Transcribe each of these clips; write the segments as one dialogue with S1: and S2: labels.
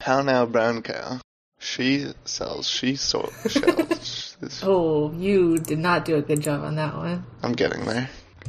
S1: How now, brown cow? She sells, she so- sells.
S2: Oh, you did not do a good job on that one.
S1: I'm getting there.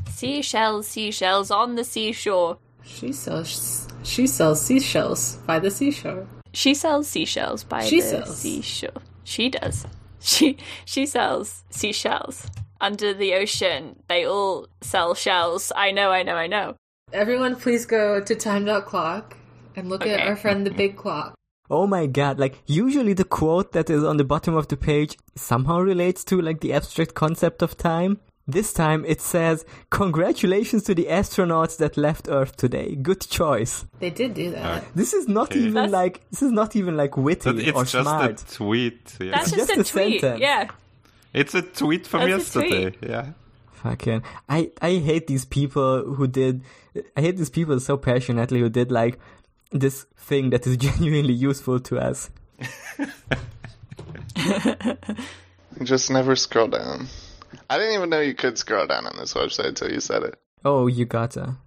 S3: Seashells, seashells on the seashore.
S2: She sells she sells seashells by the seashore.
S3: She sells seashells by
S2: She
S3: the
S2: sells.
S3: seashore. She does. She she sells seashells under the ocean. They all sell shells. I know, I know, I know.
S2: Everyone, please go to time.clock and look at
S3: Okay.
S2: our friend the big clock.
S4: Oh my god, like usually the quote that is on the bottom of the page somehow relates to like the abstract concept of time. This time it says, Congratulations to the astronauts that left Earth today. Good choice.
S2: They did do that.
S4: This is not
S5: Okay.
S4: even
S3: That's-
S4: like this is not even like witty
S5: That it's
S4: or
S5: just
S4: smart.
S5: a tweet. Yeah.
S3: That's just,
S4: Just
S3: a
S4: a
S3: tweet.
S4: sentence.
S3: Yeah.
S5: It's a tweet from
S3: That's a tweet.
S5: yesterday. Yeah.
S4: Fucking, I I hate these people who did. I hate these people so passionately who did like this thing that is genuinely useful to us.
S1: Just never scroll down. I didn't even know you could scroll down on this website until you said it.
S4: Oh, you gotta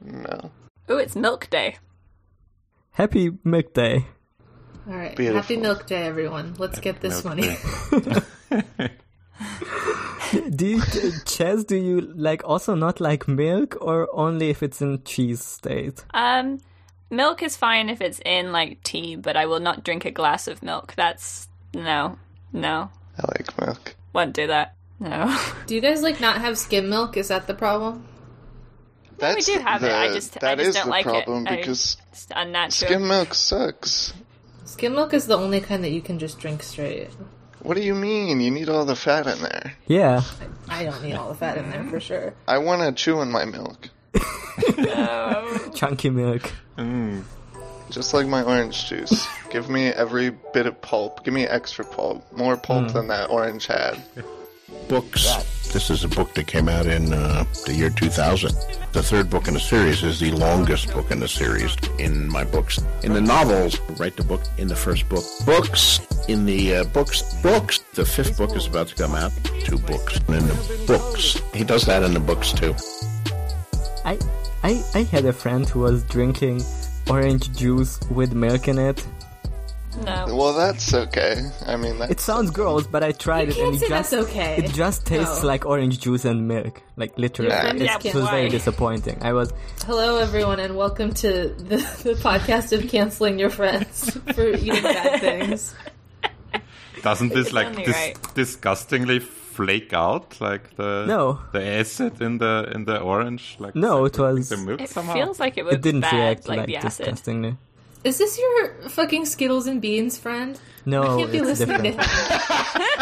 S1: No.
S3: Oh, it's milk day.
S4: happy milk day.
S2: All right.
S1: Beautiful.
S2: Happy Milk Day, everyone. Let's get this
S5: Milk
S2: money.
S5: Day.
S4: Do you, Chaz, do you like also not like milk or only if it's in cheese state?
S3: Um, milk is fine if it's in like tea, but I will not drink a glass of milk. That's no, no,
S1: I like milk.
S3: won't do that. No,
S2: do you guys like not have skim milk? Is that the problem?
S1: That's
S3: do have
S1: the,
S3: it, I just- I
S1: that
S3: just
S1: is
S3: don't
S1: the
S3: like it.
S1: problem
S3: I-
S1: because
S3: it's unnatural.
S1: skim milk sucks.
S2: Skim milk is the only kind that you can just drink straight.
S1: What do you mean? You need all the fat in there.
S4: Yeah,
S2: I don't need all of that in there for sure.
S1: I want to chew in my milk,
S4: chunky milk.
S5: Mm.
S1: just like my orange juice. Give me every bit of pulp. Give me extra pulp, more pulp than that orange had.
S6: books. This is a book that came out in uh, the year 2000. The third book in the series is the longest book in the series in my books. In the novels, write the book in the first book. Books in the uh, books. Books. The fifth book is about to come out. Two books and in the books. He does that in the books too.
S4: I, I, I had a friend who was drinking orange juice with milk in it.
S3: no.
S1: Well, that's okay. I mean, that's
S4: It sounds gross, but I tried it,
S2: can't
S4: and it
S2: say
S4: just
S2: that's okay.
S4: it just tastes
S2: No.
S4: like orange juice and milk, like literally.
S2: Yeah,
S4: It-
S2: yeah,
S4: it was very
S3: why?
S4: disappointing. I was
S2: Hello, everyone, and welcome to the, the podcast of canceling your friends for eating bad things.
S5: Doesn't this like
S3: only
S5: dis-
S3: right.
S5: disgustingly flake out like the
S4: No.
S5: the acid in the in the orange like
S4: No,
S5: it's
S4: it
S5: like
S4: was-
S5: the milk
S3: It
S5: somehow?
S3: feels like it would
S4: it didn't
S3: bad,
S4: react
S3: like,
S4: like
S3: the acid.
S4: disgustingly.
S2: Is this your fucking Skittles and Beans friend?
S4: No,
S2: Can't be
S4: Oh, it's
S2: listening
S4: different.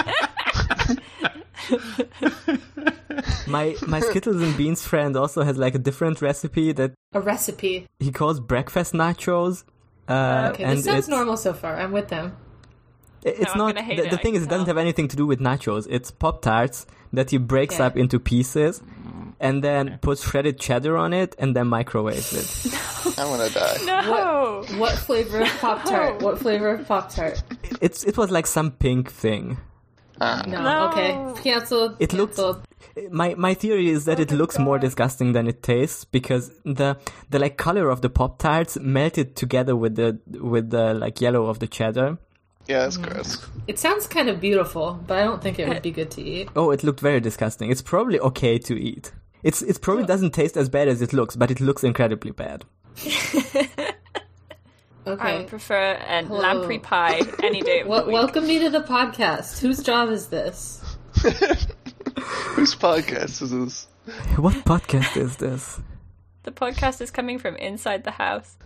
S2: to him.
S4: My my Skittles and Beans friend also has like a different recipe that
S2: A recipe.
S4: he calls breakfast nachos.
S3: Oh,
S4: Uh,
S2: Okay,
S4: and
S2: this sounds
S4: it's,
S2: normal so far. I'm with them.
S4: It's
S3: I'm
S4: not.
S3: gonna hate
S4: the
S3: it,
S4: the
S3: I
S4: thing
S3: can
S4: is, it doesn't
S3: tell.
S4: have anything to do with nachos. It's Pop Tarts that he breaks
S2: Okay.
S4: up into pieces, and then puts shredded cheddar on it, and then microwaves it.
S1: I want to die.
S3: No.
S2: What flavor of Pop Tart? What flavor of Pop Tart?
S4: it's it was like some pink thing.
S2: No.
S3: No.
S2: Okay. Cancelled.
S4: It looked-
S2: Canceled.
S4: my my theory is
S3: Oh
S4: that it looks more disgusting than it tastes because the the like color of the pop tarts melted together with the with the like yellow of the cheddar.
S1: Yeah, it's
S7: Mm-hmm.
S1: gross.
S2: It sounds kind of beautiful, but I don't think it would be good to eat.
S4: Oh, it looked very disgusting. It's probably okay to eat. It's it probably doesn't taste as bad as it looks, but it looks incredibly bad.
S3: I
S2: Okay.
S3: would prefer a lamprey pie any day of
S2: Well,
S3: the week.
S2: welcome me to the podcast. Whose job is this?
S1: Whose podcast is this?
S4: What podcast is this?
S3: The podcast is coming from inside the house.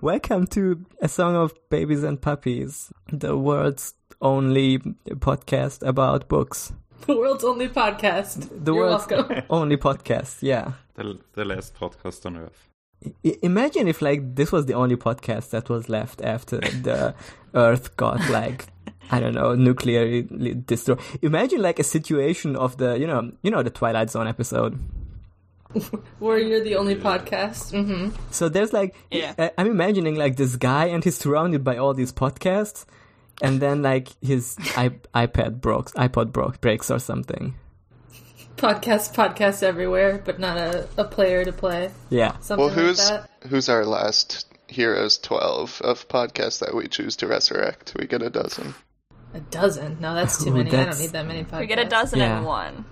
S4: Welcome to a song of babies and puppies, the world's only podcast about books.
S2: The world's only podcast.
S4: The
S2: You're
S4: world's
S2: welcome.
S4: only podcast. Yeah.
S5: the, the last podcast on earth.
S4: I- imagine if like this was the only podcast that was left after the earth got like i don't know nuclearly destroyed imagine like a situation of the you know you know the twilight zone episode
S2: Where you're the only podcast. hmm
S4: so there's like
S3: Yeah.
S4: I- i'm imagining like this guy and he's surrounded by all these podcasts and then like his I- ipad broke ipod broke breaks or something
S2: Podcast, podcasts everywhere, but not a, a player to play.
S4: yeah
S2: Something
S1: Well, who's
S2: like that.
S1: who's our last heroes 12 of podcasts that we choose to resurrect. We get a dozen.
S7: A dozen? No, that's too
S4: Ooh,
S7: many. I
S4: that's-
S7: don't need that many podcasts.
S3: We get a dozen
S4: Yeah.
S3: and one.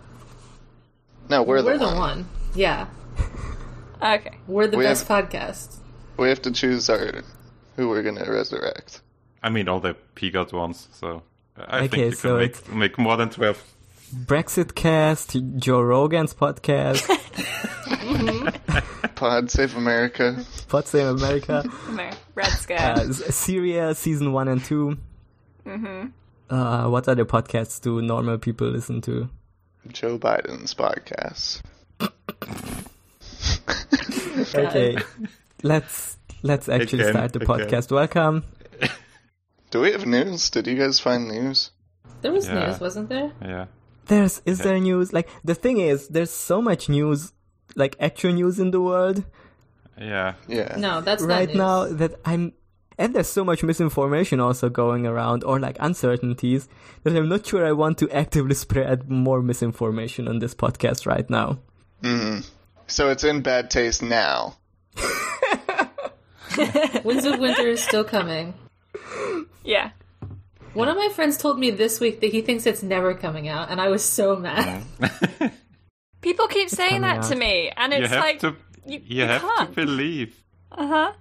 S1: No, we're, the,
S7: We're the
S1: one.
S7: one. Yeah.
S3: Okay.
S7: We're the
S1: We
S7: best
S1: have-
S7: podcast.
S1: We have to choose our who we're gonna resurrect.
S5: I mean, all the PGOT ones, so I
S4: Okay,
S5: think you
S4: so
S5: can make, make more than 12.
S4: Brexit cast, Joe Rogan's podcast,
S1: Pod Save America.
S4: Pod Save America,
S3: Come here. Red Scare.
S4: uh, Syria season one and 2 Mm-hmm. Uh, what other podcasts do normal people listen to?
S1: Joe Biden's podcast.
S4: Okay, let's let's actually
S5: Again,
S4: start the
S5: again.
S4: podcast. Welcome.
S1: Do we have news? Did you guys find news?
S7: There was
S5: Yeah.
S7: news, wasn't there?
S5: Yeah.
S4: There's is there news? Like the thing is, there's so much news, like actual news in the world
S5: Yeah.
S1: Yeah.
S7: No, that's
S4: right
S7: not
S4: now that I'm, and there's so much misinformation also going around or like uncertainties that I'm not sure I want to actively spread more misinformation on this podcast right now.
S1: So it's in bad taste now.
S7: now. Winds of Winter is still coming.
S3: Yeah.
S7: One of my friends told me this week that he thinks it's never coming out, and I was so mad.
S3: People keep saying
S4: coming
S3: that to
S4: out.
S3: me, and
S5: You
S3: it's
S5: have
S3: like
S5: to.
S3: you,
S5: You have
S3: can't.
S5: to believe.
S3: Uh huh.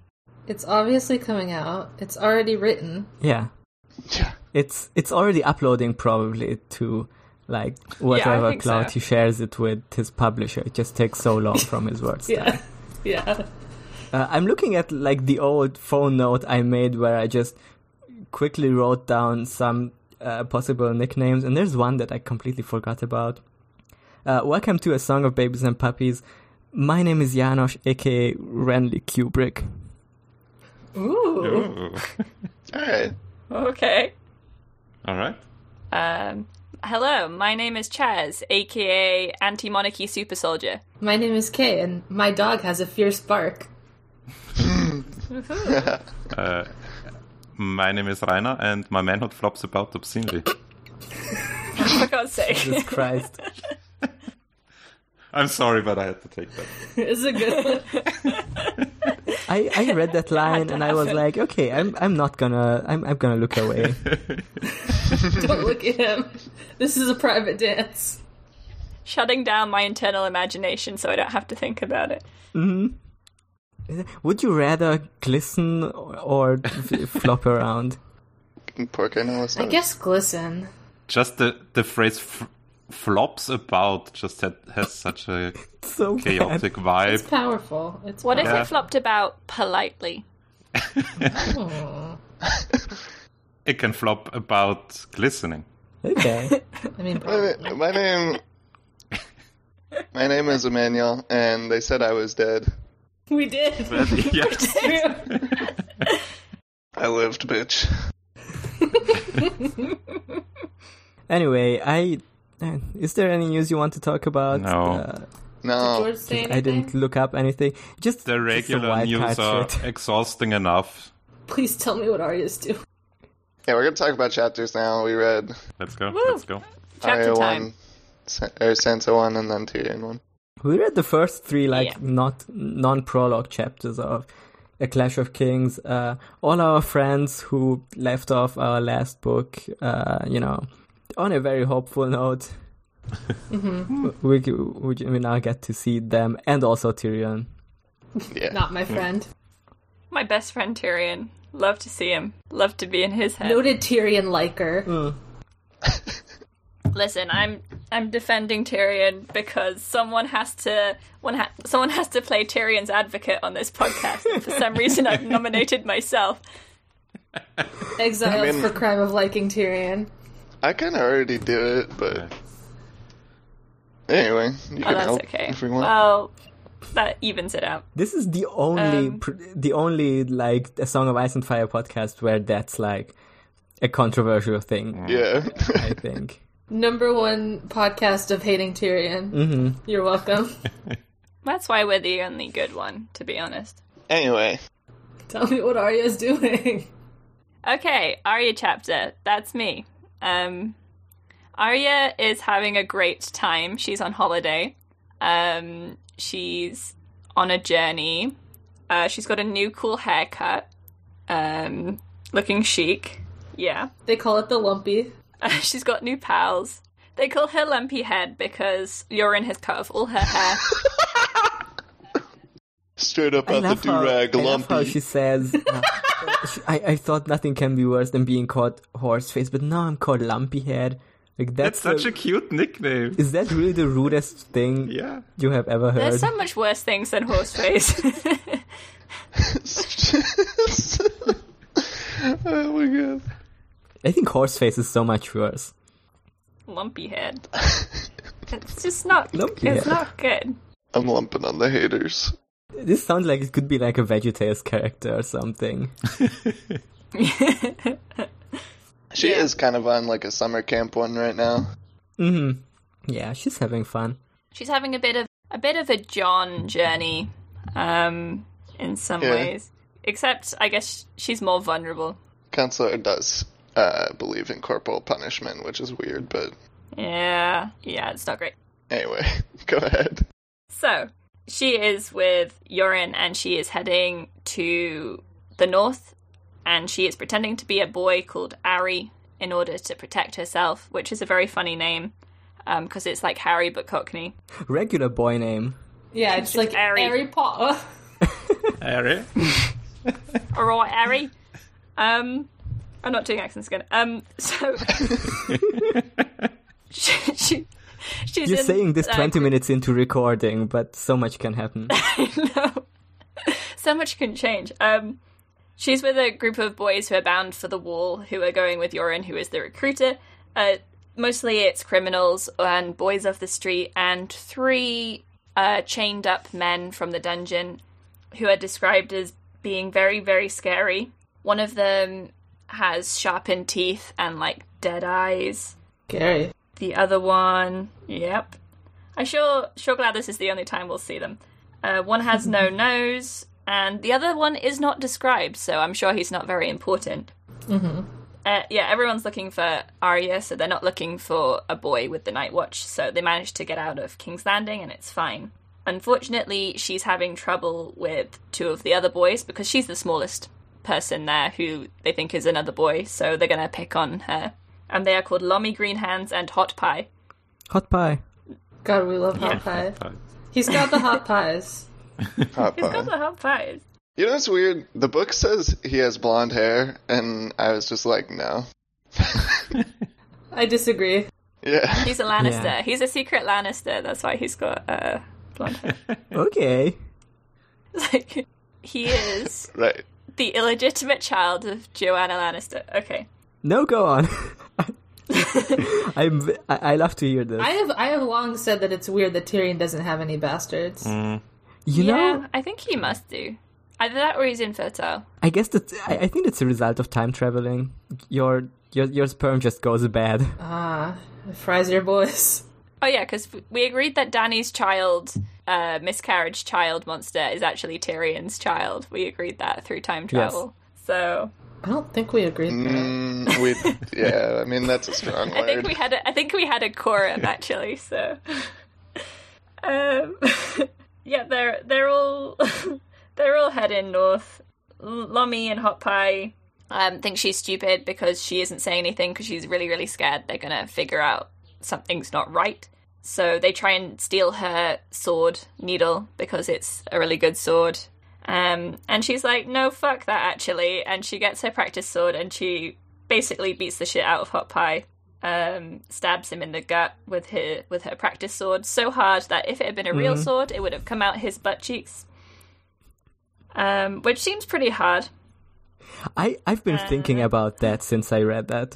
S7: It's obviously coming out. It's already written.
S4: Yeah,
S1: Yeah.
S4: it's it's already uploading probably to like whatever
S3: think so.
S4: cloud he shares it with his publisher. It just takes so long from his words.
S7: Yeah. Yeah.
S4: Uh, I'm looking at like the old phone note I made where I just quickly wrote down some uh, possible nicknames, and there's one that I completely forgot about. Uh, welcome to a song of babies and puppies. My name is Janosch, aka Renly Kubrick.
S7: Ooh.
S5: Ooh.
S1: All right.
S3: Okay.
S5: all right.
S3: Um. Hello, my name is Chaz, aka Anti Monarchy Super Soldier.
S7: My name is Kay, and my dog has a fierce bark.
S5: Uh, my name is Rainer, and my manhood flops about obscenely.
S3: For God's sake.
S4: Jesus Christ.
S5: I'm sorry, but I had to take that.
S7: It's a good one.
S4: I, I read that line and I was like, okay, I'm I'm not gonna I'm I'm gonna look away.
S7: Don't look at him. This is a private dance.
S3: Shutting down my internal imagination so I don't have to think about it.
S4: Would you rather glisten or, or f- flop around?
S1: Pork I know it's
S7: I
S1: not-
S7: guess glisten.
S5: Just the, the phrase f- flops about just had, has such a
S4: So bad.
S5: chaotic
S7: It's
S5: vibe.
S7: powerful. It's
S3: What if
S5: Yeah.
S3: it flopped about politely?
S7: powerful.
S5: It can flop about glistening.
S4: Okay.
S7: I mean,
S1: My, na- my name. My name is Emmanuel, and they said I was dead.
S7: we did.
S5: yes.
S1: I lived, bitch.
S4: Anyway, I uh, is there any news you want to talk about?
S5: No.
S4: Uh,
S1: No.
S7: George say anything?
S4: I didn't look up anything. Just just
S5: The
S4: some
S5: regular
S4: wild
S5: news
S4: card
S5: are
S4: shit.
S5: exhausting enough.
S7: Please tell me what Arya's do.
S1: Yeah, we're gonna talk about chapters now. We read
S5: Let's go.
S3: Woo.
S5: Let's go.
S3: Chapter
S1: Arya
S3: time.
S1: one, Sa- or Sansa one, and then Tyrion one.
S4: We read the first three, like
S3: Yeah.
S4: not non-prologue chapters of A Clash of Kings. Uh, all our friends who left off our last book, uh, you know, on a very hopeful note.
S7: Mm-hmm.
S4: we, we we now get to see them and also Tyrion.
S1: Yeah.
S7: Not my friend.
S3: My best friend Tyrion. Love to see him. Love to be in his head.
S7: Noted Tyrion liker.
S3: Listen, I'm I'm defending Tyrion because someone has to one ha- someone has to play Tyrion's advocate on this podcast. And for some reason, I've nominated myself.
S7: Exiles
S1: I mean-
S7: for crime of liking Tyrion.
S1: I kind of already did it, but anyway, you
S3: Oh,
S1: can
S3: that's
S1: help
S3: okay.
S1: if we want.
S4: Um,
S3: Well, that evens it out.
S4: This is the only,
S3: Um,
S4: pr- the only like a Song of Ice and Fire podcast where that's like a controversial thing.
S1: yeah.
S4: I think.
S7: Number one podcast of hating Tyrion. You're welcome.
S3: That's why we're the only good one, to be honest.
S1: anyway,
S7: tell me what Arya's doing.
S3: Okay, Arya chapter. That's me. Um, Arya is having a great time. She's on holiday. Um, she's on a journey. Uh, she's got a new cool haircut, um, looking chic. Yeah.
S7: They call it the lumpy.
S3: she's got new pals. They call her Lumpy Head because Yorin has cut off all her hair.
S1: Straight up
S4: I
S1: out the
S4: love
S1: do
S4: how-
S1: rag,
S4: I love how she
S1: lumpy.
S4: says. uh, she- I, I thought nothing can be worse than being called horse face, but now I'm called lumpy head. Like
S5: That's
S4: that's,
S5: such
S4: the-
S5: a cute nickname.
S4: Is that really the rudest thing
S5: Yeah.
S4: you have ever heard?
S3: There's so much worse things than Horseface.
S1: oh my god.
S4: I think horse face is so much worse.
S3: Lumpy Head. It's just not.
S4: Lumpy
S3: it's
S4: Head.
S3: not good.
S1: I'm lumping on the haters.
S4: This sounds like it could be like a VeggieTales character or something.
S1: She is kind of on like a summer camp one right now.
S4: Mm-hmm. Yeah, she's having fun.
S3: She's having a bit of a bit of a John journey, um, in some
S1: Yeah.
S3: ways. Except, I guess she's more vulnerable.
S1: Counselor does uh, believe in corporal punishment, which is weird, but
S3: Yeah, yeah, it's not great.
S1: anyway, go ahead.
S3: So she is with Yorin, and she is heading to the north, and she is pretending to be a boy called Ari in order to protect herself, which is a very funny name because it's like Harry but Cockney.
S4: Regular boy name.
S7: Yeah, it's like
S3: Harry.
S7: Harry Potter.
S5: Harry?
S3: All right, Harry. Um, I'm not doing accents again. Um, so she, she, she's
S4: You're
S3: in,
S4: saying this
S3: like,
S4: 20 minutes into recording, but so much can happen.
S3: no. so much can change. Um, she's with a group of boys who are bound for the wall, who are going with Yorin, who is the recruiter. Uh, mostly it's criminals and boys of the street, and three uh, chained up men from the dungeon who are described as being very, very scary. One of them has sharpened teeth and like dead eyes.
S7: Gary.
S3: The other one, yep. I sure sure glad this is the only time we'll see them. Uh, one has no nose, and the other one is not described, so I'm sure he's not very important. Mm-hmm. Uh, yeah, everyone's looking for Arya, so they're not looking for a boy with the Night Watch. So they managed to get out of King's Landing, and it's fine. Unfortunately, she's having trouble with two of the other boys because she's the smallest person there who they think is another boy, so they're going to pick on her. And they are called Lommy Green Hands and Hot Pie.
S4: Hot pie.
S7: God, we love hot pie. He's got the hot pies.
S1: Hot
S3: He's got
S1: pie.
S3: the hot pies.
S1: You know what's weird? The book says he has blonde hair, and I was just like, no.
S7: I disagree.
S1: Yeah.
S3: He's a Lannister.
S4: Yeah.
S3: He's a secret Lannister. That's why he's got uh, blonde hair.
S4: Okay.
S3: like, he is
S1: Right.
S3: the illegitimate child of Joanna Lannister. Okay.
S4: No, go on. I'm, I, I love to hear this.
S7: I have I have long said that it's weird that Tyrion doesn't have any bastards.
S4: Mm. you
S3: yeah,
S4: know,
S3: I think he must do. Either that or he's infertile.
S4: I guess that I, I think it's a result of time traveling. Your your your sperm just goes bad.
S7: Ah, fries your boys.
S3: Oh, yeah, because we agreed that Danny's child, uh, miscarriage child monster, is actually Tyrion's child. We agreed that through time travel. So
S7: I don't think we agreed. there.
S1: Mm, we, yeah, I mean, that's a strong
S3: I think
S1: word.
S3: we had a, I think we had a quorum actually. So, um, yeah, they're they're all they're all heading north. L- Lommy and Hot Pie um, think she's stupid because she isn't saying anything because she's really really scared they're gonna figure out something's not right. So they try and steal her sword needle because it's a really good sword. Um, and she's like, no, fuck that actually. And she gets her practice sword and she basically beats the shit out of Hot Pie um, stabs him in the gut with her with her practice sword so hard that if it had been a real sword, it would have come out his butt cheeks. Um, which seems pretty hard.
S4: I I've
S7: Uh-huh.
S4: been thinking about that since I read that.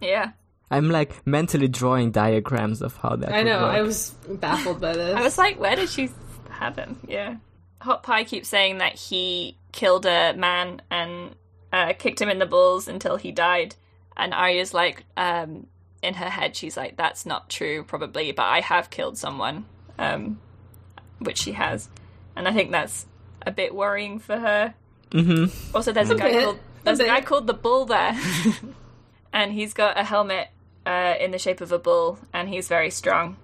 S3: Yeah,
S4: I'm like mentally drawing diagrams of how that.
S7: I know.
S4: Would work.
S7: I was baffled by this.
S3: I was like, where did she have him? Yeah, Hot Pie keeps saying that he killed a man and uh, kicked him in the balls until he died, and Arya's like, um, in her head, she's like, that's not true, probably, but I have killed someone, um, which she has, and I think that's a bit worrying for her.
S4: Mhm.
S3: Also, there's a, guy
S7: bit.
S3: called there's
S7: A
S3: a,
S7: bit.
S3: guy called the Bull there, and he's got a helmet uh, in the shape of a bull, and he's very strong.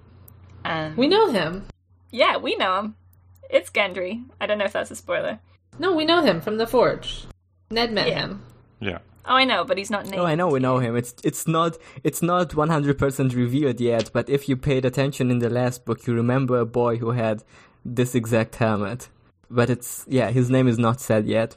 S3: Um,
S7: we know him.
S3: yeah, we know him. It's Gendry. I don't know if that's a spoiler.
S7: No, we know him from the forge. Ned met
S3: Yeah.
S7: him.
S5: Yeah.
S3: Oh, I know, but he's not named.
S4: Oh, I know we know him. It's it's not it's not 100% revealed yet, but if you paid attention in the last book, you remember a boy who had this exact helmet. But it's yeah, his name is not said yet.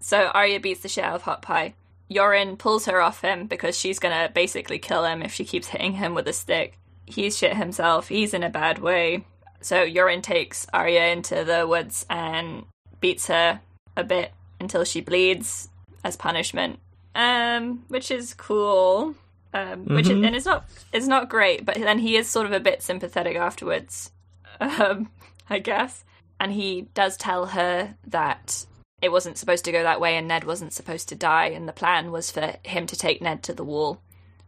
S3: So Arya beats the shit out of Hot Pie. Yorin pulls her off him because she's gonna basically kill him if she keeps hitting him with a stick. He's shit himself. He's in a bad way. So Yorin takes Arya into the woods and beats her a bit until she bleeds as punishment. Um, which is cool. Um, which
S4: Mhm.
S3: and it's not it's not great, but then he is sort of a bit sympathetic afterwards. Um, I guess. And he does tell her that it wasn't supposed to go that way and Ned wasn't supposed to die, and the plan was for him to take Ned to the wall,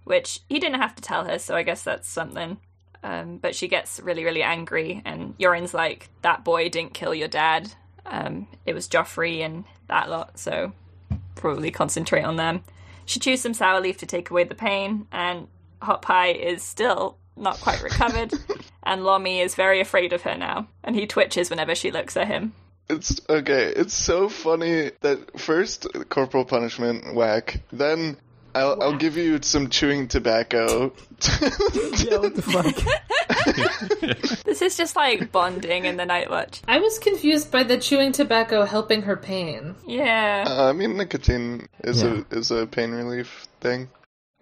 S3: which he didn't have to tell her, so I guess that's something. Um, but she gets really, really angry, and Yoren's like, That boy didn't kill your dad. Um, it was Joffrey and that lot, so probably concentrate on them. She chews some sour leaf to take away the pain, and Hot Pie is still not quite recovered, and Lomi is very afraid of her now, and he twitches whenever she looks at him.
S1: It's okay. It's so funny that first corporal punishment whack, then I'll, I'll give you some chewing tobacco.
S4: Yeah, what the fuck?
S3: This is just like bonding in the Night Watch.
S7: I was confused by the chewing tobacco helping her pain.
S3: Yeah.
S1: Uh, I mean, nicotine is a is a pain relief thing,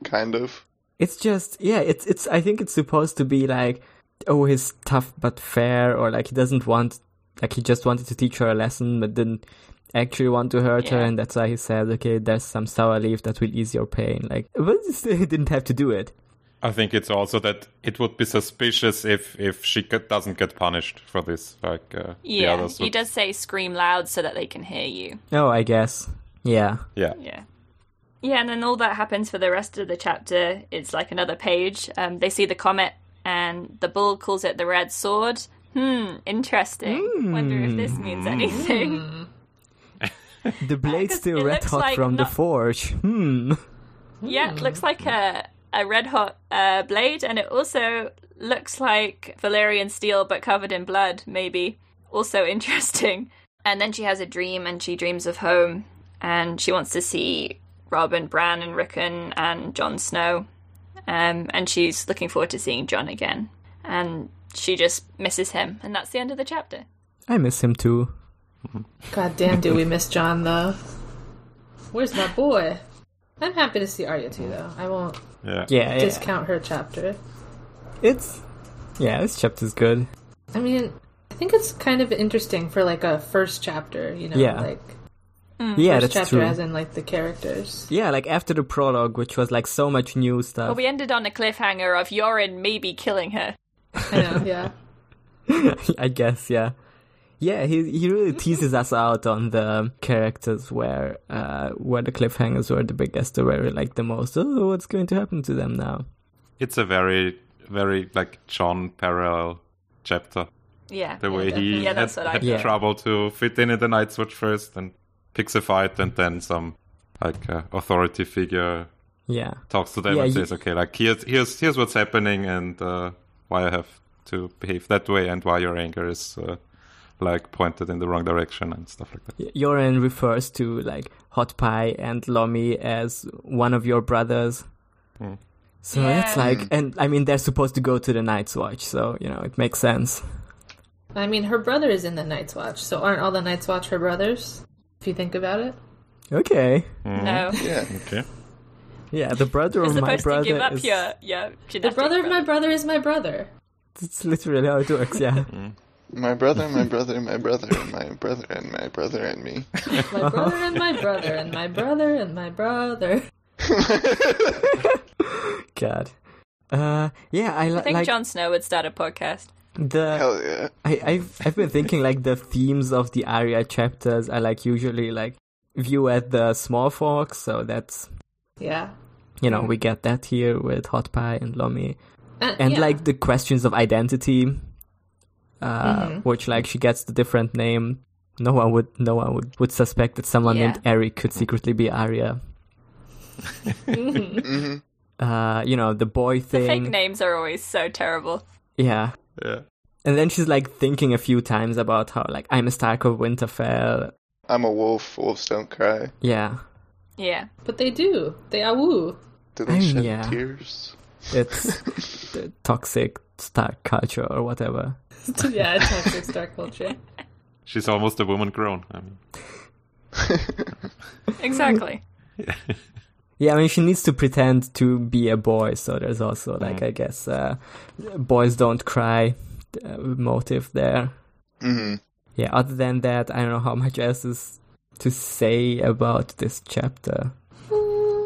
S1: kind of.
S4: It's just yeah, it's it's I think it's supposed to be like oh he's tough but fair or like he doesn't want like he just wanted to teach her a lesson but didn't actually want to hurt her
S3: Yeah.
S4: and that's why he said okay there's some sour leaf that will ease your pain like but still he didn't have to do it
S5: I think it's also that it would be suspicious if if she get, doesn't get punished for this. Like uh, the
S3: Yeah.
S5: others
S3: he
S5: would-
S3: does say scream loud so that they can hear you.
S4: oh I guess yeah
S5: Yeah.
S3: Yeah. Yeah, and then all that happens for the rest of the chapter. It's like another page. Um, they see the comet, and the bull calls it the Red Sword. Hmm, interesting. Wonder if this means anything.
S4: the blade's still
S3: it
S4: red
S3: looks
S4: hot
S3: like
S4: from the
S3: not-
S4: forge hmm
S3: Yeah, it looks like a, a red hot uh, blade, and it also looks like Valerian steel but covered in blood, maybe. Also interesting. And then she has a dream, and she dreams of home, and she wants to see Rob and Bran and Rickon and Jon Snow. Um, and she's looking forward to seeing John again. And she just misses him, and that's the end of the chapter.
S4: I miss him too
S7: God damn, do we miss John though? Where's my boy? I'm happy to see Arya too, though. I won't
S5: Yeah.
S4: yeah, yeah.
S7: discount her chapter.
S4: it's yeah this chapter's good
S7: I mean, I think it's kind of interesting for like a first chapter, you know,
S4: Yeah.
S7: like
S3: Hmm,
S4: yeah that's
S7: first chapter
S4: true
S7: as in like the characters.
S4: yeah like after the prologue which was like so much new stuff
S3: But we ended on a cliffhanger of Yoren maybe killing her.
S7: I know, yeah.
S4: I guess, yeah. Yeah, he he
S3: Mm-hmm.
S4: really teases us out on the characters where uh where the cliffhangers were the biggest, or were like the most. Oh, what's going to happen to them now?
S5: It's a very very like John parallel chapter.
S3: Yeah.
S5: The way he
S3: Yeah,
S5: had,
S3: that's what I
S5: had
S4: thought.
S5: trouble to fit in in the Night Switch first, and picks a fight, and then some like uh, authority figure
S4: Yeah,
S5: talks to them
S4: Yeah,
S5: and
S4: you-
S5: says, "Okay, like here's here's here's what's happening and uh, why I have to behave that way and why your anger is uh, like pointed in the wrong direction and stuff like that."
S4: Y- Yoren refers to like Hot Pie and Lomi as one of your brothers. So
S3: Yeah.
S4: that's like, and I mean, they're supposed to go to the Night's Watch, so you know it makes sense.
S7: I mean, her brother is in the Night's Watch, so aren't all the Night's Watch her brothers? If you think about it,
S4: Okay,
S3: No.
S1: Yeah.
S5: Okay.
S4: yeah, the brother
S3: You're
S4: of my
S3: supposed to give
S4: brother
S3: up
S4: is
S3: your, your
S7: the
S3: genetic
S7: brother of my brother is my brother.
S4: it's literally how it works. Yeah,
S1: My brother, my brother, my brother, and my brother, and my brother, and me.
S7: My brother and my brother and my brother and my brother.
S4: God. Uh, yeah, I, li-
S3: I think
S4: like
S3: Jon Snow would start a podcast.
S4: the
S1: Hell yeah.
S4: I, I've I've been thinking like the themes of the Aria chapters are like usually like view at the small forks, so that's
S7: Yeah.
S4: you know we get that here with Hot Pie and Lomi,
S7: And,
S4: and
S7: yeah.
S4: like the questions of identity, uh, which like she gets the different name. No one would no one would, would suspect that someone
S3: Yeah.
S4: named Eric could secretly be Aria. Uh, you know the boy
S3: Fake
S4: thing.
S3: names are always so terrible.
S4: yeah,
S5: Yeah.
S4: And then she's like thinking a few times about how like I'm a Stark of Winterfell.
S1: I'm a wolf. Wolves don't cry.
S4: Yeah,
S3: Yeah.
S7: But they do. They are woo.
S1: Do they
S4: Mm,
S1: shed
S4: yeah.
S1: tears?
S4: it's the toxic Stark culture or whatever.
S7: yeah, it's toxic star culture.
S5: She's almost a woman grown. I mean,
S3: Exactly.
S4: Yeah, I mean she needs to pretend to be a boy, so there's also like I guess uh, boys don't cry uh, motive there.
S1: hmm
S4: Yeah, other than that, I don't know how much else is to say about this chapter.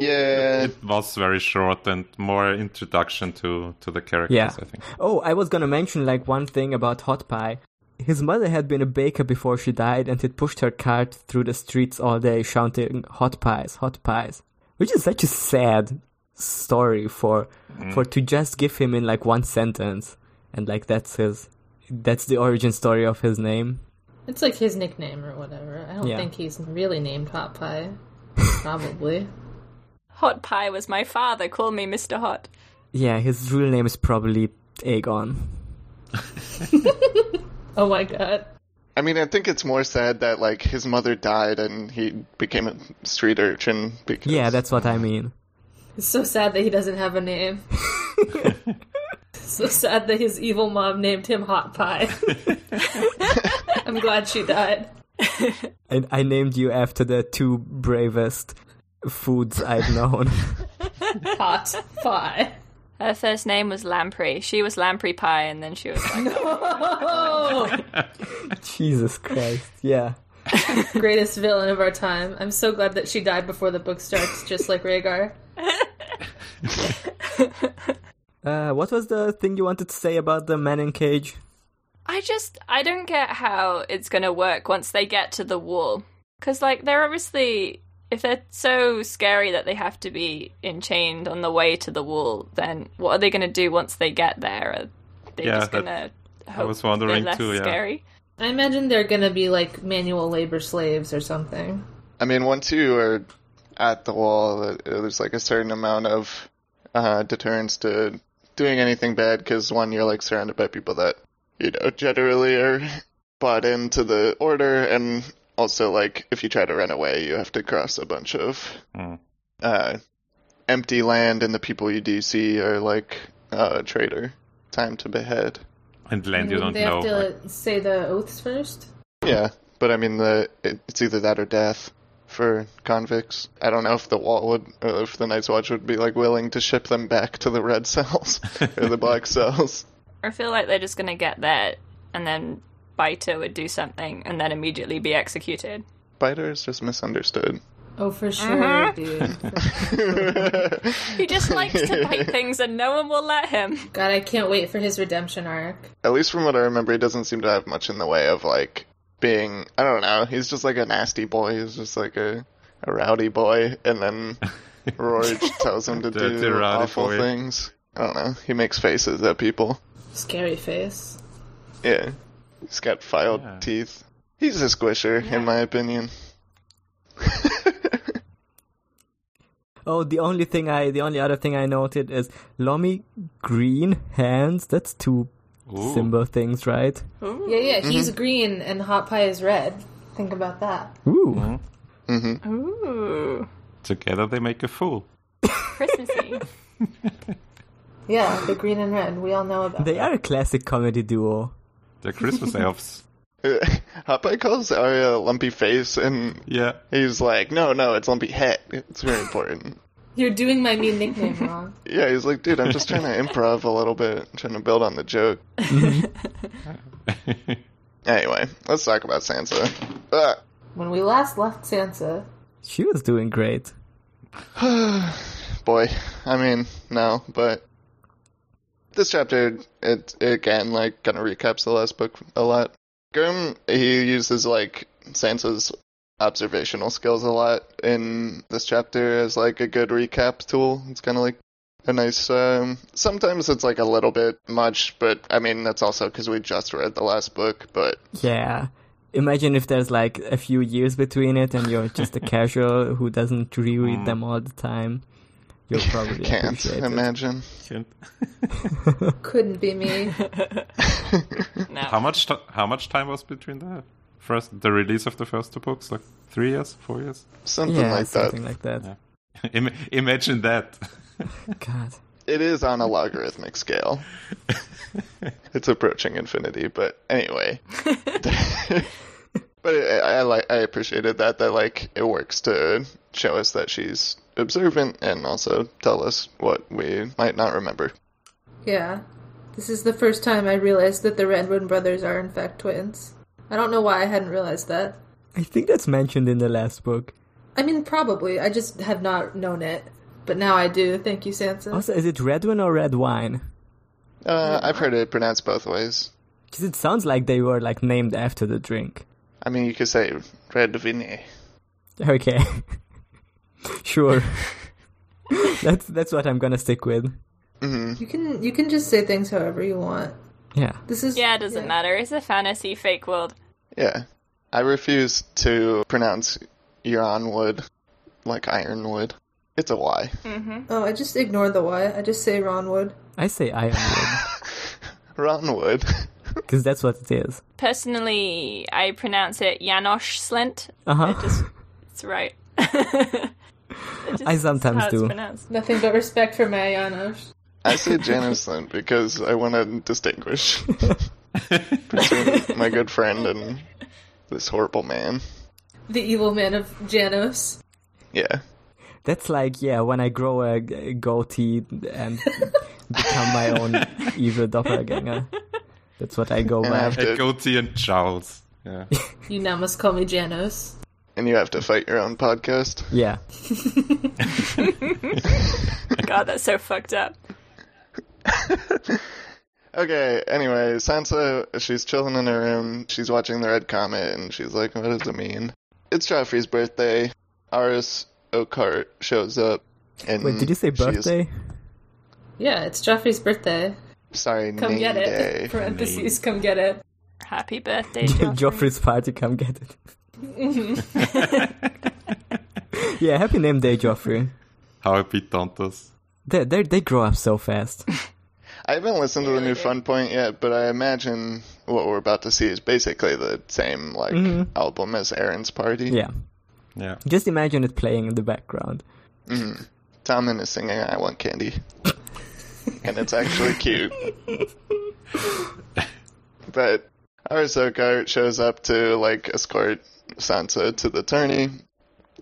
S1: Yeah.
S5: it was very short and more introduction to to the characters.
S4: Yeah.
S5: I think.
S4: Oh, I was gonna mention like one thing about Hot Pie. His mother had been a baker before she died and had pushed her cart through the streets all day shouting hot pies, hot pies. Which is such a sad story for for to just give him in like one sentence and like that's his that's the origin story of his name.
S7: It's like his nickname or whatever. I don't
S4: Yeah.
S7: think he's really named Hot Pie. Probably.
S3: Hot Pie was my father. Call me Mr. Hot.
S4: Yeah, his real name is probably Aegon.
S7: oh my god.
S1: I mean, I think it's more sad that like his mother died and he became a street urchin because
S4: Yeah, that's what I mean.
S7: It's so sad that he doesn't have a name. so sad that his evil mom named him Hot Pie. I'm glad she died.
S4: And I named you after the two bravest foods I've known.
S7: Hot Pie.
S3: Her first name was Lamprey. She was Lamprey Pie, and then she was like,
S7: Oh,
S4: Jesus Christ. Yeah.
S7: greatest villain of our time. I'm so glad that she died before the book starts, just like Rhaegar.
S4: Uh, what was the thing you wanted to say about the man in cage?
S3: I just, I don't get how it's going to work once they get to the wall. Because, like, they're obviously, if they're so scary that they have to be enchained on the way to the wall, then what are they going to do once they get there? Are they
S5: Yeah,
S3: just
S5: that-
S3: going to.
S5: I was wondering
S3: less
S5: too, yeah.
S3: Scary.
S7: I imagine they're gonna be like manual labor slaves or something.
S1: I mean, once you are at the wall, uh, there's like a certain amount of uh, deterrence to doing anything bad because one, you're like surrounded by people that you know generally are bought into the order, and also like if you try to run away, you have to cross a bunch of
S5: Mm.
S1: uh, empty land, and the people you do see are like uh, traitor. Time to behead.
S5: And land
S3: Mm,
S5: you
S7: Wouldn't
S5: don't
S7: Mm, they
S5: know.
S7: have to say the oaths first.
S1: Yeah, but I mean, the it, it's either that or death for convicts. I don't know if the wall would, or if the Night's Watch would be like willing to ship them back to the red cells or the black cells.
S3: I feel like they're just going to get there, and then Biter would do something, and then immediately be executed.
S1: Biter is just misunderstood.
S7: Oh, for sure, dude.
S3: He just likes to bite things, and no one will let him.
S7: God, I can't wait for his redemption arc.
S1: At least from what I remember, he doesn't seem to have much in the way of like being. I don't know. He's just like a nasty boy. He's just like a, a rowdy boy, and then Roy tells him to
S5: Dirty
S1: do
S5: rowdy
S1: awful
S5: boy.
S1: things. I don't know. He makes faces at people.
S7: Scary face.
S1: Yeah. He's got filed
S5: Yeah.
S1: teeth. He's a squisher, in my opinion.
S4: Oh, the only thing I, the only other thing I noted is Lomi green hands. That's two
S5: Ooh.
S4: symbol things, right?
S7: Yeah, yeah, he's green and Hot Pie is red. Think about that.
S4: Ooh.
S1: Mm-hmm.
S3: Ooh,
S5: Together they make a fool.
S3: Christmassy.
S7: Yeah, the green and red. We all know about
S4: They are a classic comedy duo.
S5: The Christmas elves.
S1: Hotpie calls Arya a lumpy face, and
S5: Yeah.
S1: he's like, no, no, it's lumpy head. It's very important.
S7: You're doing my mean nickname wrong.
S1: yeah, he's like, dude, I'm just trying to improv a little bit, trying to build on the joke. Anyway, let's talk about Sansa. Ugh.
S7: When we last left Sansa,
S4: She was doing great.
S1: boy, I mean, no, but this chapter, it, it again, like, kind of recaps the last book a lot. Grim, he uses, like, Sansa's observational skills a lot in this chapter as, like, a good recap tool. It's kind of like a nice, um, sometimes it's, like, a little bit much, but, I mean, that's also because we just read the last book, but
S4: Yeah. Imagine if there's like a few years between it and you're just a casual who doesn't reread them all the time. You'll probably
S1: Mm. Can't
S4: appreciate it.
S1: imagine.
S7: Couldn't be me.
S3: No.
S5: How much t- how much time was between the first the release of the first two books? Like three years, four years?
S1: Something
S4: Yeah,
S1: like
S4: something
S1: that.
S4: like that.
S5: Yeah. Im- imagine that.
S4: God.
S1: It is on a logarithmic scale. it's approaching infinity, but anyway. but it, I like I appreciated that that like it works to show us that she's observant and also tell us what we might not remember.
S7: Yeah. This is the first time I realized that the Redwood brothers are in fact twins. I don't know why I hadn't realized that.
S4: I think that's mentioned in the last book.
S7: I mean, probably. I just have not known it. But now I do. Thank you, Sansa.
S4: Also, is it red wine or red wine?
S1: Uh, I've heard it pronounced both ways.
S4: Because it sounds like they were like named after the drink.
S1: I mean, you could say red vigne.
S4: Okay. sure. that's that's what I'm gonna stick with.
S7: You can you can just say things however you want.
S4: Yeah.
S7: This is
S3: Yeah, it doesn't matter. It's a fantasy fake world.
S1: Yeah. I refuse to pronounce Ironwood like Ironwood. It's a Y.
S7: Oh, I just ignore the why. I just say Ronwood.
S4: I say ironwood
S1: Ronwood.
S4: because that's what it is.
S3: Personally, I pronounce it Janosch Slent.
S4: Uh huh.
S3: Just, it's right. I
S4: I sometimes
S3: how it's
S4: do.
S3: pronounced.
S7: Nothing but respect for Marianos.
S1: I say Janicen because I want to distinguish between my good friend and this horrible man.
S7: The evil man of Janos.
S1: Yeah.
S4: That's like yeah, when I grow a, a goatee and become my own evil doppelganger. That's what I go
S1: And I
S4: by.
S1: have
S5: A
S1: to
S5: goatee and Charles. Yeah.
S7: You now must call me Janos.
S1: and you have to fight your own podcast.
S4: Yeah.
S3: God, that's so fucked up.
S1: Okay, anyway, Sansa, she's chilling in her room. She's watching the Red Comet, and she's like, what does it mean? It's Joffrey's birthday. Aris Okart shows up. And
S4: Wait, did you say
S1: she's-
S4: birthday?
S7: Yeah, it's Joffrey's birthday.
S1: Sorry,
S7: Come
S1: name
S7: get it.
S1: day.
S7: Parentheses, come get it.
S3: Happy birthday,
S4: Jo-
S3: Joffrey.
S4: Joffrey's party, come get it. yeah, happy name day, Joffrey.
S5: How I beat Dantos.
S4: They they they grow up so fast.
S1: I haven't listened to the new Fun Point yet, but I imagine what we're about to see is basically the same like album as Aaron's Party.
S4: Yeah,
S5: Yeah.
S4: just imagine it playing in the background.
S1: Tommen is singing "I Want Candy," and it's actually cute. but Arzogart shows up to like escort Sansa to the tourney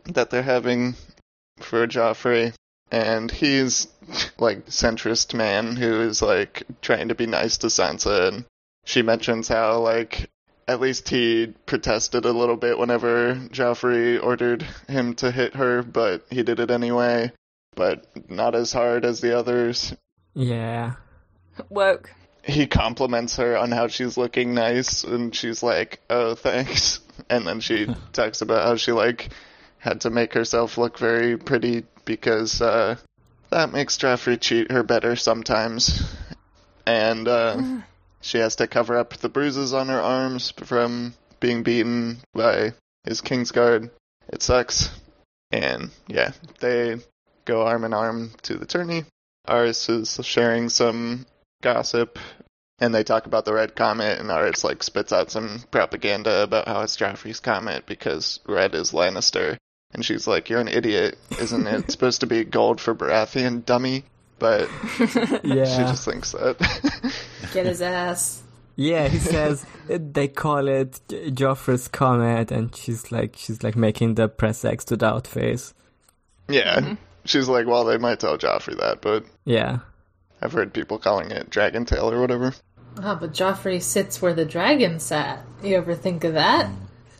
S1: that they're having for Joffrey, and he's like centrist man who is like trying to be nice to Sansa, and she mentions how like. At least he protested a little bit whenever Joffrey ordered him to hit her, but he did it anyway but not as hard as the others.
S4: Yeah,
S3: Woke.
S1: He compliments her on how she's looking nice, and she's like, "Oh, thanks." And then she talks about how she like had to make herself look very pretty because uh, that makes Joffrey cheat her better sometimes, and uh, she has to cover up the bruises on her arms from being beaten by his Kingsguard. It sucks, and yeah, they go arm in arm to the tourney. Aris is sharing some gossip, and they talk about the red comet, and Aris like spits out some propaganda about how it's Joffrey's comet because red is Lannister, and she's like, "You're an idiot, isn't it? It's supposed to be gold for Baratheon, dummy." But she
S4: yeah,
S1: just thinks that.
S7: Get his ass.
S4: yeah. He says uh, they call it J- Joffrey's comet, and she's like she's like making the press X to doubt face.
S1: yeah,
S4: Mm-hmm.
S1: she's like, "Well, they might tell Joffrey that, but
S4: Yeah,
S1: I've heard people calling it Dragon Tail or whatever."
S7: Ah, but Joffrey sits where the dragon sat. You ever think of that?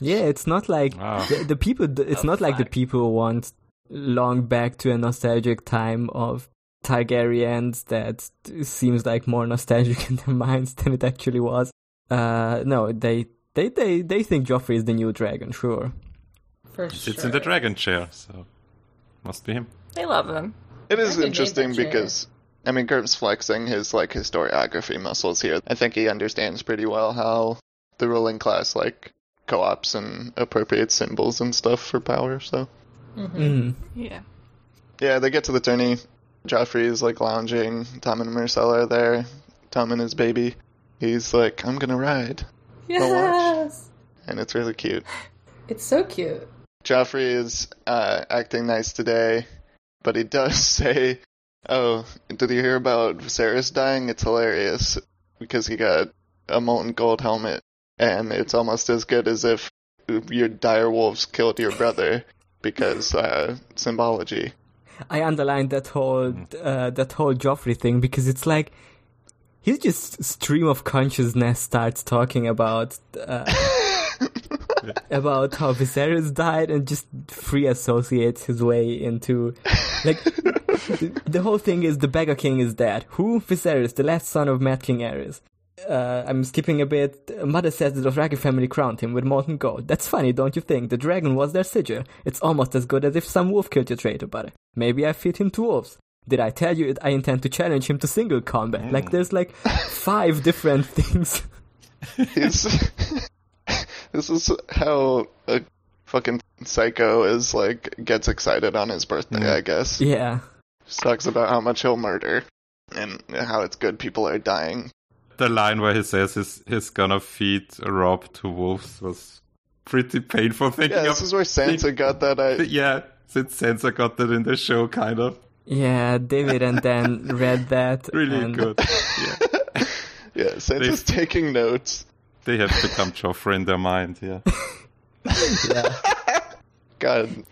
S4: yeah. It's not like the, the people. It's not like the people want long back to a nostalgic time of Targaryens that seems like more nostalgic in their minds than it actually was. Uh, no, they they they they think Joffrey is the new dragon. Sure.
S7: For
S5: He
S7: sure.
S5: sits in the dragon chair, so must be him.
S3: They love him.
S1: It is
S7: That'd be
S1: interesting
S7: dangerous.
S1: because I mean Gert's flexing his like historiography muscles here. I think he understands pretty well how the ruling class like co-ops and appropriates symbols and stuff for power. So
S4: Mm.
S3: Yeah.
S1: yeah, they get to the tourney. Joffrey is like lounging. Tom and Marcella are there. Tom and his baby. He's like, I'm gonna ride. I'll watch.
S7: Yes.
S1: And it's really cute.
S7: It's so cute.
S1: Joffrey is uh, acting nice today, but he does say, "Oh, did you hear about Viserys dying? It's hilarious because he got a molten gold helmet, and it's almost as good as if your dire wolves killed your brother because uh, symbology."
S4: I underlined that whole uh, that whole Joffrey thing because it's like he's just stream of consciousness starts talking about uh, about how Viserys died and just free associates his way into like the, the whole thing is the Beggar King is dead. Who Viserys, the last son of Mad King Aerys. Uh, I'm skipping a bit. Mother says the Dothraki family crowned him with molten gold. That's funny, don't you think? The dragon was their sigil. It's almost as good as if some wolf killed your traitor brother. Maybe I feed him to wolves. Did I tell you it? I intend to challenge him to single combat?
S5: Mm.
S4: Like, there's like five different things.
S1: He's- this is how a fucking psycho is like gets excited on his birthday, I guess.
S4: yeah.
S1: Just talks about how much he'll murder and how it's good people are dying.
S5: The line where he says he's, he's gonna feed Rob to wolves was pretty painful thinking
S1: Yeah,
S5: of.
S1: this is where Sansa got that. uh, I,
S5: yeah, since Sansa got that in the show, kind of.
S4: Yeah, David and Dan read that.
S5: Really
S4: and
S5: good. Yeah.
S1: yeah, Sansa's taking notes.
S5: They have become Joffrey in their mind, yeah.
S1: God,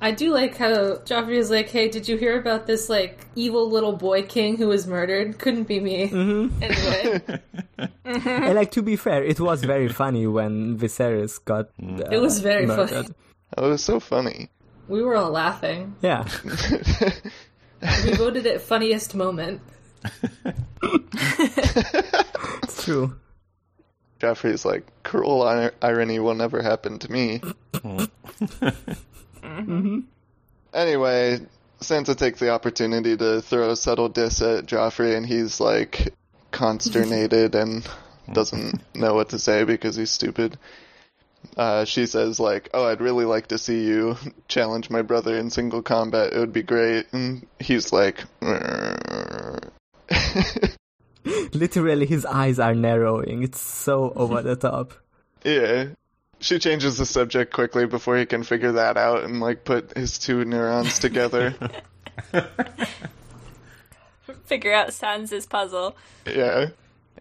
S7: I do like how Joffrey is like, "Hey, did you hear about this like evil little boy king who was murdered? Couldn't be me." Anyway,
S4: And like, to be fair, it was very funny when Viserys got.
S5: Mm.
S4: Uh,
S7: it was very
S4: murdered.
S7: funny.
S1: that was so funny.
S7: We were all laughing.
S4: Yeah.
S7: We voted it funniest moment.
S4: It's true.
S1: Joffrey's like, cruel ir- irony will never happen to me. Anyway, Sansa takes the opportunity to throw a subtle diss at Joffrey, and he's like consternated and doesn't know what to say because he's stupid. Uh, she says like, "Oh, I'd really like to see you challenge my brother in single combat. It would be great." And he's like, "Grr."
S4: Literally, his eyes are narrowing. It's so over the top.
S1: Yeah. She changes the subject quickly before he can figure that out and like put his two neurons together.
S3: Figure out Sansa's puzzle.
S1: yeah.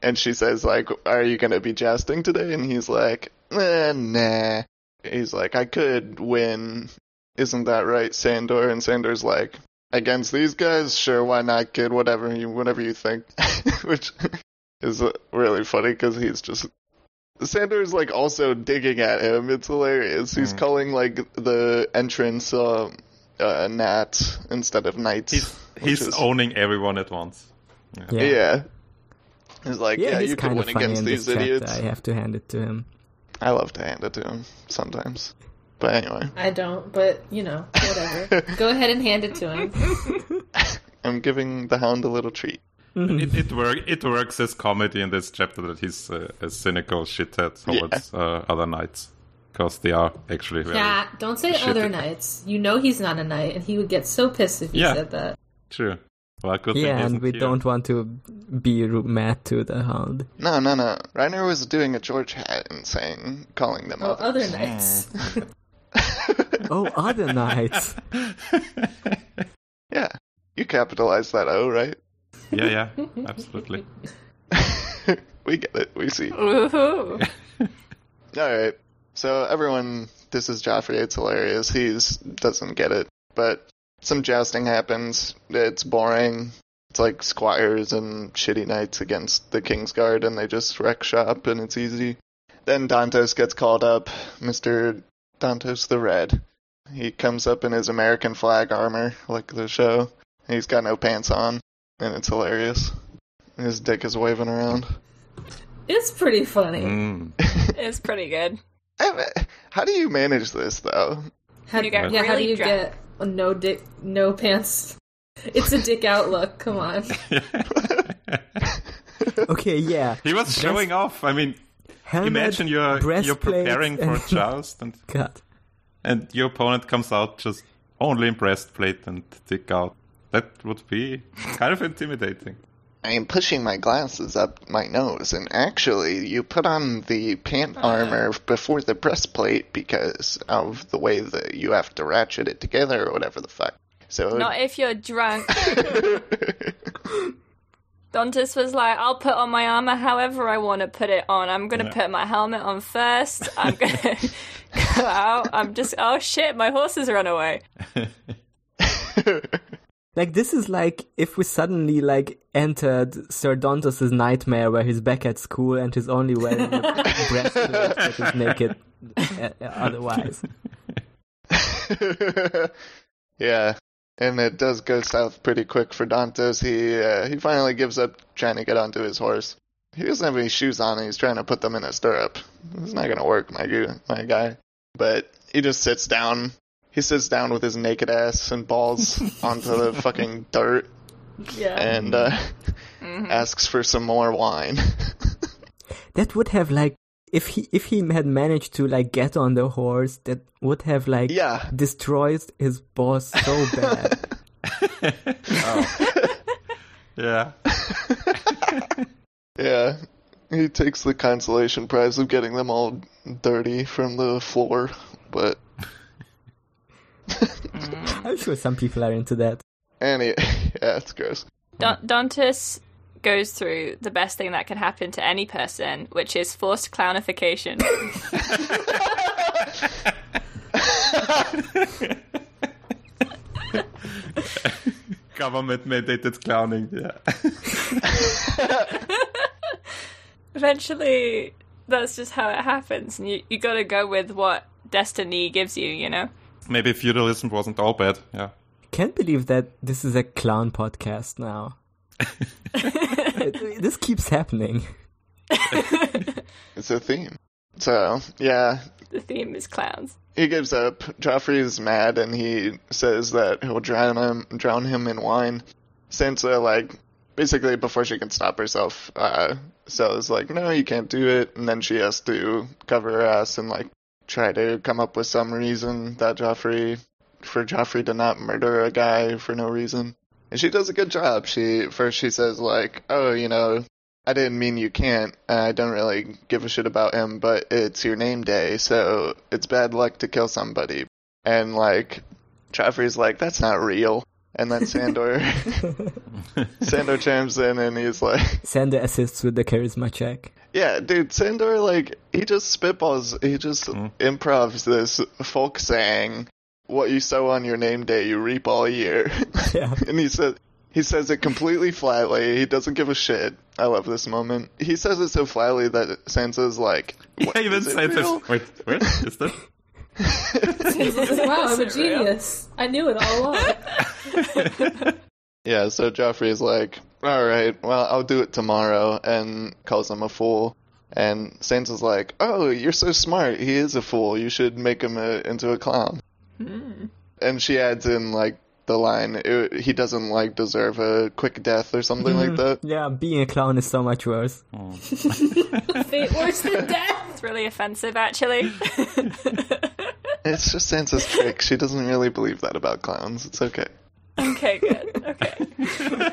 S1: And she says like, "Are you going to be jousting today?" And he's like, eh, "Nah." He's like, "I could win." Isn't that right, Sandor? And Sandor's like, "Against these guys? Sure, why not, kid? Whatever you whatever you think." Which is uh, really funny cuz he's just Sandor's like also digging at him. It's hilarious.
S5: Mm.
S1: He's calling like the entrance uh, uh gnat instead of knights.
S5: He's,
S1: which
S5: he's
S1: is-
S5: owning everyone at once.
S4: Yeah.
S1: yeah. He's like,
S4: Yeah,
S1: yeah,
S4: he's
S1: you can
S4: kind
S1: win
S4: of funny
S1: against
S4: in this
S1: these
S4: chapter.
S1: idiots.
S4: I have to hand it to him.
S1: I love to hand it to him sometimes. But anyway,
S7: I don't, but you know, whatever. Go ahead and hand it to him.
S1: I'm giving the hound a little treat.
S4: Mm-hmm.
S5: It, it, work, it works as comedy in this chapter that he's uh, a cynical shithead towards uh, other knights. Because they are actually very
S7: Nah, don't say
S5: Shit.
S7: other knights. You know he's not a knight, and he would get so pissed if you
S5: Yeah.
S7: said that.
S5: true. Well, good thing
S4: Yeah,
S5: he
S4: and
S5: isn't
S4: we
S5: here.
S4: don't want to be ru- mad to the hound.
S1: No, no, no. Reiner was doing a George hat and saying, calling them
S7: Oh,
S1: up.
S7: other knights.
S4: Oh, other knights.
S1: Yeah, you capitalized that O, right?
S5: Yeah, yeah, absolutely.
S1: we get it. We see.
S3: Woohoo!
S1: All right. So everyone, this is Joffrey. It's hilarious. He's doesn't get it, but some jousting happens. It's boring. It's like squires and shitty knights against the king's guard, and they just wreck shop, and it's easy. Then Dantos gets called up, Mister Dantos the Red. He comes up in his American flag armor, like the show. and He's got no pants on, and it's hilarious. His dick is waving around.
S7: It's pretty funny.
S5: Mm.
S3: It's pretty good.
S1: I- How do you manage this, though?
S7: How,
S3: You got
S7: yeah, how do
S3: really
S7: you
S3: drunk.
S7: get a no dick, no pants? It's a dick outlook. Come on.
S4: Okay, yeah.
S5: He was showing off. I mean,
S4: Helmet,
S5: imagine you're you're
S4: breastplate,
S5: preparing for
S4: and-
S5: joust, and
S4: God.
S5: and your opponent comes out just only in breastplate and dick out. That would be kind of intimidating.
S1: I am pushing my glasses up my nose, and actually, you put on the pant armor before the breastplate because of the way that you have to ratchet it together or whatever the fuck. So,
S3: Not if you're drunk. Dontus was like, I'll put on my armor however I want to put it on. I'm going to
S5: Yeah.
S3: put my helmet on first. I'm going to go out. I'm just, oh shit, my horses run away.
S4: Like this is like if we suddenly like entered Sir Dontus's nightmare where he's back at school and he's only wearing a breastplate that is naked uh, otherwise.
S1: yeah, and it does go south pretty quick for Dantos. He uh, he finally gives up trying to get onto his horse. He doesn't have any shoes on, and he's trying to put them in a stirrup. It's not gonna work, my gu- my guy. But he just sits down. He sits down with his naked ass and balls onto the fucking dirt
S7: Yeah.
S1: and uh, asks for some more wine.
S4: That would have like if he if he had managed to like get on the horse that would have like
S1: Yeah.
S4: destroyed his boss so bad.
S5: Yeah.
S1: yeah. He takes the consolation prize of getting them all dirty from the floor, but
S4: I'm sure some people are into that.
S1: any yeah, it's gross.
S3: Don- Dontus goes through the best thing that can happen to any person, which is forced clownification.
S5: Government mandated clowning, yeah.
S3: Eventually, that's just how it happens. And you, you got to go with what destiny gives you, you know?
S5: Maybe feudalism wasn't all bad, yeah.
S4: Can't believe that this is a clown podcast now. this keeps happening.
S1: It's a theme. So yeah,
S3: The theme is clowns.
S1: he gives up. Joffrey is mad, and he says that he'll drown him, drown him in wine. Sansa, like, basically before she can stop herself, uh, so is like, no, you can't do it, and then she has to cover her ass and like try to come up with some reason that Joffrey, for Joffrey to not murder a guy for no reason. And she does a good job. She first she says like, oh, you know, I didn't mean you can't. I don't really give a shit about him, but it's your name day, so it's bad luck to kill somebody. And like, Joffrey's like, that's not real. And then Sandor, Sandor chimes in and he's like,
S4: Sander assists with the charisma check.
S1: yeah, dude, Sandor, like, he just spitballs, he just improvs this folk saying, what you sow on your name day, you reap all year.
S4: Yeah.
S1: and he says, he says it completely flatly. He doesn't give a shit. I love this moment. He says it so flatly that Sansa's like, what,
S5: yeah even
S1: is it
S5: said
S1: real?
S5: this. Wait, wait, is that?
S7: wow,
S3: Is
S7: I'm a
S3: it real?
S7: genius. I knew it all along.
S1: Yeah, so Joffrey is like, all right, well, I'll do it tomorrow, and calls him a fool. And Sansa's like, oh, you're so smart. He is a fool. You should make him a, into a clown. And she adds in, like, the line, "It- he doesn't, like, deserve a quick death or something like that.
S4: Yeah, being a clown is so much worse.
S7: Fate worse than death.
S3: It's really offensive, actually.
S1: It's just Sansa's trick. She doesn't really believe that about clowns. It's okay.
S3: okay, good. Okay.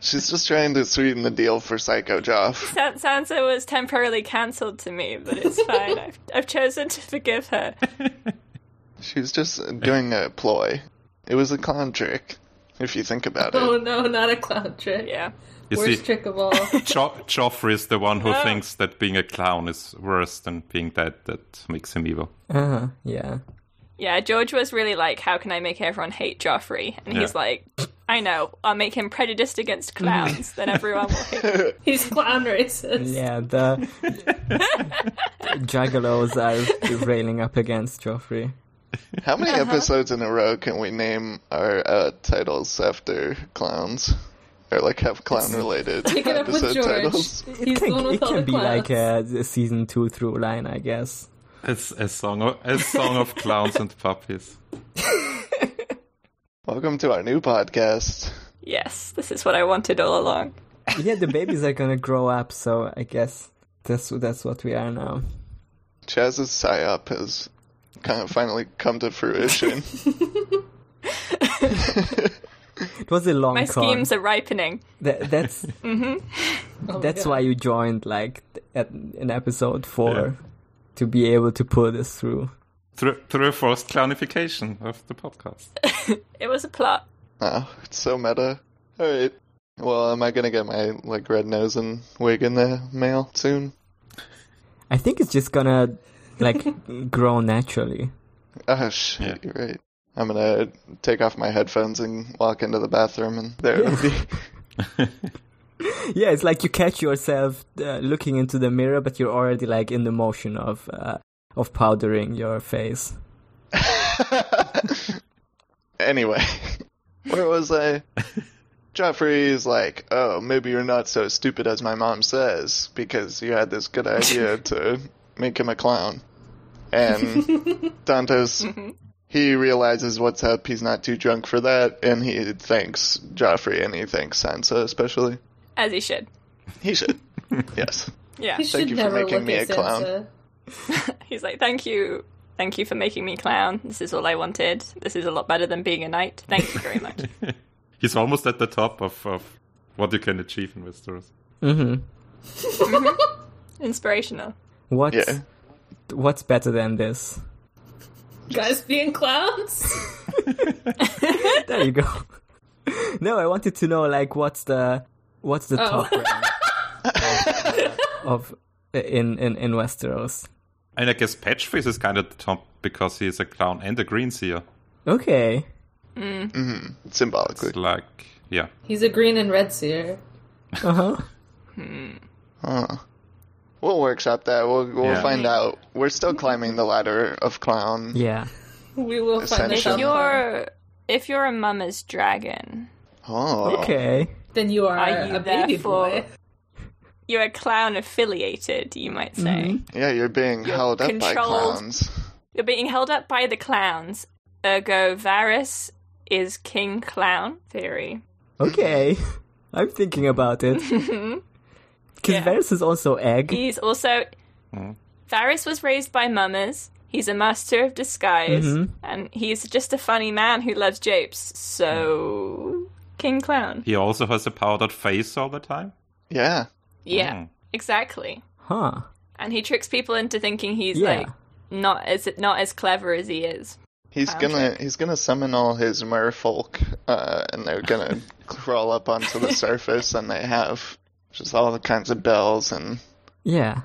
S1: She's just trying to sweeten the deal for Psycho Joff.
S3: San- Sansa was temporarily cancelled to me, but it's fine. I've, I've chosen to forgive her.
S1: She was just doing a ploy. It was a clown trick, if you think about it.
S7: Oh no, not a clown trick.
S3: Yeah.
S5: You
S7: Worst
S5: see,
S7: trick of all.
S5: jo- Joffrey is the one who
S3: No.
S5: thinks that being a clown is worse than being dead. That makes him evil.
S4: Uh huh. Yeah.
S3: Yeah, George was really like, how can I make everyone hate Joffrey? And he's
S5: Yeah.
S3: like, I know, I'll make him prejudiced against clowns, then everyone will hate him.
S7: He's clown racist.
S4: Yeah. The juggalos are railing up against Joffrey.
S1: How many
S7: Uh-huh.
S1: episodes in a row can we name our uh, titles after clowns? Or like have clown related
S7: Pick it up with
S1: episode
S7: George.
S1: titles?
S7: He's the one
S4: Can,
S7: with
S4: it
S7: all the
S4: can be
S7: clowns.
S4: like a, a season two through line, I guess.
S5: It's a song of, a song of clowns and puppies.
S1: Welcome to our new podcast.
S3: Yes, this is what I wanted all along.
S4: Yeah, the babies are gonna grow up, so I guess that's that's what we are now.
S1: Chaz's psyop has kind of finally come to fruition.
S4: It was a long
S3: My
S4: con.
S3: schemes Mm-hmm. are ripening.
S4: That, that's that's why you joined like th- at, in episode four
S5: Yeah.
S4: to be able to pull this through.
S5: Through, through forced clownification of the podcast.
S3: It was a plot.
S1: Oh, it's so meta. All right. Well, am I gonna get my like red nose and wig in the mail soon?
S4: I think it's just gonna like grow naturally.
S1: Oh shit,
S5: Yeah.
S1: you're right. I'm gonna take off my headphones and walk into the bathroom, and there it'll be.
S4: Yeah, it's like you catch yourself uh, looking into the mirror, but you're already like in the motion of uh, of powdering your face.
S1: anyway, where was I? Joffrey's like, oh, maybe you're not so stupid as my mom says, because you had this good idea to make him a clown. And Dantos,
S7: Mm-hmm.
S1: he realizes what's up, he's not too drunk for that, and he thanks Joffrey and he thanks Sansa especially.
S3: As he should.
S1: He should. yes.
S3: Yeah.
S7: You should
S1: you for
S7: never
S1: making
S7: look
S1: me
S7: at
S1: a clown.
S7: Sansa.
S3: He's like, thank you. Thank you for making me clown. This is all I wanted. This is a lot better than being a knight. Thank you very much.
S5: He's almost at the top of, of what you can achieve in Westeros.
S4: hmm
S3: Inspirational.
S4: What's
S1: Yeah.
S4: what's better than this?
S7: Guys being clowns.
S4: There you go. no, I wanted to know like what's the what's the
S7: Oh.
S4: top rank of, of in, in in Westeros.
S5: And I guess Patchface is kind of the top because he is a clown and a green seer.
S4: Okay.
S1: Symbolically.
S5: It's like, yeah.
S7: He's a green and red seer.
S4: Uh huh.
S1: We'll workshop that. We'll we'll
S5: Yeah.
S1: find out. We're still climbing the ladder of clown.
S4: Yeah.
S7: We will find
S1: Essential.
S7: out.
S3: You're if you're a mama's dragon,
S1: Oh.
S4: Okay.
S7: Then you are,
S3: Are you
S7: a baby
S3: therefore-
S7: boy.
S3: you're a clown affiliated, you might say.
S7: Mm-hmm.
S1: Yeah, you're being held up by
S3: controlled.
S1: clowns.
S3: You're being held up by the clowns. Ergo Varys is king clown theory.
S4: Okay. I'm thinking about it. Because
S3: Yeah.
S4: Varys is also egg.
S3: He's also Varys was raised by mummers. He's a master of disguise,
S7: Mm-hmm.
S3: and he's just a funny man who loves japes. So king clown.
S5: He also has a powdered face all the time.
S1: Yeah.
S3: Yeah,
S5: Mm.
S3: exactly.
S4: Huh.
S3: And he tricks people into thinking he's
S4: Yeah.
S3: like not as not as clever as he is.
S1: He's gonna he's gonna summon all his merfolk, uh, and they're gonna crawl up onto the surface, and they have just all the kinds of bells and
S4: Yeah.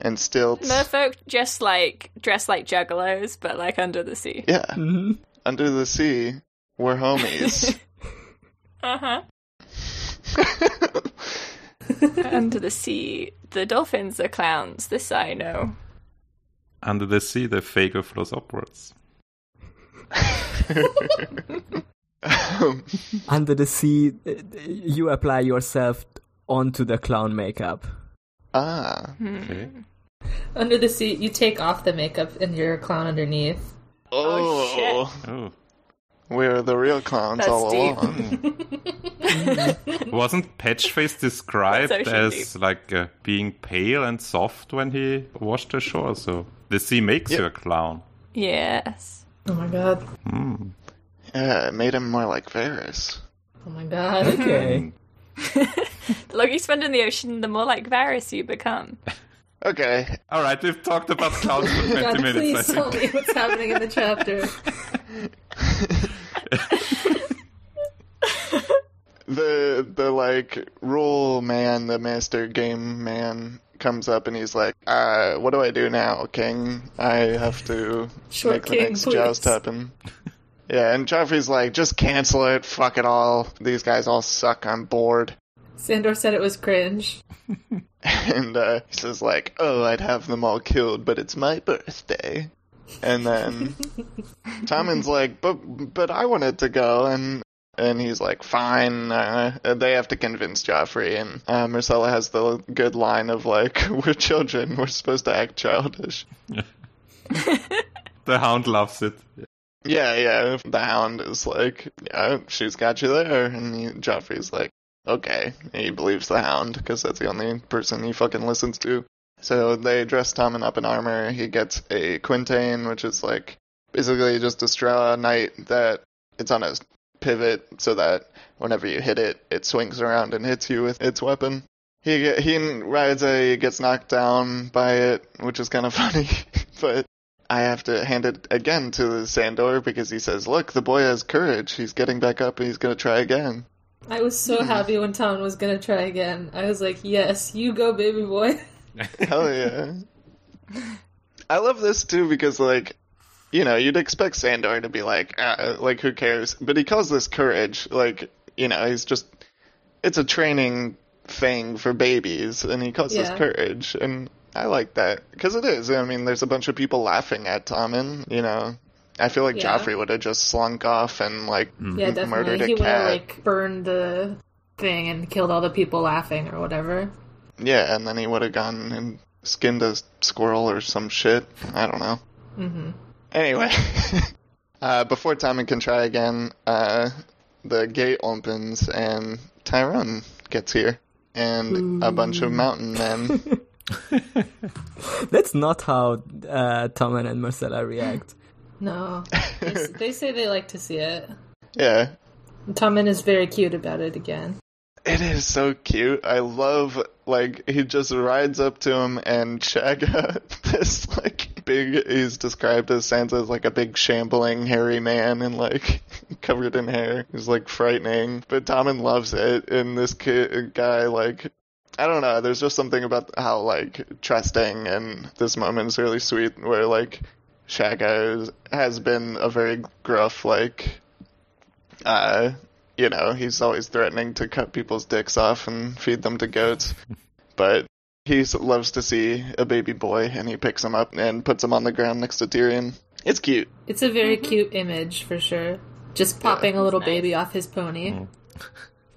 S1: and stilts.
S3: Merfolk just like dress like juggalos, but like under the sea.
S1: yeah,
S4: hmm
S1: under the sea, we're homies.
S3: Uh huh. under the sea, the dolphins are clowns. This I know.
S5: Under the sea, the Fago flows upwards.
S1: Um,
S4: Under the sea, uh, you apply yourself onto the clown makeup.
S1: ah,
S5: Okay.
S7: Under the sea, you take off the makeup and you're a clown underneath.
S1: oh,
S3: Oh,
S5: Oh.
S1: we're the real clowns
S3: That's
S1: all
S3: deep.
S1: along.
S5: Wasn't Patchface described
S3: That's ocean
S5: as like uh, being pale and soft when he washed ashore? So the sea makes you a clown. Hmm.
S3: Yes.
S7: Oh my god.
S1: Yeah, it made him more like Varys.
S7: Oh my god.
S4: Okay.
S3: The longer you spend in the ocean, the more like Varys you become.
S1: Okay,
S5: All right, we've talked about clowns for 20
S7: God,
S5: minutes. I
S7: please
S5: think.
S7: tell me what's happening in the chapter.
S1: the the like rule man, the master game man comes up and he's like, uh, what do I do now, King? I have to
S7: Short
S1: make
S7: king,
S1: the next
S7: please."
S1: joust happen. Yeah, and Joffrey's like, just cancel it, fuck it all. These guys all suck, I'm bored.
S7: Sandor said it was cringe.
S1: And uh, he says like, oh, I'd have them all killed, but it's my birthday. And then Tommen's like, but but I wanted to go, and and he's like, fine. Uh, and they have to convince Joffrey, and uh, Marcella has the good line of like, we're children, we're supposed to act childish.
S5: The hound loves it.
S1: Yeah, yeah. The Hound is like, yeah, she's got you there, and he, Joffrey's like, okay. He believes the Hound because that's the only person he fucking listens to. So they dress Tommen up in armor. He gets a quintain, which is like basically just a straw knight that it's on a pivot so that whenever you hit it, it swings around and hits you with its weapon. He he rides a gets knocked down by it, which is kind of funny, but I have to hand it again to Sandor because he says, "Look, the boy has courage. He's getting back up and he's going to try again."
S7: I was so happy when Tom was gonna try again. I was like, yes, you go, baby boy.
S1: Hell yeah. I love this too because like you know, you'd expect Sandor to be like ah, like who cares, but he calls this courage like, you know, he's just it's a training thing for babies and he calls this
S7: Yeah.
S1: courage and I like that cuz it is. I mean, there's a bunch of people laughing at Tommen, you know. I feel like
S7: Yeah.
S1: Joffrey would have just slunk off and like
S7: Yeah,
S1: Murdered a
S7: definitely. He would
S1: cat.
S7: have like burned the thing and killed all the people laughing or whatever.
S1: yeah, and then he would have gone and skinned a squirrel or some shit. I don't know.
S7: hmm
S1: Anyway, uh, before Tommy can try again, uh, the gate opens and Tyrone gets here and a bunch of mountain men.
S4: That's not how uh, Tommen and Marcella react.
S7: No, they, s- they say they like to see it.
S1: yeah,
S7: Tommen is very cute about it again.
S1: it is so cute. I love like he just rides up to him and Chaga, this like big, he's described as Sansa's like a big shambling hairy man and like covered in hair. He's like frightening, but Tommen loves it, and this kid guy like I don't know. There's just something about how like trusting and this moment is really sweet, where like Shaka is, has been a very gruff, like, uh, you know, he's always threatening to cut people's dicks off and feed them to goats, but he s- loves to see a baby boy, and he picks him up and puts him on the ground next to Tyrion. It's cute.
S7: It's a very cute image for sure. Just popping a little baby off his pony.
S1: Mm.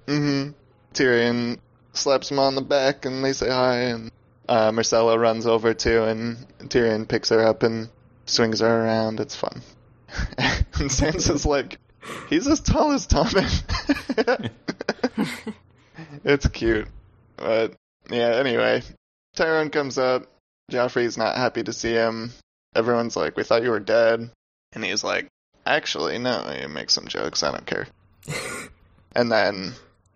S1: Mm-hmm. Tyrion slaps him on the back, and they say hi, and uh, Marcella runs over too, and Tyrion picks her up and swings her around. It's fun. and Sansa's like, he's as tall as Tommen. it's cute. But, yeah, anyway. Tyrone comes up. Joffrey's not happy to see him. Everyone's like, we thought you were dead. And he's like, actually, no, he makes some jokes. I don't care. And then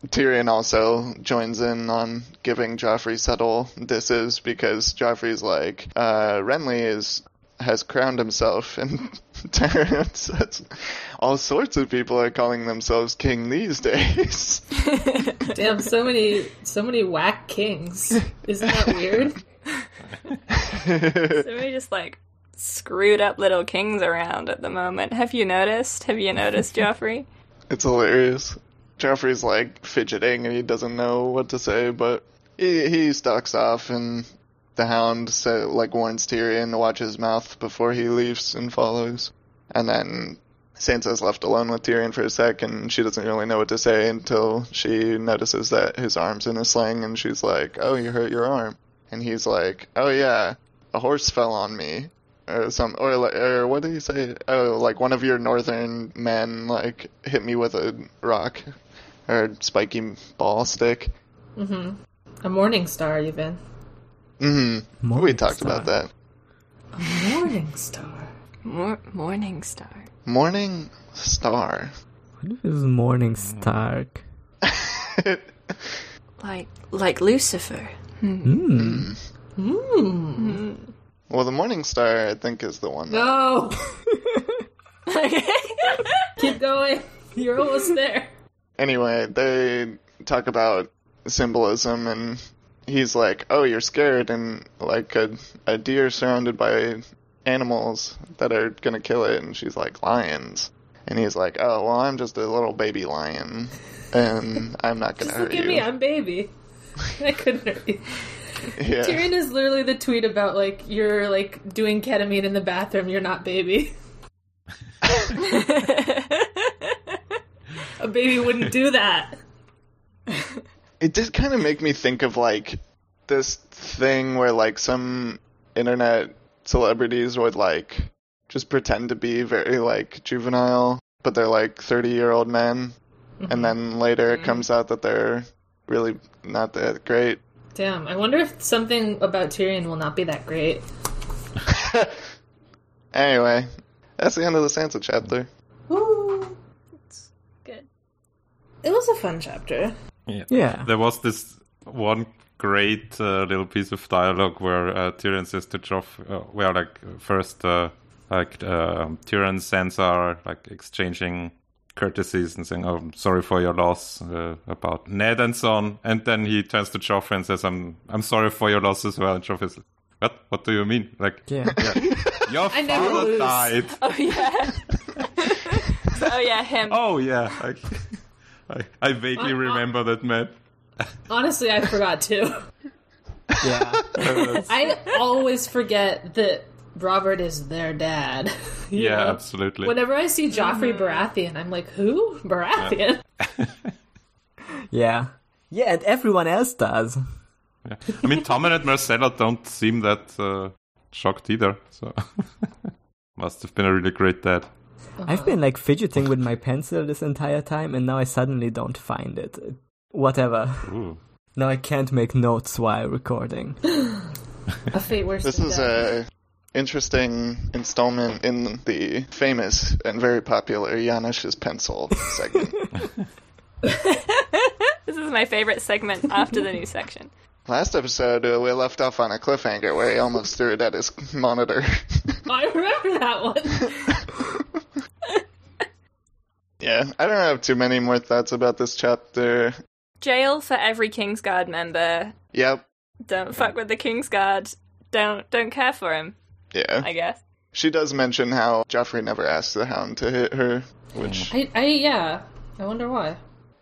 S1: Tyrion also joins in on giving Joffrey subtle disses because Joffrey's like, uh, Renly is has crowned himself, and Tyrion says, all sorts of people are calling themselves king these days.
S7: Damn, so many, so many whack kings. Isn't that weird?
S3: So we're just like screwed up little kings around at the moment. Have you noticed? Have you noticed, Joffrey?
S1: It's hilarious. Joffrey's like fidgeting and he doesn't know what to say, but he he stalks off and the hound sa like warns Tyrion to watch his mouth before he leaves and follows. And then Sansa's left alone with Tyrion for a sec and she doesn't really know what to say until she notices that his arm's in a sling and she's like, "Oh, you hurt your arm." And he's like, "Oh yeah, a horse fell on me." or some or like or what did he say? Oh, like one of your northern men like hit me with a rock or spiky ball stick.
S7: Mm-hmm. A morning star, even.
S1: Mm. We talked about that.
S7: Morning star.
S3: Mor- Morning Star.
S1: Morning star.
S4: What if it was Morning Stark?
S3: Like like Lucifer.
S4: Hmm.
S1: Well, the morning star I think is the one. that-
S7: No,
S3: Oh,
S7: keep going. You're almost there.
S1: Anyway, they talk about symbolism and he's like, "Oh, you're scared," and like a a deer surrounded by animals that are gonna kill it, and she's like, "Lions." And he's like, "Oh, well, I'm just a little baby lion, and I'm not gonna hurt
S7: Look at
S1: you."
S7: me, I'm baby. I couldn't hurt you.
S1: yeah,
S7: Tyrion is literally the tweet about like you're like doing ketamine in the bathroom. You're not baby. A baby wouldn't do that.
S1: it did kind of make me think of like this thing where like some internet celebrities would like just pretend to be very like juvenile, but they're like 30 year old men. And then later it comes out that they're really not that great.
S7: Damn, I wonder if something about Tyrion will not be that great.
S1: Anyway, that's the end of the Sansa chapter.
S7: Woo.
S3: Good.
S7: fun chapter.
S5: Yeah.
S4: Yeah.
S5: There was this one great uh, little piece of dialogue where uh, Tyrion says to Joff, uh, where like first uh, like um Tyrion sends are like exchanging courtesies and saying, "Oh, I'm sorry for your loss uh, about Ned and so on," and then he turns to Joff and says, "I'm I'm sorry for your loss as well." And Joff is, "What? What do you mean? Like
S4: Yeah.
S5: your
S7: I never
S5: father
S7: lose.
S5: died?
S3: Oh yeah. oh yeah, him.
S5: Oh yeah." I, I, I vaguely
S7: Uh,
S5: remember that man.
S7: Honestly, I forgot too.
S4: yeah.
S7: I always forget that Robert is their dad. You
S5: Yeah,
S7: know?
S5: absolutely.
S7: Whenever I see Joffrey Baratheon, I'm like, who? Baratheon?
S4: Yeah. Yeah, and everyone else does.
S5: I mean, Tommen and Marcella don't seem that uh, shocked either. So must have been a really great dad.
S4: I've been like fidgeting with my pencil this entire time and now I suddenly don't find it. Whatever.
S5: Ooh.
S4: Now I can't make notes while recording.
S7: A fate worse
S1: This
S7: than
S1: is
S7: death.
S1: a interesting installment in the famous and very popular Janish's pencil segment.
S3: This is my favorite segment after the new section.
S1: Last episode, uh, we left off on a cliffhanger where he almost threw it at his monitor.
S7: I remember that one.
S1: yeah, I don't have too many more thoughts about this chapter.
S3: Jail for every Kingsguard member.
S1: Yep.
S3: Don't fuck with the Kingsguard. Don't don't care for him.
S1: Yeah.
S3: I guess.
S1: She does mention how Joffrey never asked the hound to hit her, which
S7: I, I, yeah. I wonder why.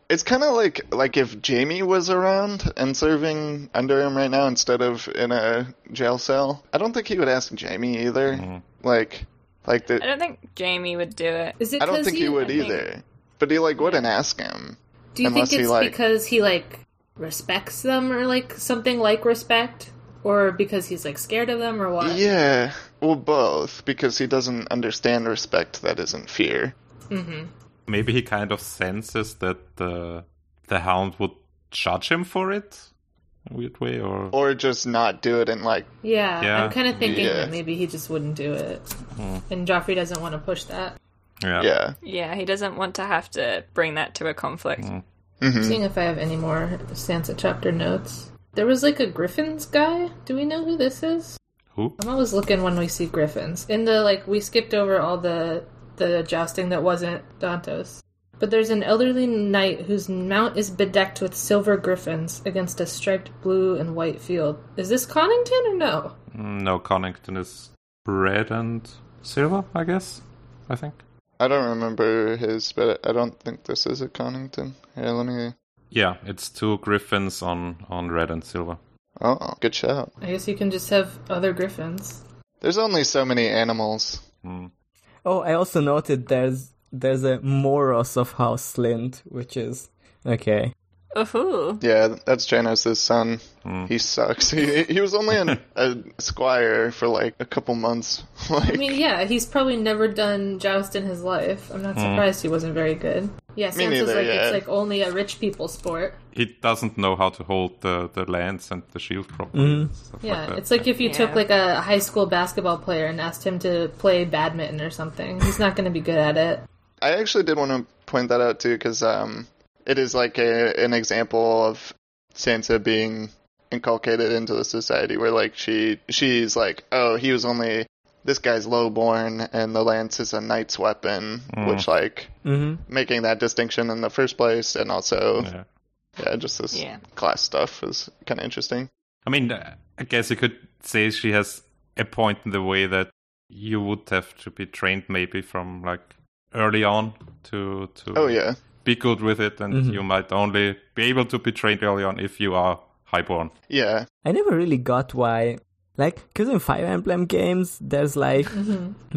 S1: It's kind of like like if Jamie was around and serving under him right now instead of in a jail cell. I don't think he would ask Jamie either. Like, like
S3: I
S1: the,
S3: don't think Jamie would do it.
S7: Is it?
S1: I don't
S7: 'cause
S1: think he, would
S3: think-
S1: either. But he like wouldn't ask him.
S7: Do you
S1: unless he,
S7: think it's
S1: like-
S7: because he like respects them or like something like respect, or because he's like scared of them or what?
S1: Yeah, well, both because he doesn't understand respect that isn't fear.
S5: Maybe he kind of senses that uh, the hound would judge him for it in a weird way, or,
S1: Or just not do it and like
S7: Yeah,
S5: Yeah.
S7: I'm kind of thinking
S1: Yeah.
S7: that maybe he just wouldn't do it, and Joffrey doesn't want to push that.
S5: yeah.
S1: yeah.
S3: Yeah, he doesn't want to have to bring that to a conflict.
S1: Mm. Mm-hmm.
S7: Seeing if I have any more Sansa chapter notes. There was like a Griffins guy. Do we know who this is?
S5: Who?
S7: I'm always looking when we see Griffins. In the like, we skipped over all the the jousting that wasn't Dantos. But there's an elderly knight whose mount is bedecked with silver griffins against a striped blue and white field. Is this Connington or no?
S5: Mm, No, Connington is red and silver, I guess. I think.
S1: I don't remember his, but I don't think this is a Connington. Here, let me.
S5: Yeah, it's two griffins on on red and silver.
S1: Oh, good shout.
S7: I guess you can just have other griffins.
S1: There's only so many animals.
S4: Oh, I also noted there's there's a Moros of House Slint, which is okay.
S3: Ooh.
S1: Yeah, that's Janos' son. He sucks. He he was only an, a squire for like a couple months. like,
S7: I mean, yeah, he's probably never done joust in his life. I'm not surprised he wasn't very good. Yeah, Sansa's
S1: neither,
S7: like
S1: yeah.
S7: it's like only a rich people sport.
S5: He doesn't know how to hold the, the lance and the shield properly. stuff
S7: Yeah,
S5: that.
S7: it's like if you took
S3: Yeah.
S7: like a high school basketball player and asked him to play badminton or something. He's not going to be good at it.
S1: I actually did want to point that out too, because um, it is like a, an example of Sansa being inculcated into the society where like she she's like, oh, he was only this guy's lowborn, and the lance is a knight's weapon, which like
S4: Mm-hmm.
S1: making that distinction in the first place, and also yeah,
S5: Yeah.
S1: just this
S3: Yeah.
S1: class stuff is kind of interesting.
S5: I mean, uh, I guess you could say she has a point in the way that you would have to be trained maybe from like early on to to
S1: Oh yeah.
S5: be good with it, and you might only be able to be trained early on if you are highborn.
S1: Yeah,
S4: I never really got why, like, because in Fire Emblem games, there's like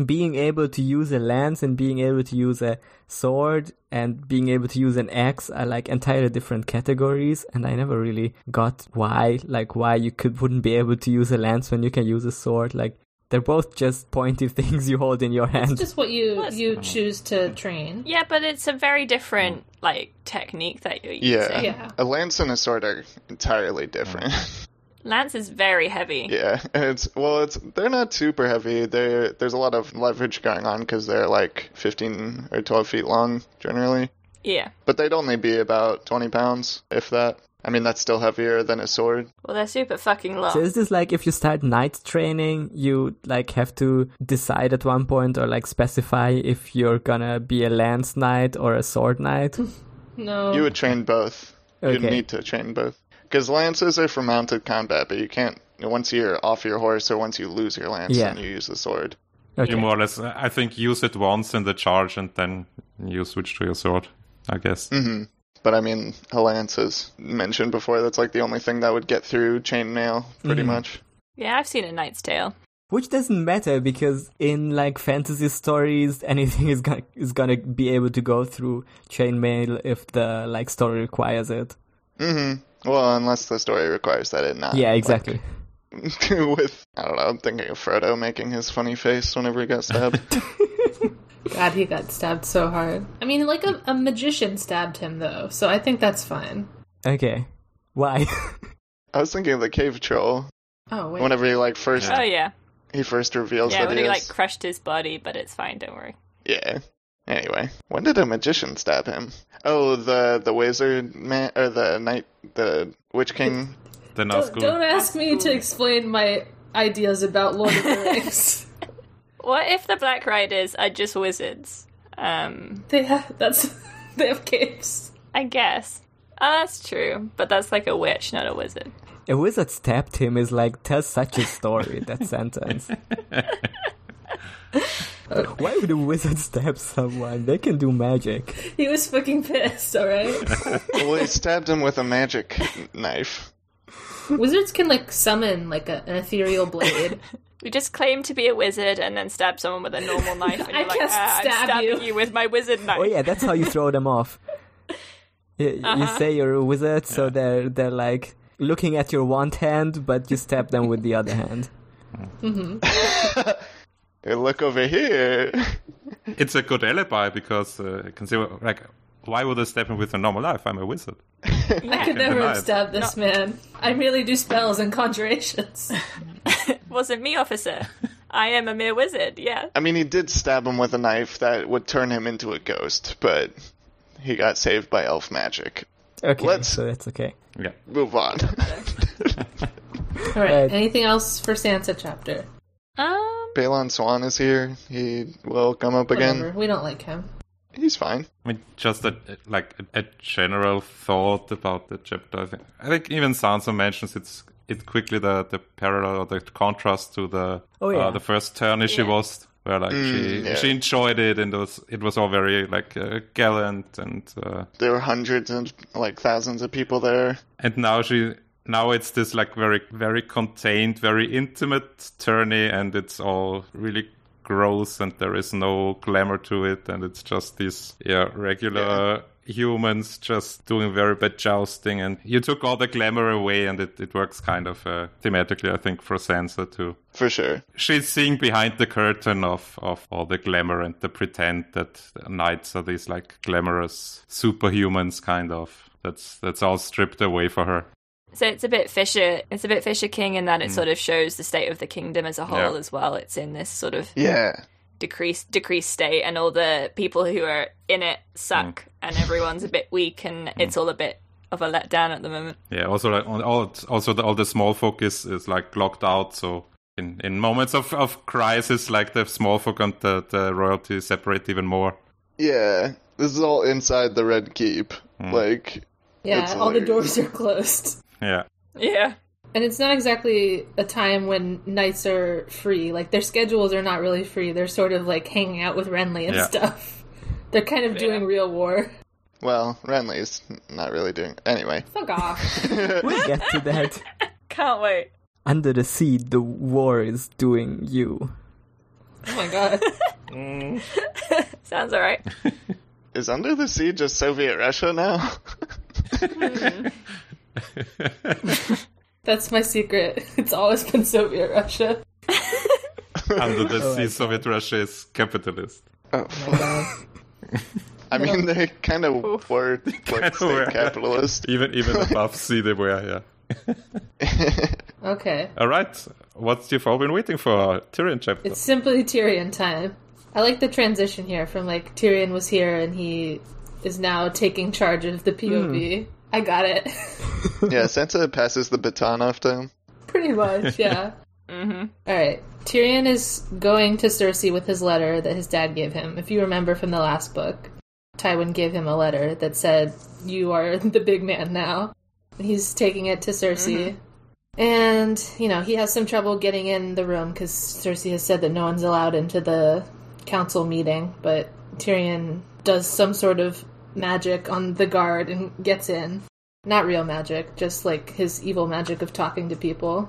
S4: being able to use a lance and being able to use a sword and being able to use an axe are like entirely different categories, and I never really got why, like, why you could wouldn't be able to use a lance when you can use a sword, like. They're both just pointy things you hold in your hand.
S7: It's just what you
S3: Plus-
S7: you choose to train.
S3: Yeah, but it's a very different like technique that you're using.
S1: yeah.
S7: Yeah.
S1: A lance and a sword are entirely different.
S3: Lance is very heavy.
S1: yeah, and it's well, it's they're not super heavy. They there's a lot of leverage going on because they're like 15 or 12 feet long generally.
S3: Yeah.
S1: But they'd only be about 20 pounds, if that. I mean, that's still heavier than a sword.
S3: Well, they're super fucking long.
S4: So is this like if you start night training, you like have to decide at one point or like specify if you're gonna be a lance knight or a sword knight?
S7: No.
S1: You would train both. You'd
S4: Okay.
S1: need to train both. Because lances are for mounted combat, but you can't. Once you're off your horse or once you lose your lance,
S4: Yeah.
S1: then you use the sword.
S4: Okay.
S5: You more or less, I think, use it once in the charge and then you switch to your sword, I guess.
S1: hmm But I mean, a lance, as mentioned before, that's like the only thing that would get through chainmail, pretty
S4: Mhm.
S1: much.
S3: Yeah, I've seen a Knight's Tale.
S4: Which doesn't matter because in like fantasy stories, anything is gonna is gonna be able to go through chainmail if the like story requires it.
S1: hmm Well, unless the story requires that it not.
S4: yeah, exactly.
S1: Like, with, I don't know, I'm thinking of Frodo making his funny face whenever he got stabbed.
S7: God, he got stabbed so hard. I mean, like a, a magician stabbed him though, so I think that's fine.
S4: Okay, why?
S1: I was thinking of the cave troll.
S7: Oh wait.
S1: Whenever he like first
S3: Oh yeah,
S1: he first reveals
S3: yeah.
S1: that
S3: When
S1: he
S3: he
S1: is.
S3: like crushed his body, but it's fine. Don't worry.
S1: Yeah. Anyway, when did a magician stab him? Oh, the the wizard man or the knight, the witch king.
S5: Then I was
S7: don't,
S5: good.
S7: don't ask me to explain my ideas about Lord of the Rings.
S3: What if the Black Riders are just wizards? Um,
S7: they have that's they have caves.
S3: I guess. Oh, that's true, but that's like a witch, not a wizard.
S4: a wizard stabbed him is like tells such a story. that sentence. Why would a wizard stab someone? They can do magic.
S7: He was fucking pissed. All right.
S1: well, he stabbed him with a magic knife.
S7: Wizards can like summon like a, an ethereal blade.
S3: We just claim to be a wizard and then stab someone with a normal knife, and
S7: I
S3: you're like,
S7: just
S3: ah,
S7: stab
S3: I'm stabbing
S7: you."
S3: you. with my wizard knife.
S4: Oh yeah, that's how you throw them off. You, you say you're a wizard, so they're they're like looking at your one hand, but you stab them with the other hand.
S1: Hey, look over here.
S5: It's a good alibi because uh, you can see, like, why would I stab him with a normal knife? I'm a wizard.
S7: I could
S5: Yeah,
S7: never have
S5: nice.
S7: stabbed this man. I merely do spells and conjurations.
S3: Wasn't me, officer. I am a mere wizard. Yeah.
S1: I mean, he did stab him with a knife that would turn him into a ghost, but he got saved by elf magic.
S4: Okay,
S1: Let's-
S4: so that's okay.
S5: Yeah.
S1: Move on.
S7: All right.
S4: Right.
S7: Anything else for Sansa chapter?
S3: Um.
S1: Balon Swan is here. He will come up again.
S7: Whatever. We don't like him.
S1: He's fine.
S5: I mean, just a like a, a general thought about the chapter. I think, I think even Sansa mentions it's it quickly the the parallel or the contrast to the
S4: Oh, yeah.
S5: uh, the first turn she was, where like she
S1: Mm, yeah.
S5: she enjoyed it and it was it was all very like uh, gallant and uh,
S1: There were hundreds and like thousands of people there.
S5: and now she now it's this like very very contained, very intimate tourney and it's all really gross and there is no glamour to it and it's just these yeah regular humans just doing very bad jousting and you took all the glamour away and it, it works kind of uh, thematically I think for Sansa too.
S1: For sure.
S5: She's seeing behind the curtain of, of all the glamour and the pretend that knights are these like glamorous superhumans kind of. That's that's all stripped away for her.
S3: So it's a bit Fisher. It's a bit Fisher King in that
S4: Hmm.
S3: it sort of shows the state of the kingdom as a whole
S5: Yeah.
S3: as well. It's in this sort of
S1: Yeah.
S3: decreased decreased state, and all the people who are in it suck,
S4: Hmm.
S3: and everyone's a bit weak, and it's all a bit of a letdown at the moment.
S5: Yeah, also like on all also the, all the small folk is, is like locked out. So in, in moments of, of crisis, like the small folk and the, the royalty separate even more.
S1: Yeah, this is all inside the Red Keep. Like,
S7: Yeah.
S1: It's
S7: all the
S1: hilarious.
S7: doors are closed.
S5: Yeah,
S3: Yeah.
S7: And it's not exactly a time when knights are free. Like their schedules are not really free. They're sort of like hanging out with Renly and
S5: Yeah.
S7: stuff. They're kind of doing real war.
S1: well, Renly's n- not really doing. Anyway,
S7: Fuck off.
S4: We'll get to that.
S3: Can't wait.
S4: Under the sea, the war is doing you.
S7: oh my god.
S3: Sounds all right.
S1: is Under the Sea just Soviet Russia now?
S7: That's my secret. It's always been Soviet Russia.
S5: under
S2: Oh,
S5: the sea, Soviet Russia is capitalist.
S1: I mean, they kind of were like
S5: were.
S1: state capitalist.
S5: Even even above sea, they were. Yeah.
S7: Okay.
S5: All right, what you've all been waiting for, Tyrion chapter.
S7: It's simply Tyrion time. I like the transition here from like Tyrion was here and he
S2: is now taking charge of the POV. I got it.
S1: Yeah, Sansa passes the baton off to him.
S2: Pretty much, yeah. All right. Tyrion is going to Cersei with his letter that his dad gave him. If you remember from the last book, Tywin gave him a letter that said, You are the big man now. He's taking it to Cersei. And, you know, he has some trouble getting in the room because Cersei has said that no one's allowed into the council meeting, but Tyrion does some sort of magic on the guard and gets in. Not real magic, just like his evil magic of talking to people.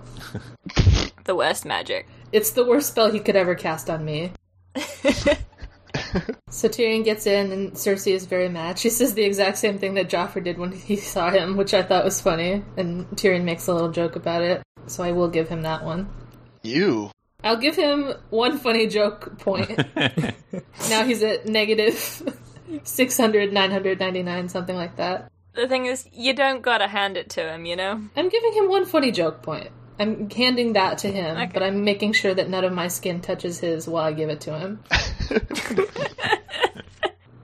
S3: The worst magic.
S2: It's the worst spell he could ever cast on me. so Tyrion gets in, and Cersei is very mad. She says the exact same thing that Joffrey did when he saw him, which I thought was funny. And Tyrion makes a little joke about it, so I will give him that one.
S1: You.
S2: I'll give him one funny joke point. now he's at negative 600, 999, something like that.
S3: The thing is, you don't gotta hand it to him, you know?
S2: I'm giving him one funny joke point. I'm handing that to him, but I'm making sure that none of my skin touches his while I give it to him.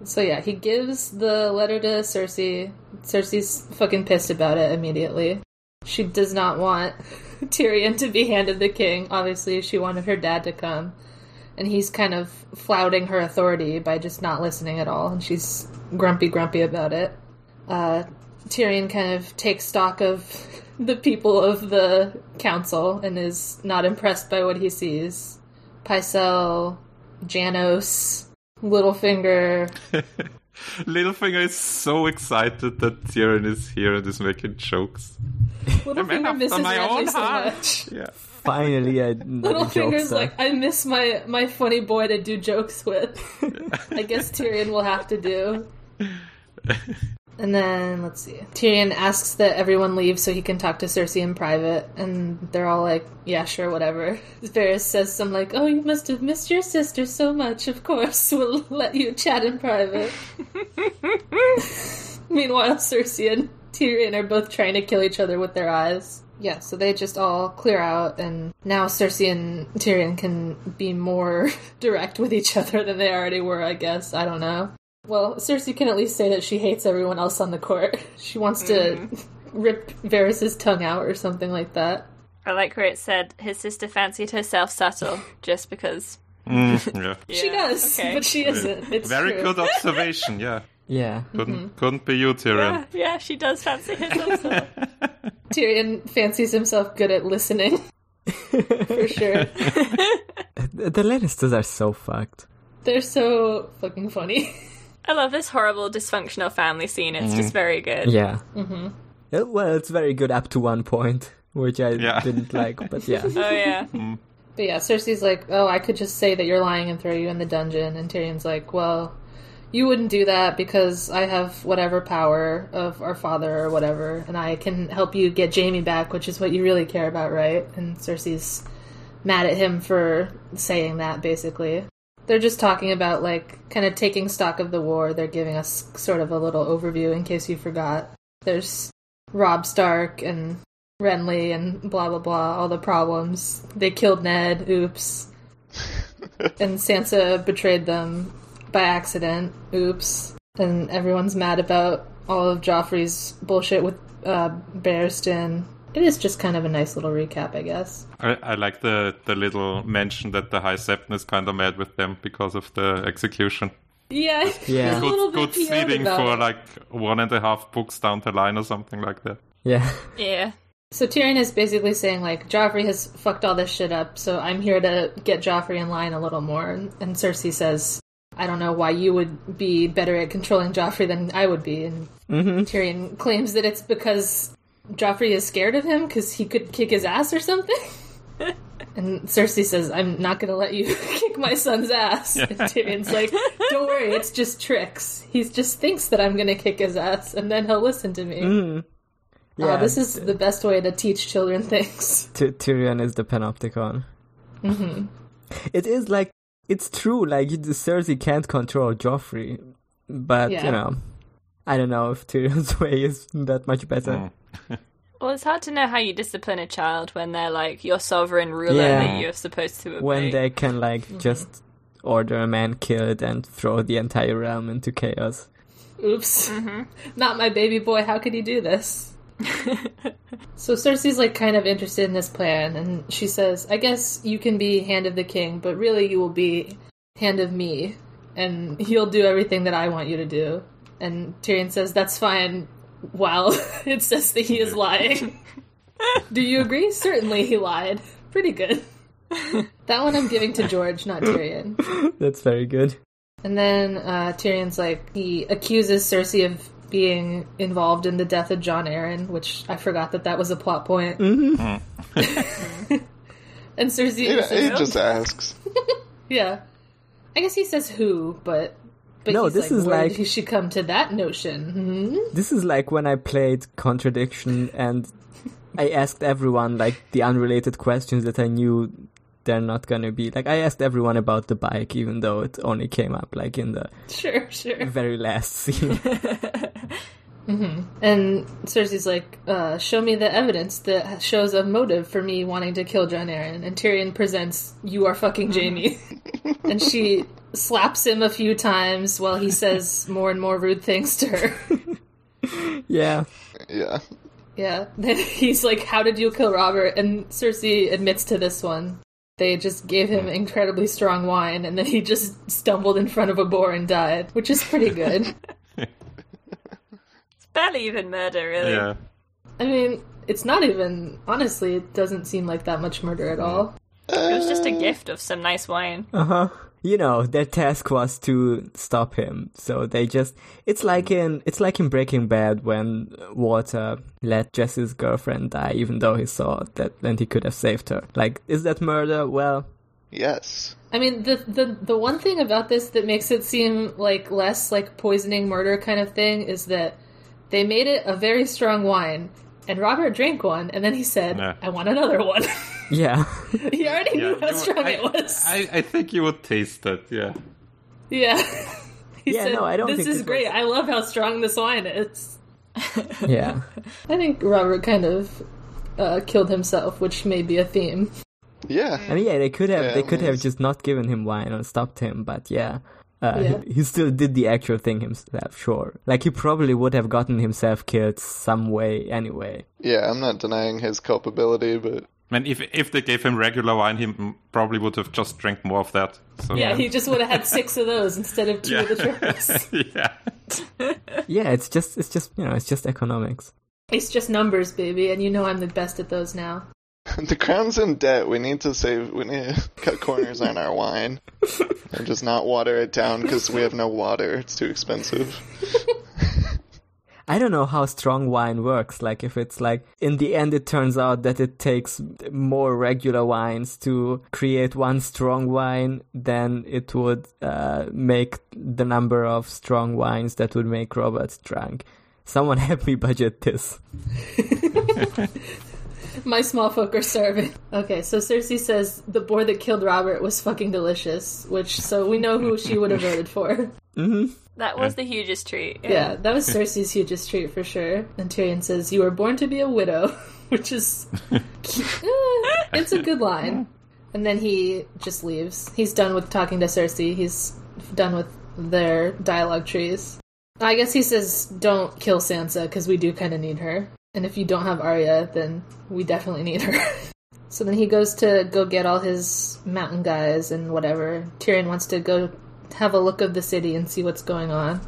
S2: so yeah, he gives the letter to Cersei. Cersei's fucking pissed about it immediately. She does not want Tyrion to be handed the king. Obviously, she wanted her dad to come. And he's kind of flouting her authority by just not listening at all, and she's grumpy, grumpy about it uh, Tyrion kind of takes stock of the people of the council and is not impressed by what he sees. Pycelle, Janos, Littlefinger.
S5: Littlefinger is so excited that Tyrion is here and is making jokes.
S2: Littlefinger
S5: after
S2: misses
S5: my
S2: Ramsay
S5: own
S2: so
S5: heart.
S2: much.
S5: Yeah.
S4: Finally, I
S2: Littlefinger's like, I miss my, my funny boy to do jokes with. I guess Tyrion will have to do. And then, let's see. Tyrion asks that everyone leave so he can talk to Cersei in private, and they're all like, yeah, sure, whatever. Varys says some, like, oh, you must have missed your sister so much, of course, we'll let you chat in private. Meanwhile, Cersei and Tyrion are both trying to kill each other with their eyes. Yeah, so they just all clear out, and now Cersei and Tyrion can be more direct with each other than they already were, I guess. I don't know. Well, Cersei can at least say that she hates everyone else on the court. She wants to rip Varys's tongue out or something like that.
S3: I like where it said his sister fancied herself subtle just because.
S5: Mm, yeah.
S2: she
S3: Yeah,
S2: does,
S3: okay.
S2: but she isn't. It's
S5: Very
S2: true. Mm.
S5: good observation, yeah.
S4: yeah.
S5: Couldn't, couldn't be you, Tyrion.
S3: Yeah, yeah, she does fancy herself subtle.
S2: Tyrion fancies himself good at listening. For sure.
S4: The the Lannisters are so fucked.
S2: They're so fucking funny.
S3: I love this horrible dysfunctional family scene. It's just very good.
S4: Yeah. Uh, Well, it's very good up to one point, which I
S5: Yeah.
S4: didn't like, but yeah.
S3: Oh yeah.
S2: But yeah, Cersei's like, "Oh, I could just say that you're lying and throw you in the dungeon." And Tyrion's like, "Well, you wouldn't do that because I have whatever power of our father or whatever, and I can help you get Jamie back, which is what you really care about, right?" And Cersei's mad at him for saying that basically. They're just talking about like kind of taking stock of the war. They're giving us sort of a little overview in case you forgot. There's Rob Stark and Renly and blah blah blah, all the problems. They killed Ned, oops. and Sansa betrayed them by accident, oops. And everyone's mad about all of Joffrey's bullshit with uh, Barristan. It is just kind of a nice little recap, I guess.
S5: I, I like the, the little mention that the High Septon is kind of mad with them because of the execution.
S2: Yeah,
S4: Yeah.
S2: he's a little
S5: Good,
S2: bit
S5: good
S2: PO'd
S5: feeding
S2: about
S5: for
S2: it.
S5: like one and a half books down the line or something like that.
S4: Yeah.
S3: Yeah.
S2: So Tyrion is basically saying like Joffrey has fucked all this shit up, so I'm here to get Joffrey in line a little more. And, and Cersei says, "I don't know why you would be better at controlling Joffrey than I would be." And Tyrion claims that it's because Joffrey is scared of him because he could kick his ass or something. and Cersei says, "I'm not going to let you kick my son's ass." And Tyrion's like, "Don't worry, it's just tricks. He just thinks that I'm going to kick his ass, and then he'll listen to me."
S4: Yeah.
S2: Wow, this is the best way to teach children things.
S4: Ty- Tyrion is the panopticon. It is like it's true. Like you- Cersei can't control Joffrey, but
S2: Yeah.
S4: you know, I don't know if Tyrion's way is that much better.
S3: Well, it's hard to know how you discipline a child when they're like your sovereign ruler
S4: Yeah.
S3: that you're supposed to obey.
S4: When they can like just order a man killed and throw the entire realm into chaos.
S7: Oops. Not my baby boy. How could you do this? so Cersei's like kind of interested in this plan, and she says, I guess you can be Hand of the King, but really you will be Hand of Me, and he'll do everything that I want you to do. And Tyrion says, That's fine, while it says that he is lying. do you agree? Certainly he lied. Pretty good. that one I'm giving to George, not Tyrion.
S4: That's very good.
S7: And then uh, Tyrion's like he accuses Cersei of being involved in the death of John Aaron, which I forgot that that was a plot point. and Cersei,
S1: He,
S7: says,
S1: he just asks.
S7: yeah, I guess he says who, but but
S4: No,
S7: he's
S4: this
S7: like,
S4: is
S7: where
S4: like-
S7: did he should come to that notion. Hmm?
S4: This is like when I played Contradiction and I asked everyone like the unrelated questions that I knew they're not gonna be. Like I asked everyone about the bike, even though it only came up like in the
S7: Sure, sure.
S4: very last scene.
S7: And Cersei's like, uh, show me the evidence that shows a motive for me wanting to kill John Aaron. And Tyrion presents, you are fucking Jamie. and she slaps him a few times while he says more and more rude things to her.
S4: yeah,
S1: Yeah.
S7: yeah. Then he's like, how did you kill Robert? And Cersei admits to this one. They just gave him incredibly strong wine, and then he just stumbled in front of a boar and died, which is pretty good.
S3: It's barely even murder, really.
S5: Yeah.
S7: I mean, it's not even, honestly, it doesn't seem like that much murder at all.
S3: It was just a gift of some nice wine.
S4: uh huh. You know, their task was to stop him, so they just—it's like in—it's like in Breaking Bad when Walter let Jesse's girlfriend die, even though he saw that and he could have saved her. Like, is that murder? Well,
S1: Yes.
S7: I mean, the, the the one thing about this that makes it seem like less like poisoning murder kind of thing is that they made it a very strong wine, and Robert drank one, and then he said,
S5: Yeah.
S7: "I want another one."
S4: yeah.
S7: he already
S5: Yeah,
S7: knew how
S5: you-
S7: strong
S5: I,
S7: it was.
S5: I, I think you would taste it. Yeah.
S7: yeah. He
S4: Yeah, no, I don't
S7: This
S4: think
S7: is
S4: this
S7: great.
S4: was-
S7: I love how strong this wine is.
S4: yeah.
S7: I think Robert kind of uh, killed himself, which may be a theme.
S1: Yeah.
S4: I mean, yeah, they could have
S1: Yeah,
S4: they could have
S1: it's-
S4: just not given him wine or stopped him, but yeah, uh,
S7: Yeah.
S4: He, he still did the actual thing himself. Sure, like he probably would have gotten himself killed some way anyway.
S1: Yeah, I'm not denying his culpability, but
S5: I mean, if if they gave him regular wine, he m- probably would have just drank more of that. So,
S7: Yeah, he just would have had six of those instead of two of the triples.
S5: yeah.
S4: Yeah, it's just it's just you know it's just economics.
S7: It's just numbers, baby, and you know I'm the best at those now.
S1: the crown's in debt. We need to save. We need to cut corners on our wine and just not water it down because we have no water. It's too expensive.
S4: I don't know how strong wine works. Like if it's like in the end, it turns out that it takes more regular wines to create one strong wine than it would uh, make the number of strong wines that would make Robert drunk. Someone help me budget this.
S7: My small folk are starving. Okay, so Cersei says the boar that killed Robert was fucking delicious, which so we know who she would have voted for.
S3: That was the hugest treat.
S7: Yeah, that was Cersei's hugest treat for sure. And Tyrion says, "You were born to be a widow," which is Eh, it's a good line. And then he just leaves. He's done with talking to Cersei. He's done with their dialogue trees. I guess he says, "Don't kill Sansa because we do kind of need her. And if you don't have Arya, then we definitely need her." So then he goes to go get all his mountain guys and whatever. Tyrion wants to go have a look of the city and see what's going on.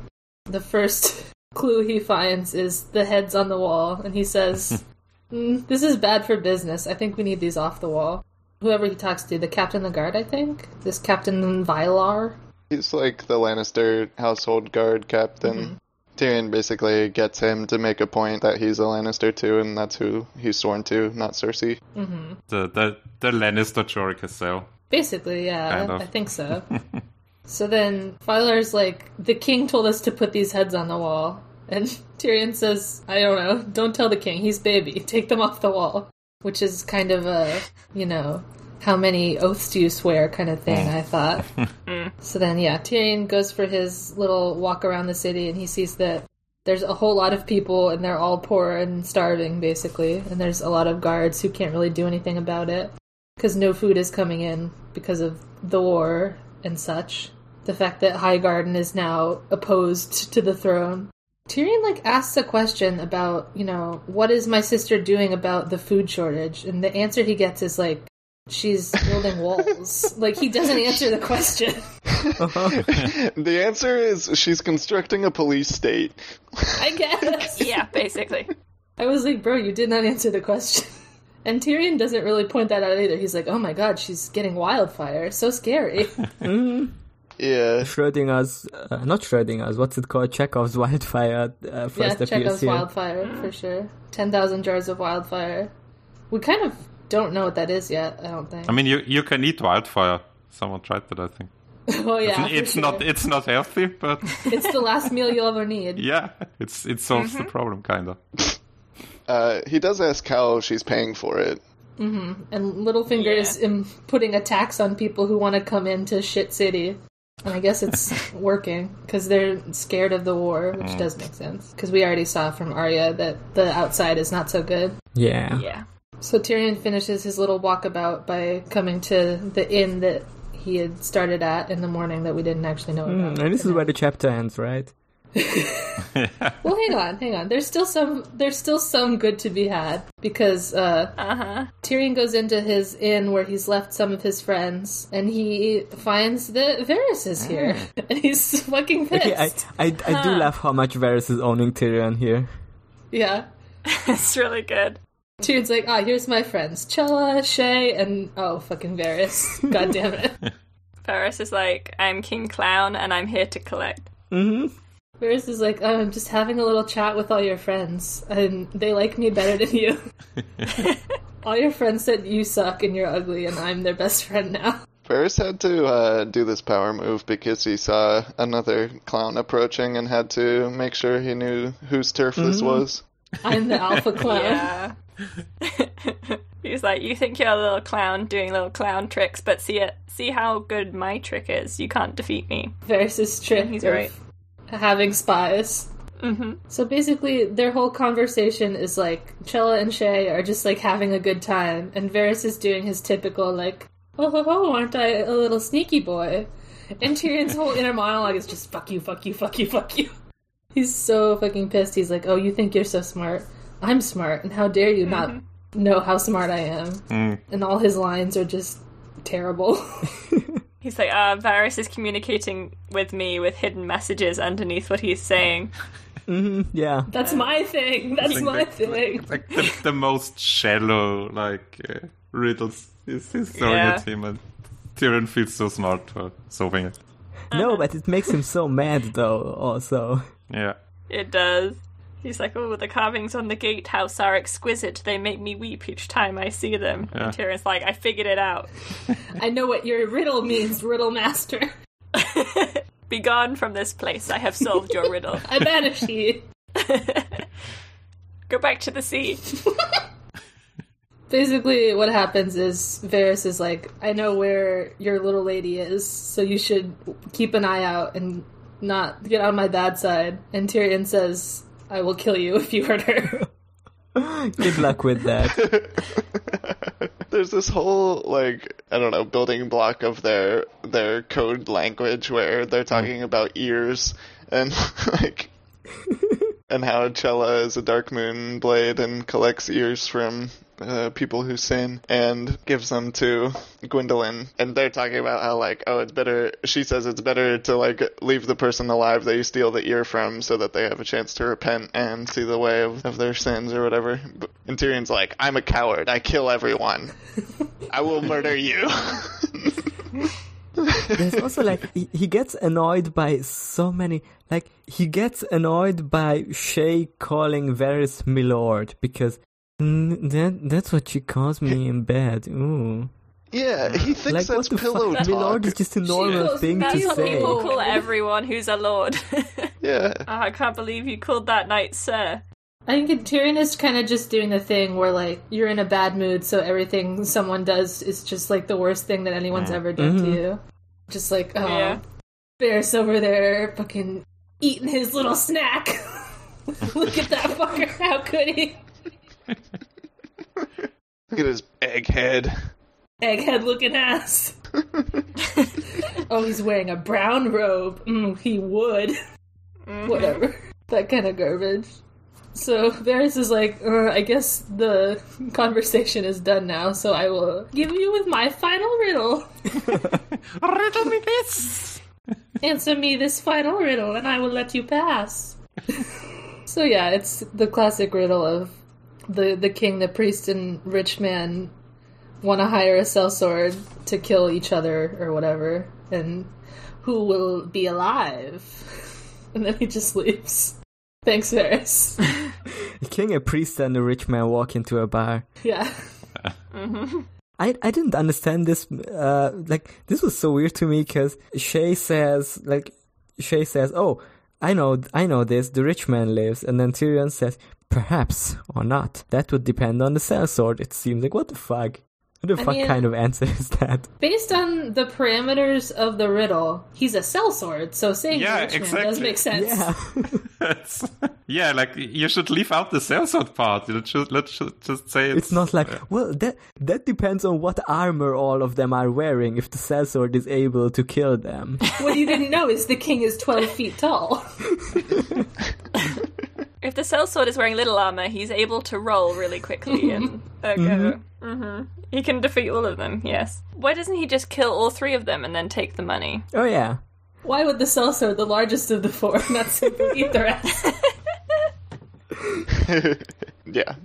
S7: The first clue he finds is the heads on the wall, and he says, mm, This is bad for business. I think we need these off the wall. Whoever he talks to, the captain of the guard, I think? This Captain Vylar?
S1: He's like the Lannister household guard captain. Tyrion basically gets him to make a point that he's a Lannister too, and that's who he's sworn to, not Cersei.
S5: The the the Lannister Jory Cassell.
S7: Basically, yeah,
S5: Kind
S7: I,
S5: of.
S7: I think so. so then Vylar's like, The king told us to put these heads on the wall. And Tyrion says, I don't know, don't tell the king, he's baby, take them off the wall. Which is kind of a, you know, how many oaths do you swear kind of thing, I thought.
S5: Mm.
S7: So then, yeah, Tyrion goes for his little walk around the city, and he sees that there's a whole lot of people, and they're all poor and starving, basically. And there's a lot of guards who can't really do anything about it because no food is coming in because of the war and such. the fact that Highgarden is now opposed to the throne. Tyrion like asks a question about, you know, what is my sister doing about the food shortage? And the answer he gets is like she's building walls. like he doesn't answer the question.
S1: the answer is she's constructing a police state.
S7: I guess.
S3: Yeah, basically.
S7: I was like, bro, you did not answer the question. And Tyrion doesn't really point that out either. He's like, oh my god, she's getting wildfire. So scary.
S1: Yeah.
S4: Schrodinger's, uh, not Schrodinger's, what's it called? Chekhov's wildfire uh, first
S7: yeah,
S4: appears
S7: Chekhov's
S4: here.
S7: wildfire for sure. 10,000 jars of wildfire. We kind of don't know what that is yet, I don't think.
S5: I mean, you you can eat wildfire. Someone tried that, I think.
S7: oh, yeah. for
S5: it's
S7: sure.
S5: not it's not healthy, but
S7: It's the last meal you'll ever need.
S5: yeah, it's it solves the problem kind of.
S1: Uh, he does ask how she's paying for it.
S7: And Littlefinger is um, putting a tax on people who want to come into Shit City. And I guess it's working because they're scared of the war, which
S5: Mm.
S7: does make sense. Because we already saw from Arya that the outside is not so good.
S4: Yeah.
S3: Yeah.
S7: So Tyrion finishes his little walkabout by coming to the inn that he had started at in the morning that we didn't actually know about.
S4: And this is where the chapter ends, right?
S7: Well, hang on, hang on. There's still some. There's still some good to be had because uh, Tyrion goes into his inn where he's left some of his friends, and he finds that Varys is here, and he's fucking pissed.
S4: Okay, I, I, I do love how much Varys is owning Tyrion here.
S7: yeah.
S3: It's really good.
S7: Tyrion's like, ah, here's my friends, Chella, Shay, and oh, fucking Varys. God damn it.
S3: Ferris is like, I'm King Clown and I'm here to collect.
S7: Varys is like, oh, I'm just having a little chat with all your friends, and they like me better than you. all your friends said you suck and you're ugly, and I'm their best friend now.
S1: Ferris had to uh, do this power move because he saw another clown approaching and had to make sure he knew whose turf this was.
S7: I'm the alpha clown.
S3: Yeah. Um, He's like, you think you're a little clown doing little clown tricks, but see it, see how good my trick is. You can't defeat me.
S7: Versus trick.
S3: He's
S7: of
S3: right. Mm-hmm.
S7: Having spies. So basically, their whole conversation is like Chella and Shay are just like having a good time, and Varys is doing his typical like, "Oh ho ho, aren't I a little sneaky boy?" And Tyrion's whole inner monologue is just "fuck you, fuck you, fuck you, fuck you." He's so fucking pissed. He's like, "Oh, you think you're so smart? I'm smart, and how dare you not
S3: Mm-hmm.
S7: know how smart I am?" And all his lines are just terrible.
S3: He's like, ah, Varys is communicating with me with hidden messages underneath what he's saying.
S4: Yeah.
S7: That's my thing. That's my
S5: like,
S7: thing.
S5: Like the, the most shallow like uh, riddles is he's throwing
S3: Yeah.
S5: at him, and Tyrion feels so smart for solving it.
S7: Uh-huh.
S4: No, but it makes him so mad, though, also.
S5: Yeah.
S3: It does. He's like, oh, the carvings on the gatehouse are exquisite. They make me weep each time I see them. And Tyrion's like, I figured it out.
S7: I know what your riddle means, riddle master.
S3: Be gone from this place. I have solved your riddle.
S7: I banished you.
S3: Go back to the sea.
S7: Basically, what happens is Varys is like, I know where your little lady is, so you should keep an eye out and not get on my bad side. And Tyrion says, I will kill you if you hurt her.
S4: Good luck with that.
S1: There's this whole like I don't know building block of their their code language where they're talking about ears and like and how Chella is a dark moon blade and collects ears from uh, people who sin and gives them to Gwendolyn. And they're talking about how like oh it's better. She says it's better to like leave the person alive that you steal the ear from so that they have a chance to repent and see the way of, of their sins or whatever. But- And Tyrion's like I'm a coward. I kill everyone. I will murder you.
S4: There's also, like, he, he gets annoyed by so many. Like, he gets annoyed by Shay calling Varys Milord because "Mm, that, that's what she calls me in bed. Ooh.
S1: yeah, he thinks
S4: like,
S1: that's
S4: what the
S1: pillow
S4: fuck? Milord
S1: talk.
S4: is just a normal
S7: calls
S4: thing
S7: me
S4: to
S3: That's what
S4: say.
S3: people call everyone who's a lord. oh,
S1: Yeah.
S3: I can't believe you called that knight sir.
S7: I think Tyrion is kind of just doing the thing where, like, you're in a bad mood, so everything someone does is just, like, the worst thing that anyone's ever done to you. Just like, oh,
S3: Yeah.
S7: Varys over there fucking eating his little snack. Look at that fucker. How could he?
S1: Look at his egghead.
S7: Egghead looking ass. oh, he's wearing a brown robe. Mm, he would. Whatever. That kind of garbage. So Varys is like, uh, I guess the conversation is done now, so I will give you with my final riddle.
S5: Riddle me this!
S7: Answer me this final riddle, and I will let you pass. so yeah, it's the classic riddle of the the king, the priest, and rich man want to hire a sellsword to kill each other or whatever, and who will be alive? And then he just leaves. Thanks, Varys.
S4: A king, a priest, and a rich man walk into a bar.
S7: yeah.
S4: I, I didn't understand this. Uh, like this was so weird to me because Shay says like Shay says, "Oh, I know, I know this. The rich man lives," and then Tyrion says, "Perhaps or not. That would depend on the sellsword." It seems like what the fuck. What the
S7: I
S4: fuck
S7: mean-
S4: kind of answer is that?
S7: Based on the parameters of the riddle, he's a sellsword, so saying
S5: Yeah,
S7: rich man does
S5: exactly.
S7: make sense.
S4: Yeah,
S5: It's- yeah, like you should leave out the sellsword part. You should, let's should just say it's,
S4: it's not like well that that depends on what armor all of them are wearing. If the sellsword is able to kill them,
S7: What you didn't know is the king is 12 feet tall.
S3: If the sellsword is wearing little armor, he's able to roll really quickly and uh, go.
S7: Mm-hmm.
S3: hmm He can defeat all of them. Yes. Why doesn't he just kill all three of them and then take the money?
S4: oh yeah,
S7: Why would the sellsword, the largest of the four, not simply eat the rest?
S1: yeah.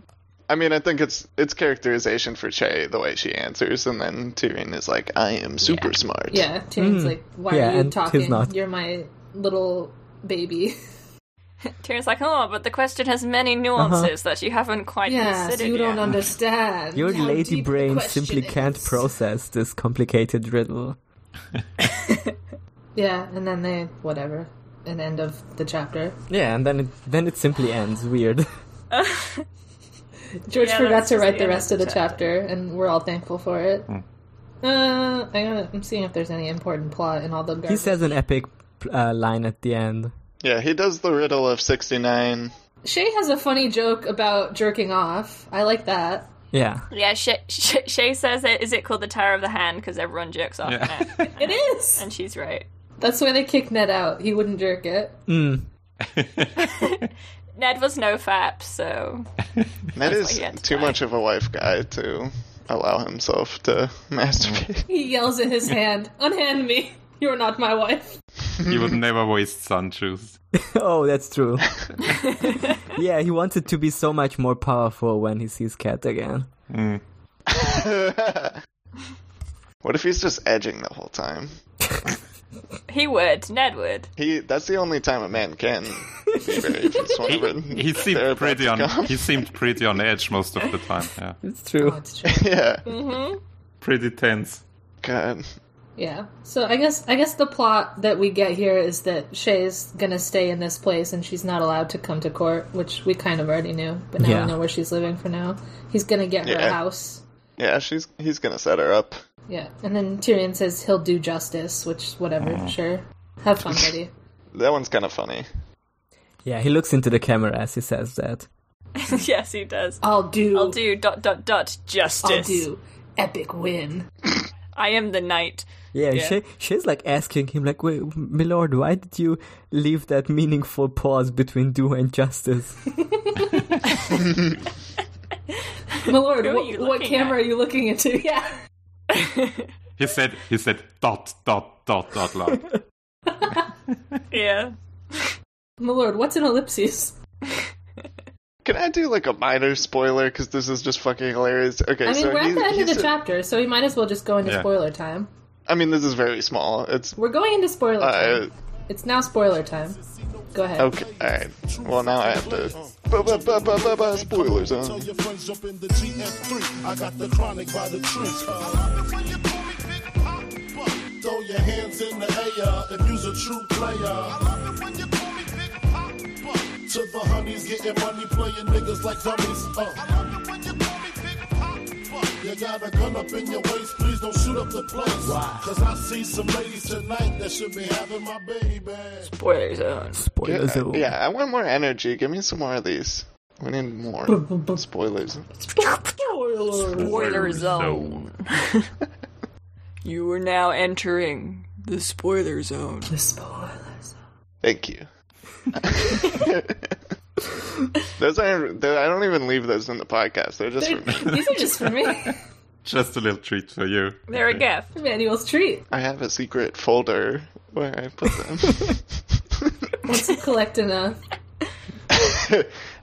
S1: I mean, I think it's it's characterization for Che the way she answers, and then Tyrion is like, "I am super smart."
S7: Yeah, Tyrion's like, why
S4: Hmm. Yeah,
S7: are you
S4: and he's
S7: talking?
S4: not.
S7: You're my little baby.
S3: Tyrion's like, oh, but the question has many nuances that you haven't quite
S7: Uh-huh. Yes,
S3: considered.
S7: you don't
S3: yet."
S7: understand.
S4: Your
S7: how
S4: lady
S7: deep the
S4: brain
S7: question
S4: simply can't
S7: is.
S4: process this complicated riddle.
S7: Yeah, and then they, whatever, an end of the chapter.
S4: Yeah, and then it then it simply ends weird.
S7: George
S3: Yeah,
S7: forgot
S3: that's
S7: to
S3: just
S7: write
S3: the
S7: the
S3: end
S7: rest of the chapter. and we're all thankful for it.
S4: Hmm.
S7: Uh, I gotta, I'm seeing if there's any important plot in all the garbage.
S4: he says an epic uh, line at the end.
S1: Yeah, he does the riddle of 69.
S7: Shay has a funny joke about jerking off. I like that.
S4: Yeah,
S3: Yeah, Shay, Shay, Shay says it. Is it called the Tower of the Hand because everyone jerks off?
S5: Yeah.
S3: in it?
S7: It is.
S3: and she's right.
S7: That's why they kicked Ned out. He wouldn't jerk it.
S3: Ned was no fap, so
S1: That is
S3: he had to
S1: too
S3: die.
S1: much of a wife guy to allow himself to masturbate.
S7: He yells at his hand, "Unhand me! You're not my wife."
S5: you would never waste sun juice.
S4: oh, that's true. yeah, he wanted to be so much more powerful when he sees Cat again.
S1: what if he's just edging the whole time?
S3: he would. Ned would.
S1: He that's the only time a man can be very
S5: He,
S1: swimmer.
S5: he seemed pretty on. He seemed pretty on edge most of the time. Yeah,
S4: It's true.
S7: That's true.
S1: Yeah.
S5: pretty tense.
S1: God.
S7: Yeah. So I guess I guess the plot that we get here is that Shay's gonna stay in this place and she's not allowed to come to court, which we kind of already knew, but now
S4: Yeah.
S7: we know where she's living for now. He's gonna get her a
S1: Yeah.
S7: house.
S1: Yeah, she's he's gonna set her up.
S7: Yeah. And then Tyrion says he'll do justice, which whatever, sure. Have fun, buddy.
S1: That one's kinda funny.
S4: Yeah, he looks into the camera as he says that.
S3: yes, he does.
S7: I'll do
S3: I'll do dot dot dot justice.
S7: I'll do epic win.
S3: I am the knight.
S4: Yeah,
S3: Yeah.
S4: She, she's like asking him, like, "Wait, milord, why did you leave that meaningful pause between do and justice?"
S7: My lord,
S3: Who are
S7: what,
S3: you
S7: what
S3: looking
S7: camera
S3: at?
S7: are you looking into? Yeah.
S5: He said. He said dot dot dot dot. Like.
S3: Yeah.
S7: My lord, what's an ellipsis?
S1: Can I do like a minor spoiler? Because this is just fucking hilarious. Okay,
S7: I mean,
S1: so
S7: we're
S1: he-
S7: at the end of
S1: he's
S7: the
S1: a-
S7: chapter, so we might as well just go into
S5: Yeah.
S7: spoiler time.
S1: I mean, this is very small. It's
S7: We're going into spoiler
S1: uh,
S7: time. It's now spoiler time. Go ahead.
S1: okay. All right. Well, now I have to. Ba ba ba ba ba ba. Spoilers
S8: Tell
S1: on.
S8: your friends jump in the GM3. I got the chronic by the trench. Throw your hands in the air if you's a true player. To the honeys getting money, playing niggas like dummies. Uh. You got a gun up in your waist, please don't shoot up the place. Cause I see some ladies tonight that should be having my baby.
S3: Spoiler zone.
S4: Spoiler zone.
S1: Yeah, I want more energy. Give me some more of these. We need more spoilers.
S3: Spoiler zone.
S9: You are now entering the spoiler zone.
S7: The spoilers.
S1: Thank you. those aren't. tho- I don't even leave those in the podcast. They're just.
S7: They're-
S1: For me.
S7: These are just for me.
S5: Just a little treat for you.
S3: They're a gift.
S7: Manuel's treat.
S1: I have a secret folder where I put them.
S7: Once you collect uh, enough.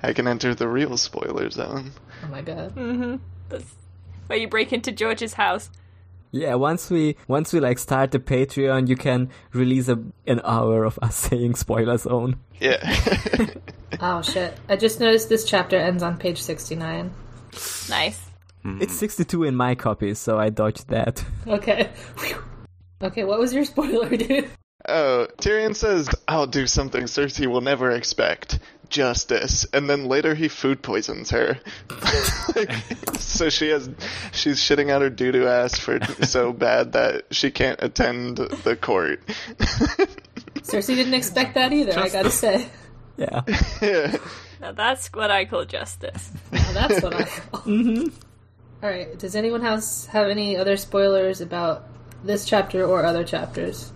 S1: I can enter the real spoiler zone.
S7: Oh my god.
S3: That's where you break into George's house.
S4: Yeah, once we once we like start the Patreon, you can release a, an hour of us saying spoiler zone.
S1: Yeah.
S7: Oh shit. I just noticed this chapter ends on page 69.
S3: Nice.
S7: Hmm.
S4: It's 62 in my copy, so I dodged that.
S7: Okay. Phew. Okay, what was your spoiler, dude?
S1: Oh, Tyrion says, I'll do something Cersei will never expect justice. And then later he food poisons her. Like, so she has, she's shitting out her doo doo ass for so bad that she can't attend the court.
S7: Cersei didn't expect that either, I gotta say.
S4: Yeah.
S1: yeah.
S3: Now that's what I call justice.
S7: Now that's what I Alright, does anyone else have any other spoilers about this chapter or other chapters?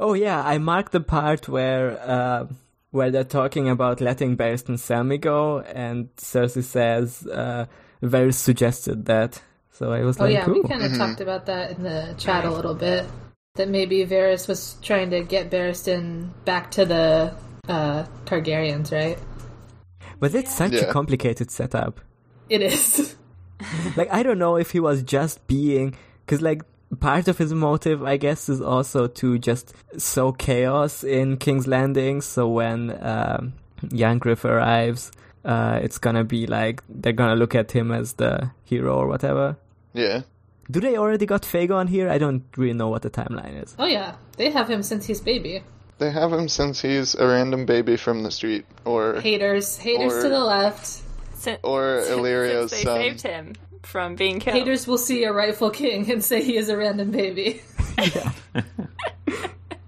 S4: Oh yeah, I marked the part where uh, where they're talking about letting Barristan Selmy go, and Cersei says uh, Varys suggested that. So I was
S7: Oh
S4: like,
S7: yeah, we
S4: "Ooh."
S7: kind of talked about that in the chat a little bit. That maybe Varys was trying to get Barristan back to the uh, Targaryens, right?
S4: but it's such a
S1: Yeah.
S4: complicated setup.
S7: It is.
S4: like I don't know if he was just being because like part of his motive I guess is also to just sow chaos in King's Landing so when um, Yankriff arrives uh, it's gonna be like they're gonna look at him as the hero or whatever
S1: Yeah.
S4: do they already got Fagon here I don't really know what the timeline is
S7: Oh yeah, they have him since he's baby.
S1: They have him since he's a random baby from the street, or
S7: Haters, haters
S1: Or-
S7: to the left.
S3: Sin-
S1: or
S3: since
S1: Illyrio's
S3: they
S1: Oh, son.
S3: saved him from being killed.
S7: Haters will see a rightful king and say he is a random baby.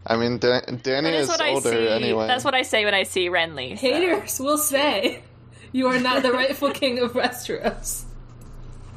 S1: I mean, da- Danny
S3: That is
S1: is
S3: what I
S1: older
S3: see.
S1: anyway.
S3: That's what I say when I see Renly. so-
S7: Haters will say you are not the rightful king of Westeros.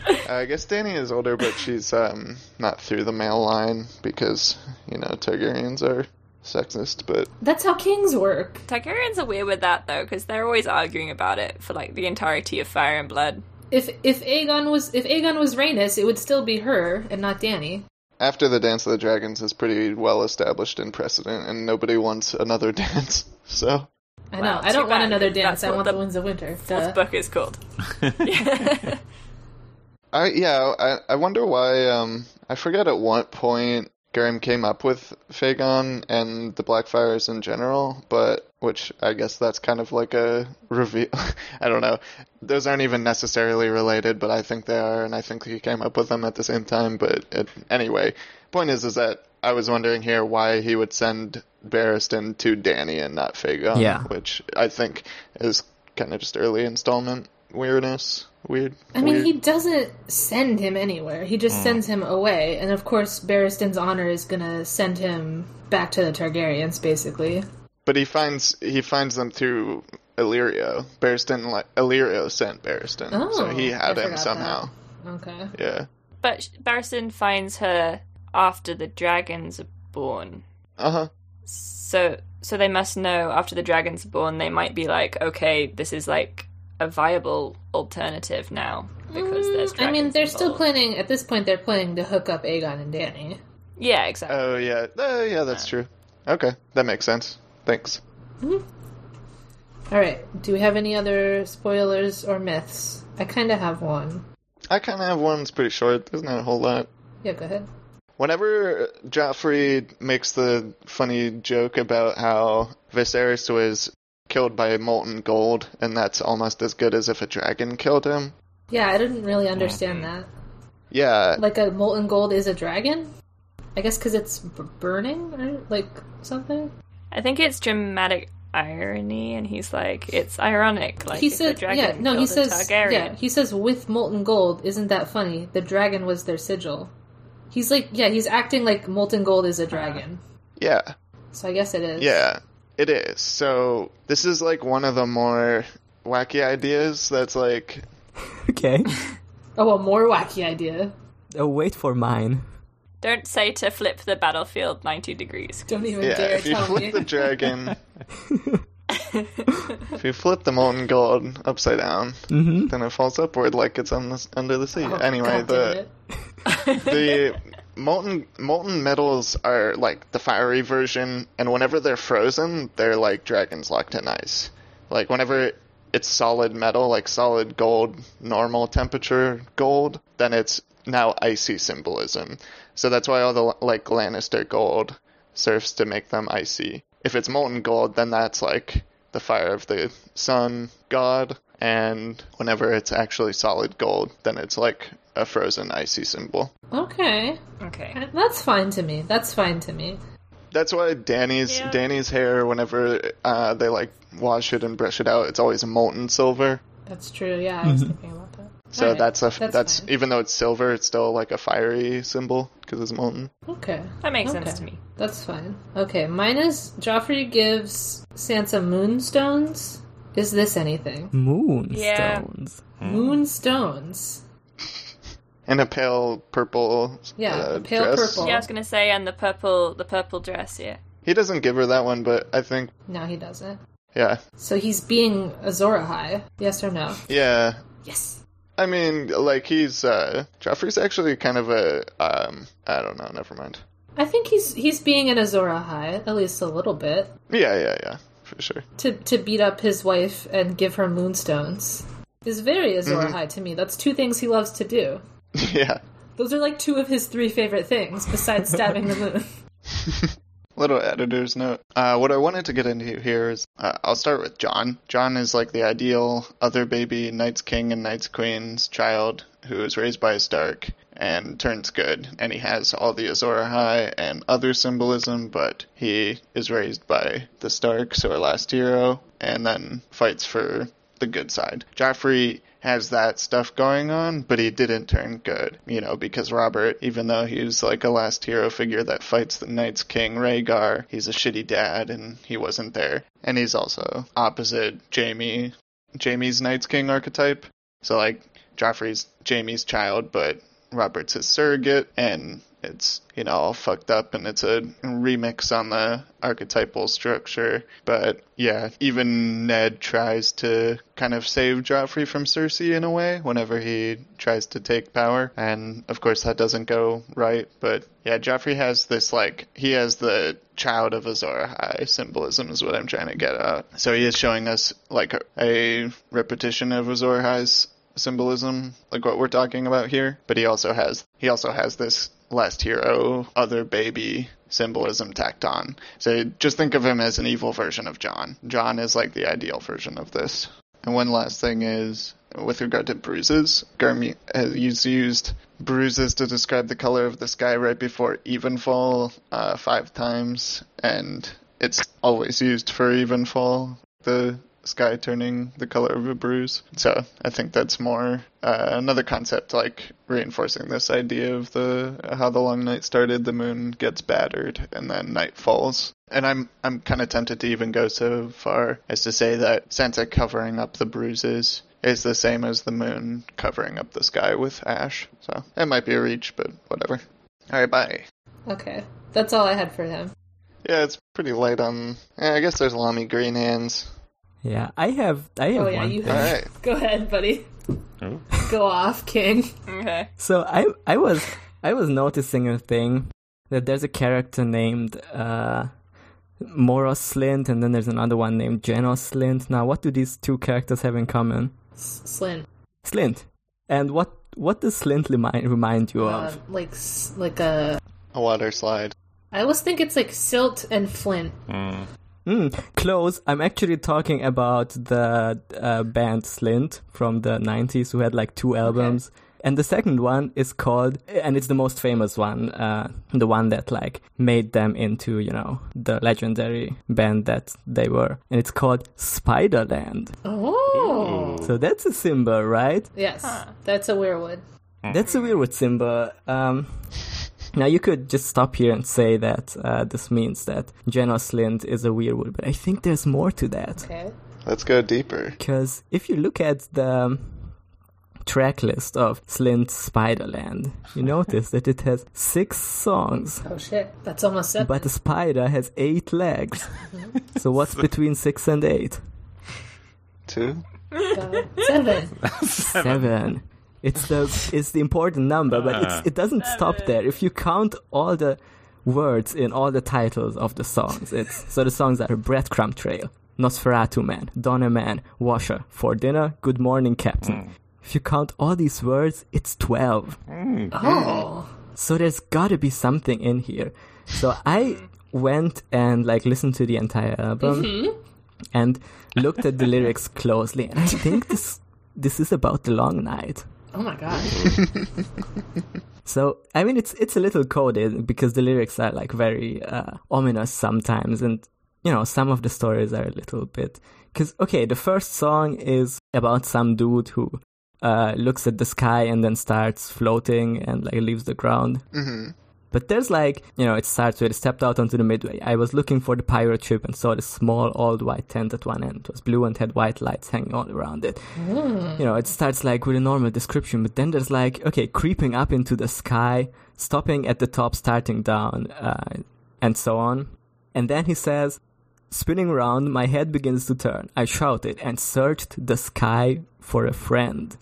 S1: Uh, I guess Danny is older, but she's um not through the male line because you know Targaryens are sexist. But
S7: That's how kings work.
S3: Targaryens are weird with that though, because they're always arguing about it for like the entirety of Fire and Blood.
S7: If if Aegon was if Aegon was Rhaenys, it would still be her and not Danny.
S1: after the Dance of the Dragons is pretty well established in precedent, and nobody wants another dance. So
S7: I know.
S3: Wow,
S7: I don't
S3: too
S7: want
S3: bad,
S7: another
S3: because
S7: dance.
S3: that's
S7: I
S3: what
S7: want
S3: the
S7: the Winds of Winter.
S3: Fourth
S7: Duh.
S3: book is called.
S1: I yeah I I wonder why um I forget at what point Garam came up with Fagon and the Blackfires in general, but which I guess that's kind of like a reveal. I don't know. Those aren't even necessarily related, but I think they are, and I think he came up with them at the same time. But it, anyway, point is, is that I was wondering here why he would send Barristan to Danny and not Fagon,
S4: Yeah.
S1: which I think is kind of just early installment weirdness. Weird.
S7: I mean,
S1: weird.
S7: he doesn't send him anywhere. He just sends him away, and of course, Barristan's honor is gonna send him back to the Targaryens, basically.
S1: But he finds he finds them through Illyrio. Barristan li- Illyrio sent Barristan, so
S7: Oh,
S1: he had
S7: I
S1: him
S7: forgot
S1: somehow.
S7: Okay.
S1: Yeah.
S3: but Barristan finds her after the dragons are born.
S1: Uh huh.
S3: So so they must know after the dragons are born they might be like, okay, this is like a viable alternative now because there's
S7: Mm, I mean,
S3: dragons
S7: they're still
S3: involved.
S7: planning at this point. They're planning to hook up Aegon and Danny.
S3: Yeah, exactly.
S1: Oh yeah. Oh yeah. That's true. Okay, that makes sense. Thanks.
S7: All right. Do we have any other spoilers or myths? I kind of have one.
S1: I kind of have one that's pretty short. There's not a whole lot.
S7: Yeah, go ahead.
S1: Whenever Joffrey makes the funny joke about how Viserys was killed by molten gold, and that's almost as good as if a dragon killed him.
S7: Yeah, I didn't really understand
S3: Mm-hmm.
S7: that.
S1: Yeah,
S7: Like a molten gold is a dragon? I guess because it's b- burning or like something.
S3: I think it's dramatic irony, and he's like, it's ironic. Like
S7: he
S3: if the
S7: said,
S3: dragon
S7: "Yeah, no." He
S3: killed a
S7: says,
S3: Targaryen.
S7: "Yeah." He says, "With molten gold, isn't that funny? The dragon was their sigil." He's like, yeah, he's acting like molten gold is a dragon.
S1: yeah.
S7: So I guess it is.
S1: Yeah, it is. So this is like one of the more wacky ideas that's like
S4: okay
S7: Oh, a more wacky idea.
S4: oh wait for mine
S3: Don't say to flip the battlefield 90 degrees.
S7: Don't even
S1: Yeah,
S7: dare
S1: if you
S7: tell
S1: flip
S7: me.
S1: the dragon, if you flip the molten gold upside down, then it falls upward like it's on the, under the sea. anyway,
S7: Oh, God damn
S1: the
S7: it.
S1: the molten molten metals are like the fiery version, and whenever they're frozen, they're like dragons locked in ice. Like whenever it's solid metal, like solid gold, normal temperature gold, then it's now icy symbolism. So that's why all the like Lannister gold serves to make them icy. If it's molten gold, then that's like the fire of the sun god. And whenever it's actually solid gold, then it's like a frozen icy symbol.
S7: Okay,
S3: Okay.
S7: that's fine to me. That's fine to me.
S1: That's why Danny's
S3: Yeah.
S1: Danny's hair, whenever uh, they like wash it and brush it out, it's always molten silver.
S7: That's true. Yeah, I was thinking about that.
S1: So
S7: Alright,
S1: that's a
S7: that's
S1: that's
S7: fine.
S1: even though it's silver, it's still like a fiery symbol because it's molten.
S7: Okay.
S3: That makes
S7: Okay.
S3: sense to me.
S7: That's fine. Okay, mine is Joffrey gives Sansa moonstones. Is this anything?
S4: Moonstones.
S7: Moonstones.
S1: And a pale purple.
S7: Yeah,
S1: uh,
S7: a pale
S1: dress.
S7: purple.
S3: Yeah, I was gonna say, and the purple, the purple dress. Yeah.
S1: He doesn't give her that one, but I think
S7: No, he doesn't.
S1: yeah,
S7: So he's being Azora High. Yes or no?
S1: yeah.
S7: Yes.
S1: I mean, like he's uh Joffrey's actually kind of a um I don't know, never mind.
S7: I think he's he's being an Azora High, at least a little bit,
S1: Yeah, yeah, yeah, for sure.
S7: to to beat up his wife and give her moonstones. Is very Azora High to me. That's two things he loves to do.
S1: yeah.
S7: Those are like two of his three favorite things besides stabbing the moon.
S1: Little editor's note. Uh, what I wanted to get into here is uh, I'll start with John. John is like the ideal other baby, Knight's King and Knight's Queen's child who is raised by a Stark and turns good. And he has all the Azor High and other symbolism, but he is raised by the Starks or Last Hero and then fights for the good side. Joffrey has that stuff going on, but he didn't turn good, you know, because Robert, even though he's like a last hero figure that fights the Night's King Rhaegar, he's a shitty dad and he wasn't there. And he's also opposite Jamie, Jamie's Night's King archetype. So like Joffrey's Jamie's child, but Robert's his surrogate and it's you know all fucked up and it's a remix on the archetypal structure but yeah even ned tries to kind of save joffrey from cersei in a way whenever he tries to take power and of course that doesn't go right but yeah joffrey has this like he has the child of azor high symbolism is what i'm trying to get at so he is showing us like a, a repetition of azor high's symbolism like what we're talking about here but he also has he also has this last hero other baby symbolism tacked on so just think of him as an evil version of john john is like the ideal version of this and one last thing is with regard to bruises Garm has used- used bruises to describe the color of the sky right before evenfall uh, five times and it's always used for evenfall the sky turning the color of a bruise. So I think that's more uh, another concept, like reinforcing this idea of the how the long night started. The moon gets battered, and then night falls. And I'm I'm kind of tempted to even go so far as to say that Santa covering up the bruises is the same as the moon covering up the sky with ash. So it might be a reach, but whatever. All right, bye.
S7: Okay, that's all I had for him.
S1: Yeah, it's pretty light on. Yeah, I guess there's Lamy Green Hands.
S4: Yeah, I have I have
S7: Oh, yeah,
S4: one
S7: you
S4: thing.
S1: All right.
S7: Go ahead, buddy.
S5: Oh.
S7: Go off, King.
S3: Okay.
S4: So I I was I was noticing a thing that there's a character named uh Moros Slint and then there's another one named Janos Slint. Now what do these two characters have in common?
S7: S- Slint.
S4: Slint. And what what does Slint remind remind you
S7: Uh,
S4: of?
S7: like s- like a.
S1: A water slide.
S7: I always think it's like silt and flint.
S5: Mm.
S4: Mm, close. I'm actually talking about the uh, band Slint from the 90s who had like two albums. And the second one is called, and it's the most famous one, uh, the one that like made them into, you know, the legendary band that they were. And it's called Spiderland.
S7: Oh.
S4: So that's a symbol, right?
S7: Yes, that's a weirwood.
S4: That's a weird symbol. Um, now you could just stop here and say that uh, this means that Janos Lind is a weirwood, but I think there's more to that.
S7: Okay.
S1: Let's go deeper.
S4: Because if you look at the um, track list of Slint's Spiderland, you notice that it has six songs,
S7: Oh shit, that's almost seven.
S4: but the spider has eight legs. So what's between six and eight?
S1: Two?
S7: God. seven.
S4: Seven. It's the it's the important number, but it's, it doesn't stop there. If you count all the words in all the titles of the songs, it's so the songs are Breadcrumb Trail, Nosferatu Man, Donna Man, Washer, For Dinner, Good Morning Captain. If you count all these words, it's twelve.
S7: Oh,
S4: So there's gotta be something in here. So I went and like listened to the entire album and looked at the lyrics closely, and I think this this is about the long night.
S7: oh my god.
S4: So I mean, it's it's a little coded because the lyrics are like very uh, ominous sometimes, and you know some of the stories are a little bit. Because okay, the first song is about some dude who uh, looks at the sky and then starts floating and like leaves the ground. But there's like, you know, it starts with stepped out onto the midway. I was looking for the pirate ship and saw the small old white tent at one end. It was blue and had white lights hanging all around it. You know, it starts like with a normal description, but then there's like, okay, creeping up into the sky, stopping at the top, starting down, uh, and so on. And then he says, spinning round, my head begins to turn. I shouted and searched the sky for a friend.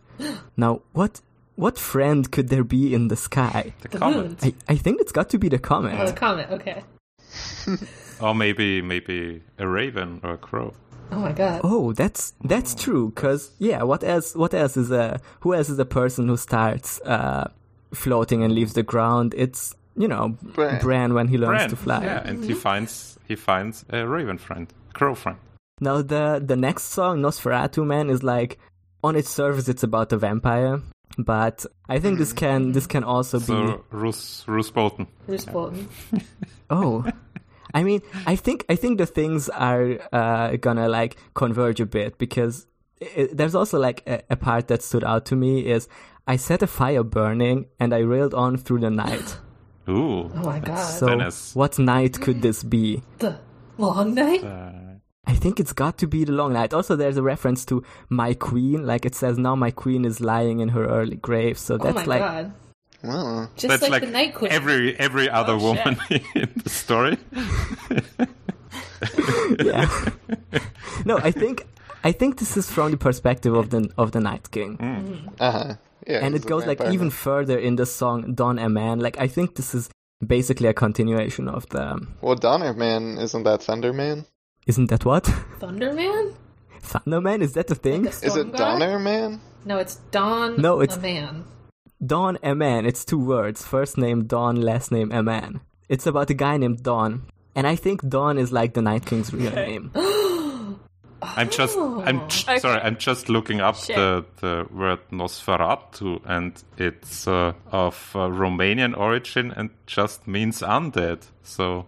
S4: Now, what what friend could there be in the sky?
S5: The,
S7: The moon.
S5: comet.
S4: I, I think it's got to be the comet.
S7: Oh, the comet. Okay.
S5: Or maybe maybe a raven or a crow.
S7: Oh my god.
S4: Oh, that's that's true. Cause yeah, what else? What else is a who else is a person who starts uh, floating and leaves the ground? It's you know
S1: Bran.
S4: Bran, when he learns
S5: Friend.
S4: to fly.
S5: Yeah, and he finds he finds a raven friend, crow friend.
S4: Now the the next song Nosferatu Man is like on its surface it's about a vampire, but I think this can this can also be
S5: So Roose Roose Bolton.
S7: Bruce Bolton.
S4: Oh. I mean, I think I think the things are uh, gonna like converge a bit because i i- there's also like a, a part that stood out to me is I set a fire burning and I railed on through the night.
S5: Ooh.
S7: Oh my god.
S4: So
S5: Dennis.
S4: what night could this be?
S7: the long night.
S5: Uh,
S4: I think it's got to be the long night. Also, there's a reference to my queen. Like it says, now my queen is lying in her early grave. So
S7: Oh
S4: that's
S7: my
S4: like
S7: god.
S1: Wow.
S7: Just
S5: that's
S7: like,
S5: like,
S7: the night queen. Oh,
S5: every every other woman in the story.
S4: yeah. no, I think I think this is from the perspective of the of the Night King.
S1: Uh huh. Yeah.
S4: and
S1: he's
S4: it
S1: a
S4: goes like
S1: vampire
S4: even
S1: man.
S4: further in the song "Don a Man." Like I think this is basically a continuation of the.
S1: Well, Donner Man isn't that Thunder Man?
S4: Isn't that what
S7: Thunderman?
S4: Thunder Man? Is that the
S7: The
S4: thing?
S1: Is
S7: storm
S1: it
S7: god?
S1: Donner Man?
S7: No, it's Don.
S4: No, it's-
S7: a man.
S4: Don a Man. It's two words: first name Don, last name a Man. It's about a guy named Don, and I think Don is like the Night King's real name.
S5: I'm just
S7: Oh.
S5: I'm j-
S3: Okay.
S5: sorry, I'm just looking up
S3: Shit.
S5: the, the word Nosferatu and it's uh, of uh, Romanian origin and just means undead. So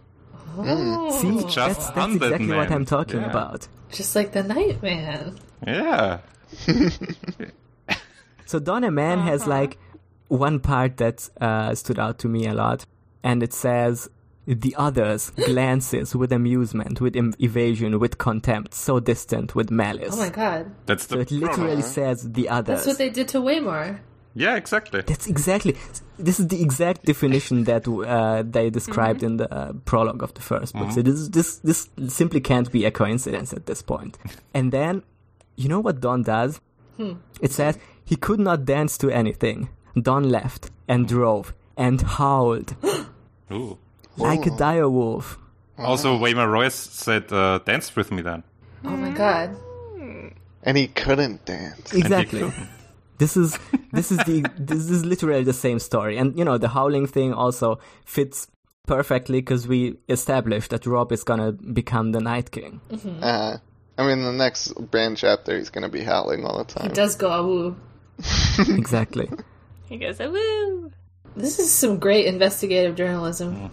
S4: See, that's,
S5: just
S4: that's
S5: undead
S4: exactly what
S5: man.
S4: I'm talking
S5: Yeah.
S4: about.
S7: Just like the night man. Oh,
S5: yeah.
S4: So Donna Man
S7: Uh-huh.
S4: has like one part that uh, stood out to me a lot, and it says the others glances with amusement, with em- evasion, with contempt, so distant with malice.
S7: Oh my god.
S5: That's the
S4: so it
S5: problem.
S4: literally says the others.
S7: That's what they did to Waymar.
S5: Yeah, exactly.
S4: That's exactly. This is the exact definition that uh, they described in the uh, prologue of the first book. So this, this this simply can't be a coincidence at this point. And then, you know what Don does? It says he could not dance to anything. Don left and drove and howled
S5: Ooh.
S4: like a dire wolf.
S7: Uh-huh.
S5: Also, Waymar Royce said, uh, "Dance with me, then."
S7: Oh my god.
S1: And he couldn't dance.
S5: And he
S4: Exactly.
S5: couldn't.
S4: This is this is the this is literally the same story, and you know the howling thing also fits perfectly because we established that Rob is gonna become the Night King.
S1: Uh, I mean, the next brand chapter, he's gonna be howling all the time.
S7: It does go awoo.
S4: exactly.
S3: He goes, "Ah, woo.
S7: This is some great investigative
S4: Mm.
S7: journalism.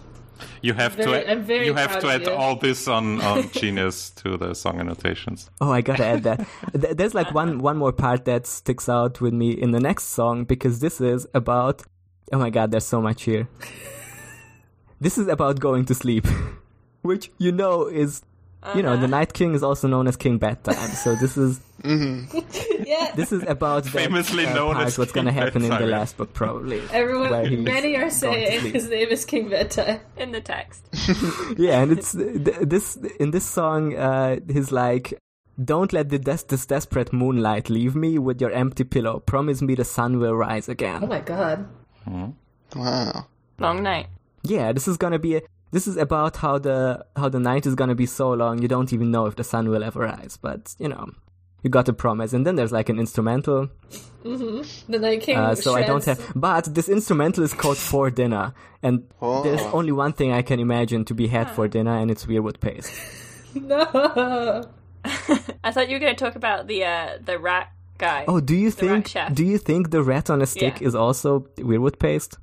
S5: You have
S7: Very-
S5: to.
S7: I'm very
S5: you have
S7: proud
S5: to
S7: of
S5: add
S7: you.
S5: all this on on Genius to the song annotations.
S4: Oh, I gotta add that. Th- There's like one one more part that sticks out with me in the next song because this is about. Oh my god, there's so much here. this is about going to sleep, which you know is You know, the Night King is also known as King Bedtime, so this is
S7: yeah,
S4: this is about that,
S5: Mm-hmm. Famously
S4: uh,
S5: known
S4: part,
S5: as
S4: what's going to
S5: King
S4: happen in the
S5: Bedtime.
S4: last book, probably. Where
S7: everyone.
S4: he's
S7: Many are saying
S4: sleep.
S7: his name is King Bedtime.
S3: in the text.
S4: yeah, and it's th- this in this song. Uh, he's like, "Don't let the des- this desperate moonlight leave me with your empty pillow. Promise me the sun will rise
S7: Oh
S4: again."
S7: my god.
S1: Wow.
S3: Long night.
S4: Yeah, this is gonna be. A, this is about how the how the night is gonna be so long. You don't even know if the sun will ever rise, but you know, you got a promise. And then there's like an instrumental.
S7: The Night King.
S4: Uh, so I don't
S7: shreds-
S4: have. But this instrumental is called For Dinner, and there's
S1: Oh.
S4: only one thing I can imagine to be had for dinner, and it's weirwood paste.
S7: No.
S3: I thought you were going to talk about the uh, the rat guy.
S4: Oh, do you
S3: rat
S4: think
S3: chef.
S4: do you think the rat on a stick
S3: Yeah.
S4: is also weirwood paste?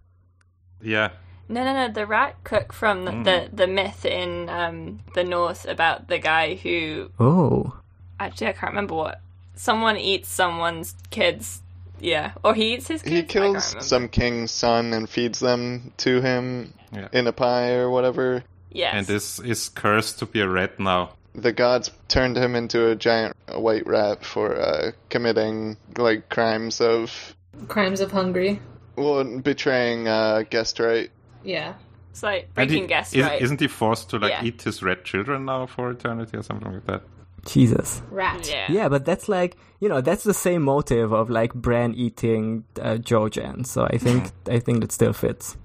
S5: Yeah.
S3: No, no, no. The rat cook from the
S5: Mm.
S3: the, the myth in um, the North about the guy who
S4: Oh,
S3: actually I can't remember what someone eats someone's kids. Yeah, or he eats his kids.
S1: He
S3: I can't
S1: kills
S3: remember.
S1: some king's son and feeds them to him
S5: Yeah.
S1: in a pie or whatever.
S3: Yes.
S5: And this is cursed to be a rat now.
S1: The gods turned him into a giant white rat for uh, committing like crimes of
S7: Crimes of Hungry.
S1: well betraying uh, guest right.
S7: Yeah.
S3: It's like
S5: And
S3: breaking
S5: he-
S3: guess
S5: is,
S3: right.
S5: Isn't he forced to like
S3: Yeah.
S5: eat his red children now for eternity or something like that?
S4: Jesus!
S7: Rat.
S3: yeah.
S4: Yeah, but that's like you know that's the same motive of like Bran eating uh, Jojen. So I think I think that still fits.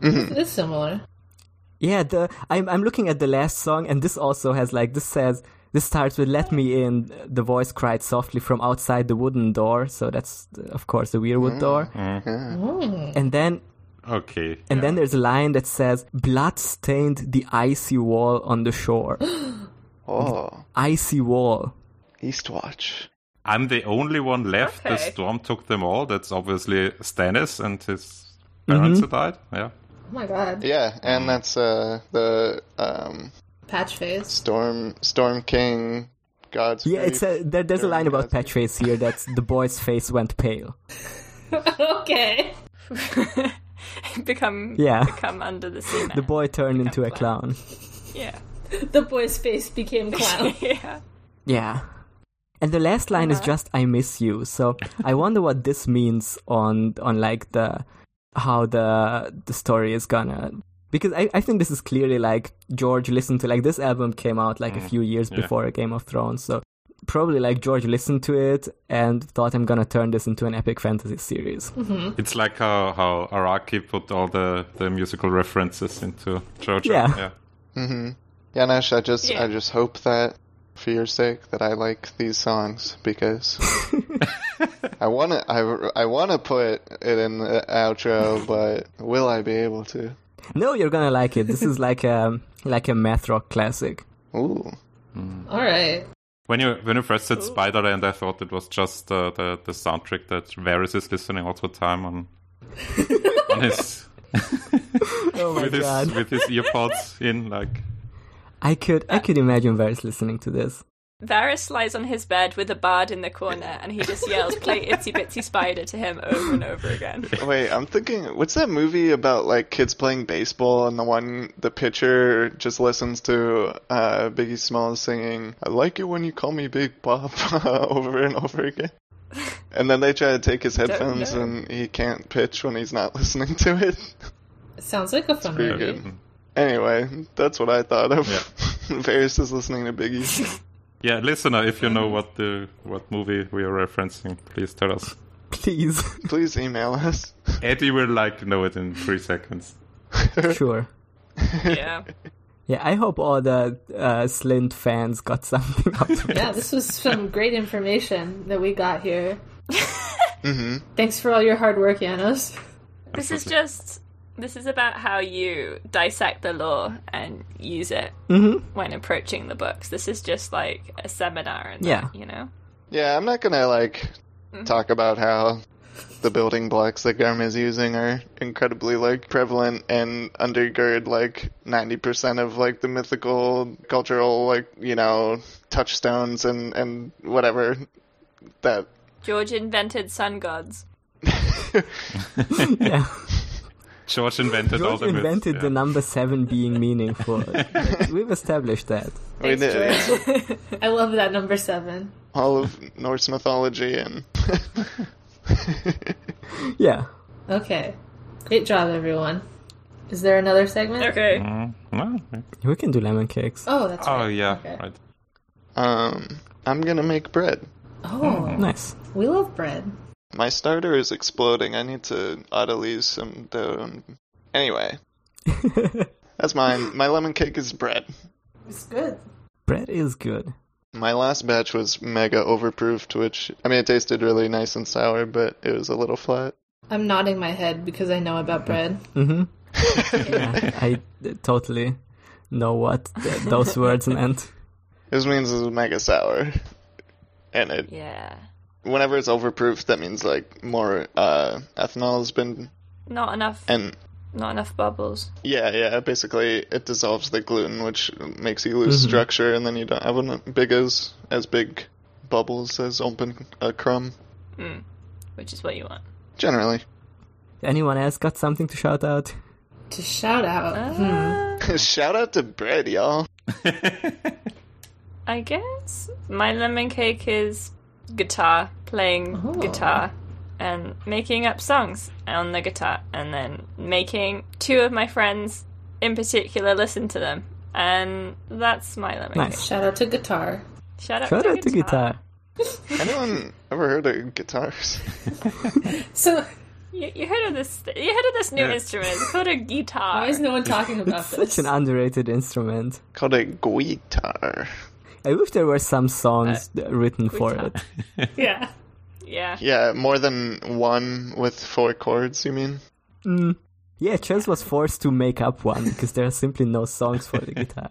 S7: It's similar.
S4: Yeah, the I'm I'm looking at the last song, and this also has like this says this starts with "Let me in." The voice cried softly from outside the wooden door, so that's uh, of course the weirwood door.
S3: Mm.
S4: And then
S5: Okay.
S4: And then there's a line that says, Blood stained the icy wall on the shore. Mm-hmm.
S1: Oh,
S4: icy wall.
S1: Eastwatch.
S5: I'm the only one left. The
S3: Okay.
S5: storm took them all. That's obviously Stannis and his
S7: Mm-hmm.
S5: parents who died. Yeah.
S7: Oh my god.
S1: Yeah,
S4: Mm.
S1: and that's uh, the um,
S7: Patch face.
S1: storm storm king gods.
S4: Yeah,
S1: grief.
S4: it's a, there, there's a
S1: During
S4: line about
S1: Gatsby.
S4: Patch Face here that's the boy's face went pale.
S7: okay.
S3: become
S4: Yeah.
S3: become under the sea.
S4: The
S3: man.
S4: boy turned into a clown.
S3: Yeah.
S7: The boy's face became clown.
S3: yeah.
S4: Yeah. And the last line is just "I miss you." So I wonder what this means on on like the how the the story is gonna because I, I think this is clearly like George listened to like this album came out like a few years before Game of Thrones, so probably like George listened to it and thought I'm gonna turn this into an epic fantasy series.
S7: Mm-hmm.
S5: It's like how, how Araki put all the, the musical references into JoJo.
S4: Yeah.
S1: Mm-hmm. Yeah, Nash, I just
S3: Yeah.
S1: I just hope that for your sake that I like these songs because I want to I, I want to put it in the outro, but will I be able to?
S4: No, you're gonna like it. This is like a like a math rock classic.
S1: Ooh,
S7: All right.
S5: When you when you first said Spiderland, I thought it was just uh, the the soundtrack that Varys is listening all the time on on his
S4: Oh my
S5: with his
S4: god,
S5: with his earpods in like
S4: I could I could imagine Varys listening to this.
S3: Varys lies on his bed with a bard in the corner, and he just yells, "Play itsy bitsy spider" to him over and over again.
S1: wait, I'm thinking, what's that movie about like kids playing baseball and the one the pitcher just listens to uh, Biggie Smalls singing "I like it when you call me Big Pop" over and over again. And then they try to take his headphones,
S3: know.
S1: and he can't pitch when he's not listening to it.
S7: Sounds like a fun
S1: pretty
S5: um,
S7: movie.
S1: good. Anyway, that's what I thought of. Varys is listening to Biggie.
S5: yeah. Listener, if you
S4: Mm-hmm.
S5: know what the what movie we are referencing, please tell us.
S4: Please,
S1: Please email us.
S5: Eddie will like know it in three seconds.
S4: sure.
S3: Yeah.
S4: Yeah, I hope all the uh, Slint fans got something out of it.
S7: Yeah, this was some great information that we got here.
S1: Mm-hmm.
S7: Thanks for all your hard work, Janos.
S3: This is just this is about how you dissect the law and use it
S4: Mm-hmm.
S3: when approaching the books. This is just like a seminar, and
S4: Yeah.
S3: that, you know.
S1: Yeah, I'm not gonna like talk about how the building blocks that Garm is using are incredibly like prevalent and undergird like 90% of like the mythical cultural like you know touchstones and and whatever that
S3: George invented sun gods.
S4: yeah.
S5: George invented all
S4: George
S5: the myths,
S4: invented
S5: yeah.
S4: the number seven being meaningful. Like, we've established that.
S1: We
S3: Thanks,
S1: did yeah.
S3: George.
S7: I love that number seven.
S1: all of Norse mythology and
S4: Yeah.
S7: Okay. Great job, everyone. Is there another segment?
S3: okay.
S5: Mm-hmm. No, right.
S4: We can do lemon cakes.
S7: Oh, that's
S5: Oh
S7: right.
S5: yeah,
S7: Okay.
S5: right.
S1: um, I'm gonna make bread.
S7: Oh,
S4: Nice.
S7: we love bread.
S1: My starter is exploding. I need to autolease some dough. and- Anyway, that's mine. My lemon cake is bread.
S7: It's good.
S4: Bread is good.
S1: My last batch was mega overproofed, which I mean, it tasted really nice and sour, but it was a little flat.
S7: I'm nodding my head because I know about bread.
S4: Mm-hmm. I uh, totally know what th- those words meant.
S1: This means it's mega sour, and it
S3: Yeah.
S1: whenever it's overproofed, that means like more uh, ethanol has been
S3: Not enough.
S1: and
S3: Not enough bubbles.
S1: Yeah, yeah. Basically, it dissolves the gluten, which makes you lose structure, and then you don't have an big as as big bubbles as open a crumb.
S3: Hmm. which is what you want.
S1: Generally,
S4: Anyone else got something to shout out?
S7: To shout out.
S3: Uh.
S1: shout out to bread, y'all.
S3: I guess my lemon cake is guitar, playing
S4: Oh.
S3: guitar, and making up songs on the guitar, and then making two of my friends in particular listen to them. And that's my lemon
S4: Nice.
S7: Shout out to guitar.
S3: cake. Shout out,
S4: Shout
S3: to,
S4: out to guitar.
S1: Anyone ever heard of guitars?
S7: So
S3: You, you heard of this? You heard of this new
S5: Yeah.
S3: instrument? It's called a guitar.
S7: why is no one talking about
S4: Such
S7: this?
S4: an underrated instrument.
S1: Called a guitar.
S4: I wish there were some songs uh, written for
S3: guitar.
S4: it.
S7: yeah.
S3: Yeah.
S1: Yeah, more than one with four chords. You mean?
S4: Yeah, Chess was forced to make up one because there are simply no songs for the guitar.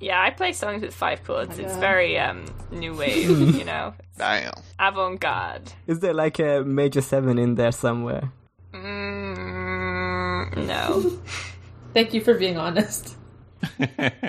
S3: Yeah, I play songs with five chords. it's very um new wave, you know,
S1: Damn.
S3: avant garde.
S4: Is there like a major seven in there somewhere?
S3: Mm, no.
S7: Thank you for being honest.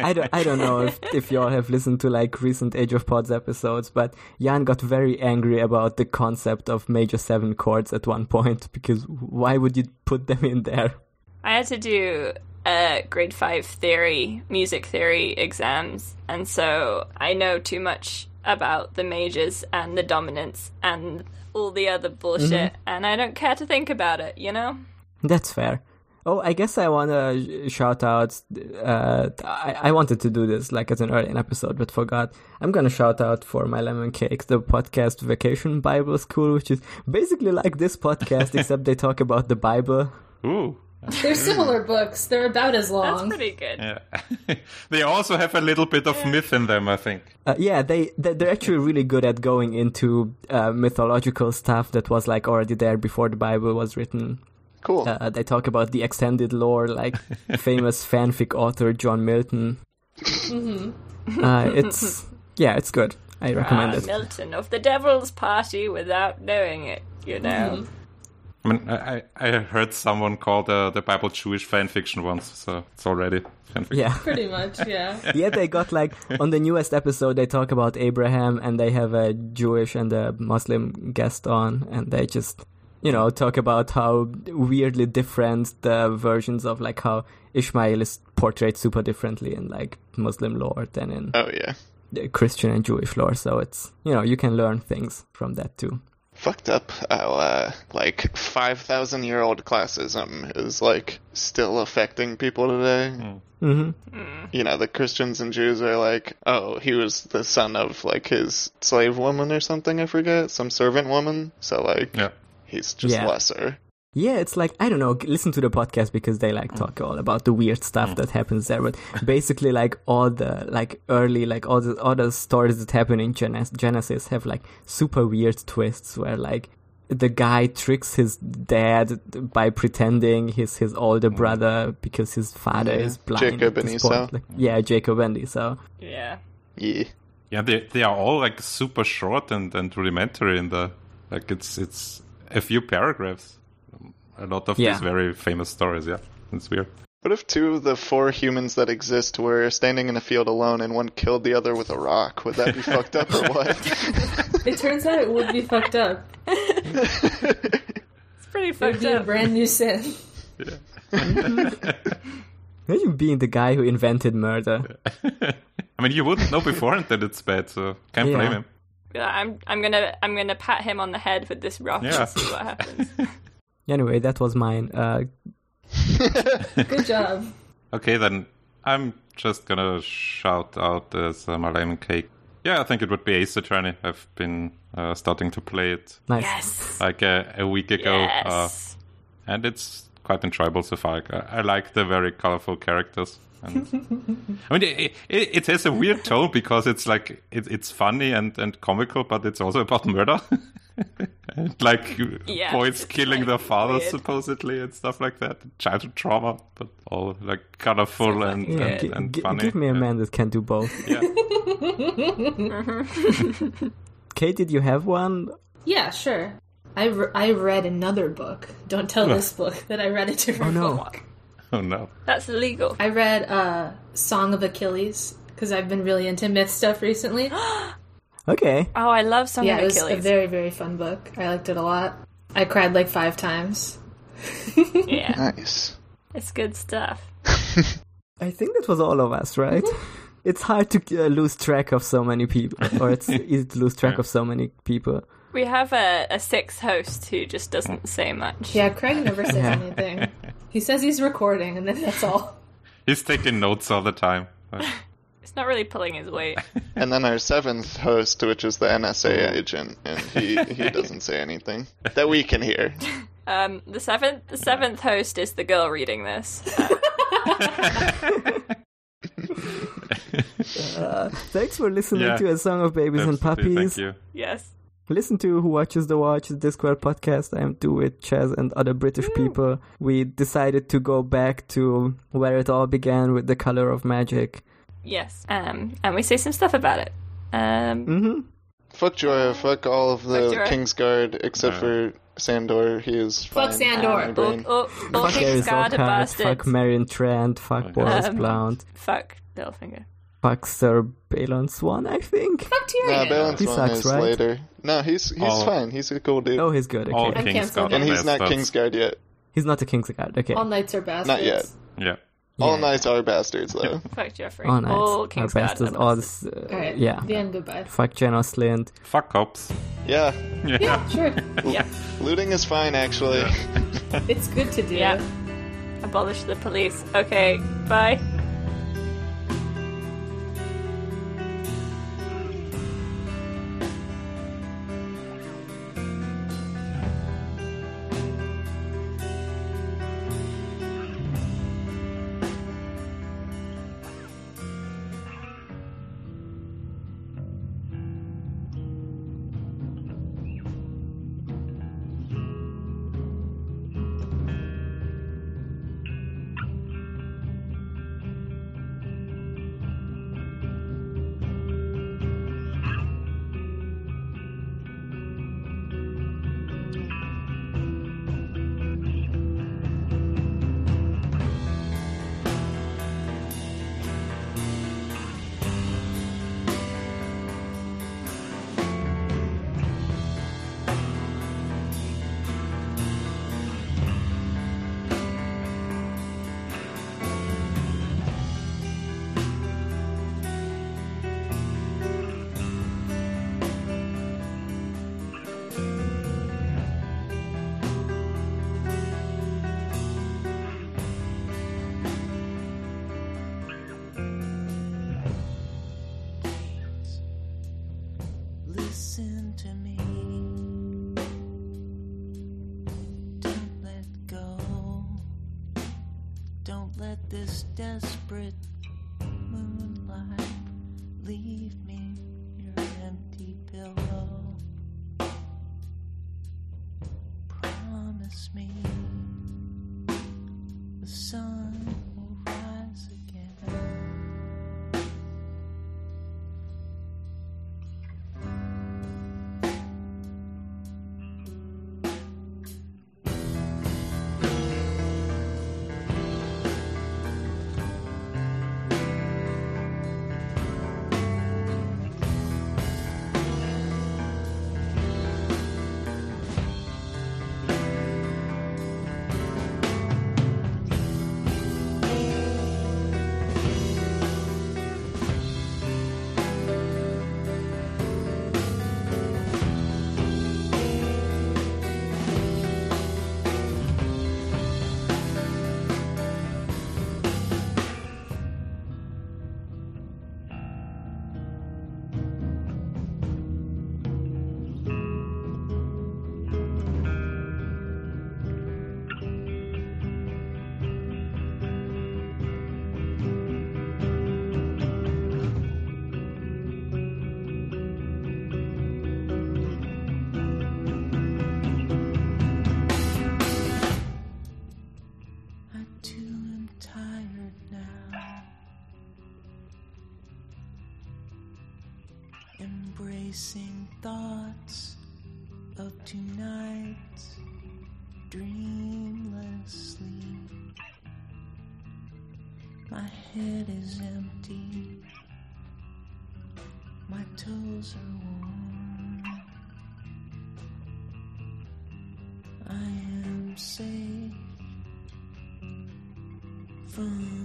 S4: I don't, I don't know if, if y'all have listened to like recent Age of Pods episodes, but Jan got very angry about the concept of major seven chords at one point because why would you put them in there?
S3: I had to do a grade five theory, music theory exams, and so I know too much about the majors and the dominants and all the other bullshit,
S7: Mm-hmm.
S3: and I don't care to think about it, you know?
S4: That's fair. Oh, I guess I want to shout out. Uh, I, I wanted to do this like as an early episode, but forgot. I'm gonna shout out for my lemon cake, the podcast Vacation Bible School, which is basically like this podcast except they talk about the Bible.
S5: Ooh.
S7: They're similar books. They're about as
S3: That's
S7: long.
S3: pretty good.
S5: Yeah. they also have a little bit of myth in them, I think.
S4: Uh, yeah, they they- they're actually really good at going into uh, mythological stuff that was like already there before the Bible was written.
S1: Cool.
S4: Uh, they talk about the extended lore, like famous fanfic author John Milton. Uh, it's yeah, it's good. I
S3: Mm-hmm.
S4: recommend
S3: Ah,
S4: it.
S3: Milton of the Devil's Party without knowing it, you
S7: Mm-hmm.
S3: know?
S5: I mean, I, I I heard someone call the, the Bible Jewish fan fiction once, so it's already fanfiction.
S4: Yeah,
S7: Pretty much, yeah.
S4: yeah. They got like on the newest episode, they talk about Abraham, and they have a Jewish and a Muslim guest on, and they just you know talk about how weirdly different the versions of like how Ishmael is portrayed super differently in like Muslim lore than in
S1: Oh yeah.
S4: the Christian and Jewish lore. So it's you know you can learn things from that too.
S1: Fucked up how uh, like five thousand year old classism is like still affecting people today.
S4: hmm
S1: you know, the Christians and Jews are like, oh, he was the son of like his slave woman or something, I forget, some servant woman. So like,
S5: Yeah.
S1: he's just
S4: Yeah.
S1: lesser.
S4: Yeah, it's like I don't know. g- Listen to the podcast because they like talk all about the weird stuff that happens there. But basically, like all the like early like all the all the stories that happen in Genes- Genesis have like super weird twists where like the guy tricks his dad by pretending he's his older brother because his father
S1: Yeah.
S4: is blind.
S1: Jacob
S4: at
S1: and
S4: this
S1: Esau.
S4: point. Like, yeah, Jacob and Esau.
S3: Yeah.
S1: Yeah.
S5: Yeah, they they are all like super short and, and rudimentary in the like it's it's a few paragraphs. A lot of
S4: Yeah.
S5: these very famous stories, yeah. It's weird.
S1: What if two of the four humans that exist were standing in a field alone and one killed the other with a rock? Would that be fucked up or what?
S7: It turns out it would be fucked up.
S3: It's pretty
S7: It would
S3: fucked
S7: be a
S3: up.
S7: brand new sin.
S4: Imagine being the guy who invented murder.
S5: I mean, you wouldn't know beforehand that it's bad, so can't
S4: Yeah.
S5: blame him.
S3: Yeah, I'm I'm gonna I'm gonna pat him on the head with this rock
S5: Yeah.
S3: and see what happens.
S4: Anyway, that was mine. Uh,
S7: Good job.
S5: Okay, then I'm just gonna shout out as uh, my lemon cake. Yeah, I think it would be Ace Attorney. I've been uh, starting to play it
S4: nice.
S3: yes.
S5: like a, a week ago, uh,
S3: Yes.
S5: and it's quite enjoyable so far. I, I like the very colorful characters. And, I mean, it, it, it has a weird tone because it's like it, it's funny and, and comical, but it's also about murder. and like
S3: Yes,
S5: boys
S3: it's
S5: killing
S3: like
S5: their fathers
S3: weird.
S5: supposedly and stuff like that. Childhood trauma, but all like colorful and,
S4: Yeah,
S5: and,
S4: gi-
S5: and
S4: gi-
S5: funny.
S4: give me a
S5: Yeah.
S4: man that can do both.
S5: Yeah.
S4: Kate, did you have one?
S7: Yeah, sure. I, re- I read another book. Don't tell this book that I read a different
S4: Oh, no.
S7: book.
S5: Oh no.
S3: That's illegal.
S7: I read uh, Song of Achilles because I've been really into myth stuff recently.
S4: Okay.
S3: Oh, I love Song
S7: yeah,
S3: of
S7: it was a
S3: Achilles.
S7: very, very fun book. I liked it a lot. I cried like five times.
S3: yeah,
S1: Nice.
S3: it's good stuff.
S4: I think that was all of us, right? It's hard to uh, lose track of so many people, or it's easy to lose track of so many people.
S3: We have a, a six host who just doesn't
S4: Mm.
S3: say much.
S7: Yeah, Craig never says anything. He says he's recording, and then that's all.
S5: He's taking notes all the time. Uh,
S3: It's not really pulling his weight.
S1: And then our seventh host, which is the NSA agent, and he, he doesn't say anything that we can hear.
S3: Um, the seventh the seventh host is the girl reading this.
S4: Uh, Thanks for listening
S5: Yeah.
S4: to A Song of Babies and
S5: absolutely,
S4: Puppies.
S5: Thank you.
S3: Yes.
S4: Listen to Who Watches the Watch, the Discord podcast. I am too with Chaz and other British people. We decided to go back to where it all began with the color of magic.
S3: Yes. Um, and we say some stuff about it. Um,
S4: Mm. Mm-hmm.
S1: Fuck Jorah, fuck all of the
S3: Fuck Jorah.
S1: Kingsguard except for Sandor. He is
S7: Fuck
S1: fine
S7: Sandor.
S1: in my brain.
S3: Oh, oh,
S4: Fuck Aries
S3: Kingsguard
S4: Lockhart,
S3: bastards.
S4: fuck Marion Trent, fuck Boris
S3: Um,
S4: Blount,
S3: Fuck Littlefinger.
S4: fuck Sir Balon Swan, I think.
S1: No, Balance
S4: He
S1: One
S4: sucks,
S1: is
S4: right?
S1: later. No, he's he's
S5: All-
S1: fine. He's a cool dude.
S4: Oh, he's good. Okay.
S5: All
S7: And
S5: King's
S7: cancel
S5: Guard.
S7: them.
S1: and he's not
S5: bastards.
S1: Kingsguard yet.
S4: He's not a king's guard. Okay.
S7: All knights are bastards.
S1: Not yet.
S5: Yeah.
S1: All
S4: Yeah.
S1: knights are bastards, though.
S3: Fuck Jeffrey.
S4: All knights.
S3: All
S4: Our
S3: Kingsguard.
S4: bastards. All this, uh,
S7: All right.
S4: Yeah.
S7: The end. Goodbye.
S4: Fuck Janos Lind.
S5: Fuck cops.
S1: yeah,
S5: Yeah.
S7: Sure.
S3: yeah.
S1: looting is fine, actually.
S7: It's good to do.
S3: yeah. Abolish the police. Okay. Bye.
S10: Listen to me. Don't let go. Don't let this desperate moonlight leave me your empty pillow. Promise me the sun will rise again. embracing thoughts of tonight, dreamless sleep. My head is empty, my toes are warm. I am safe from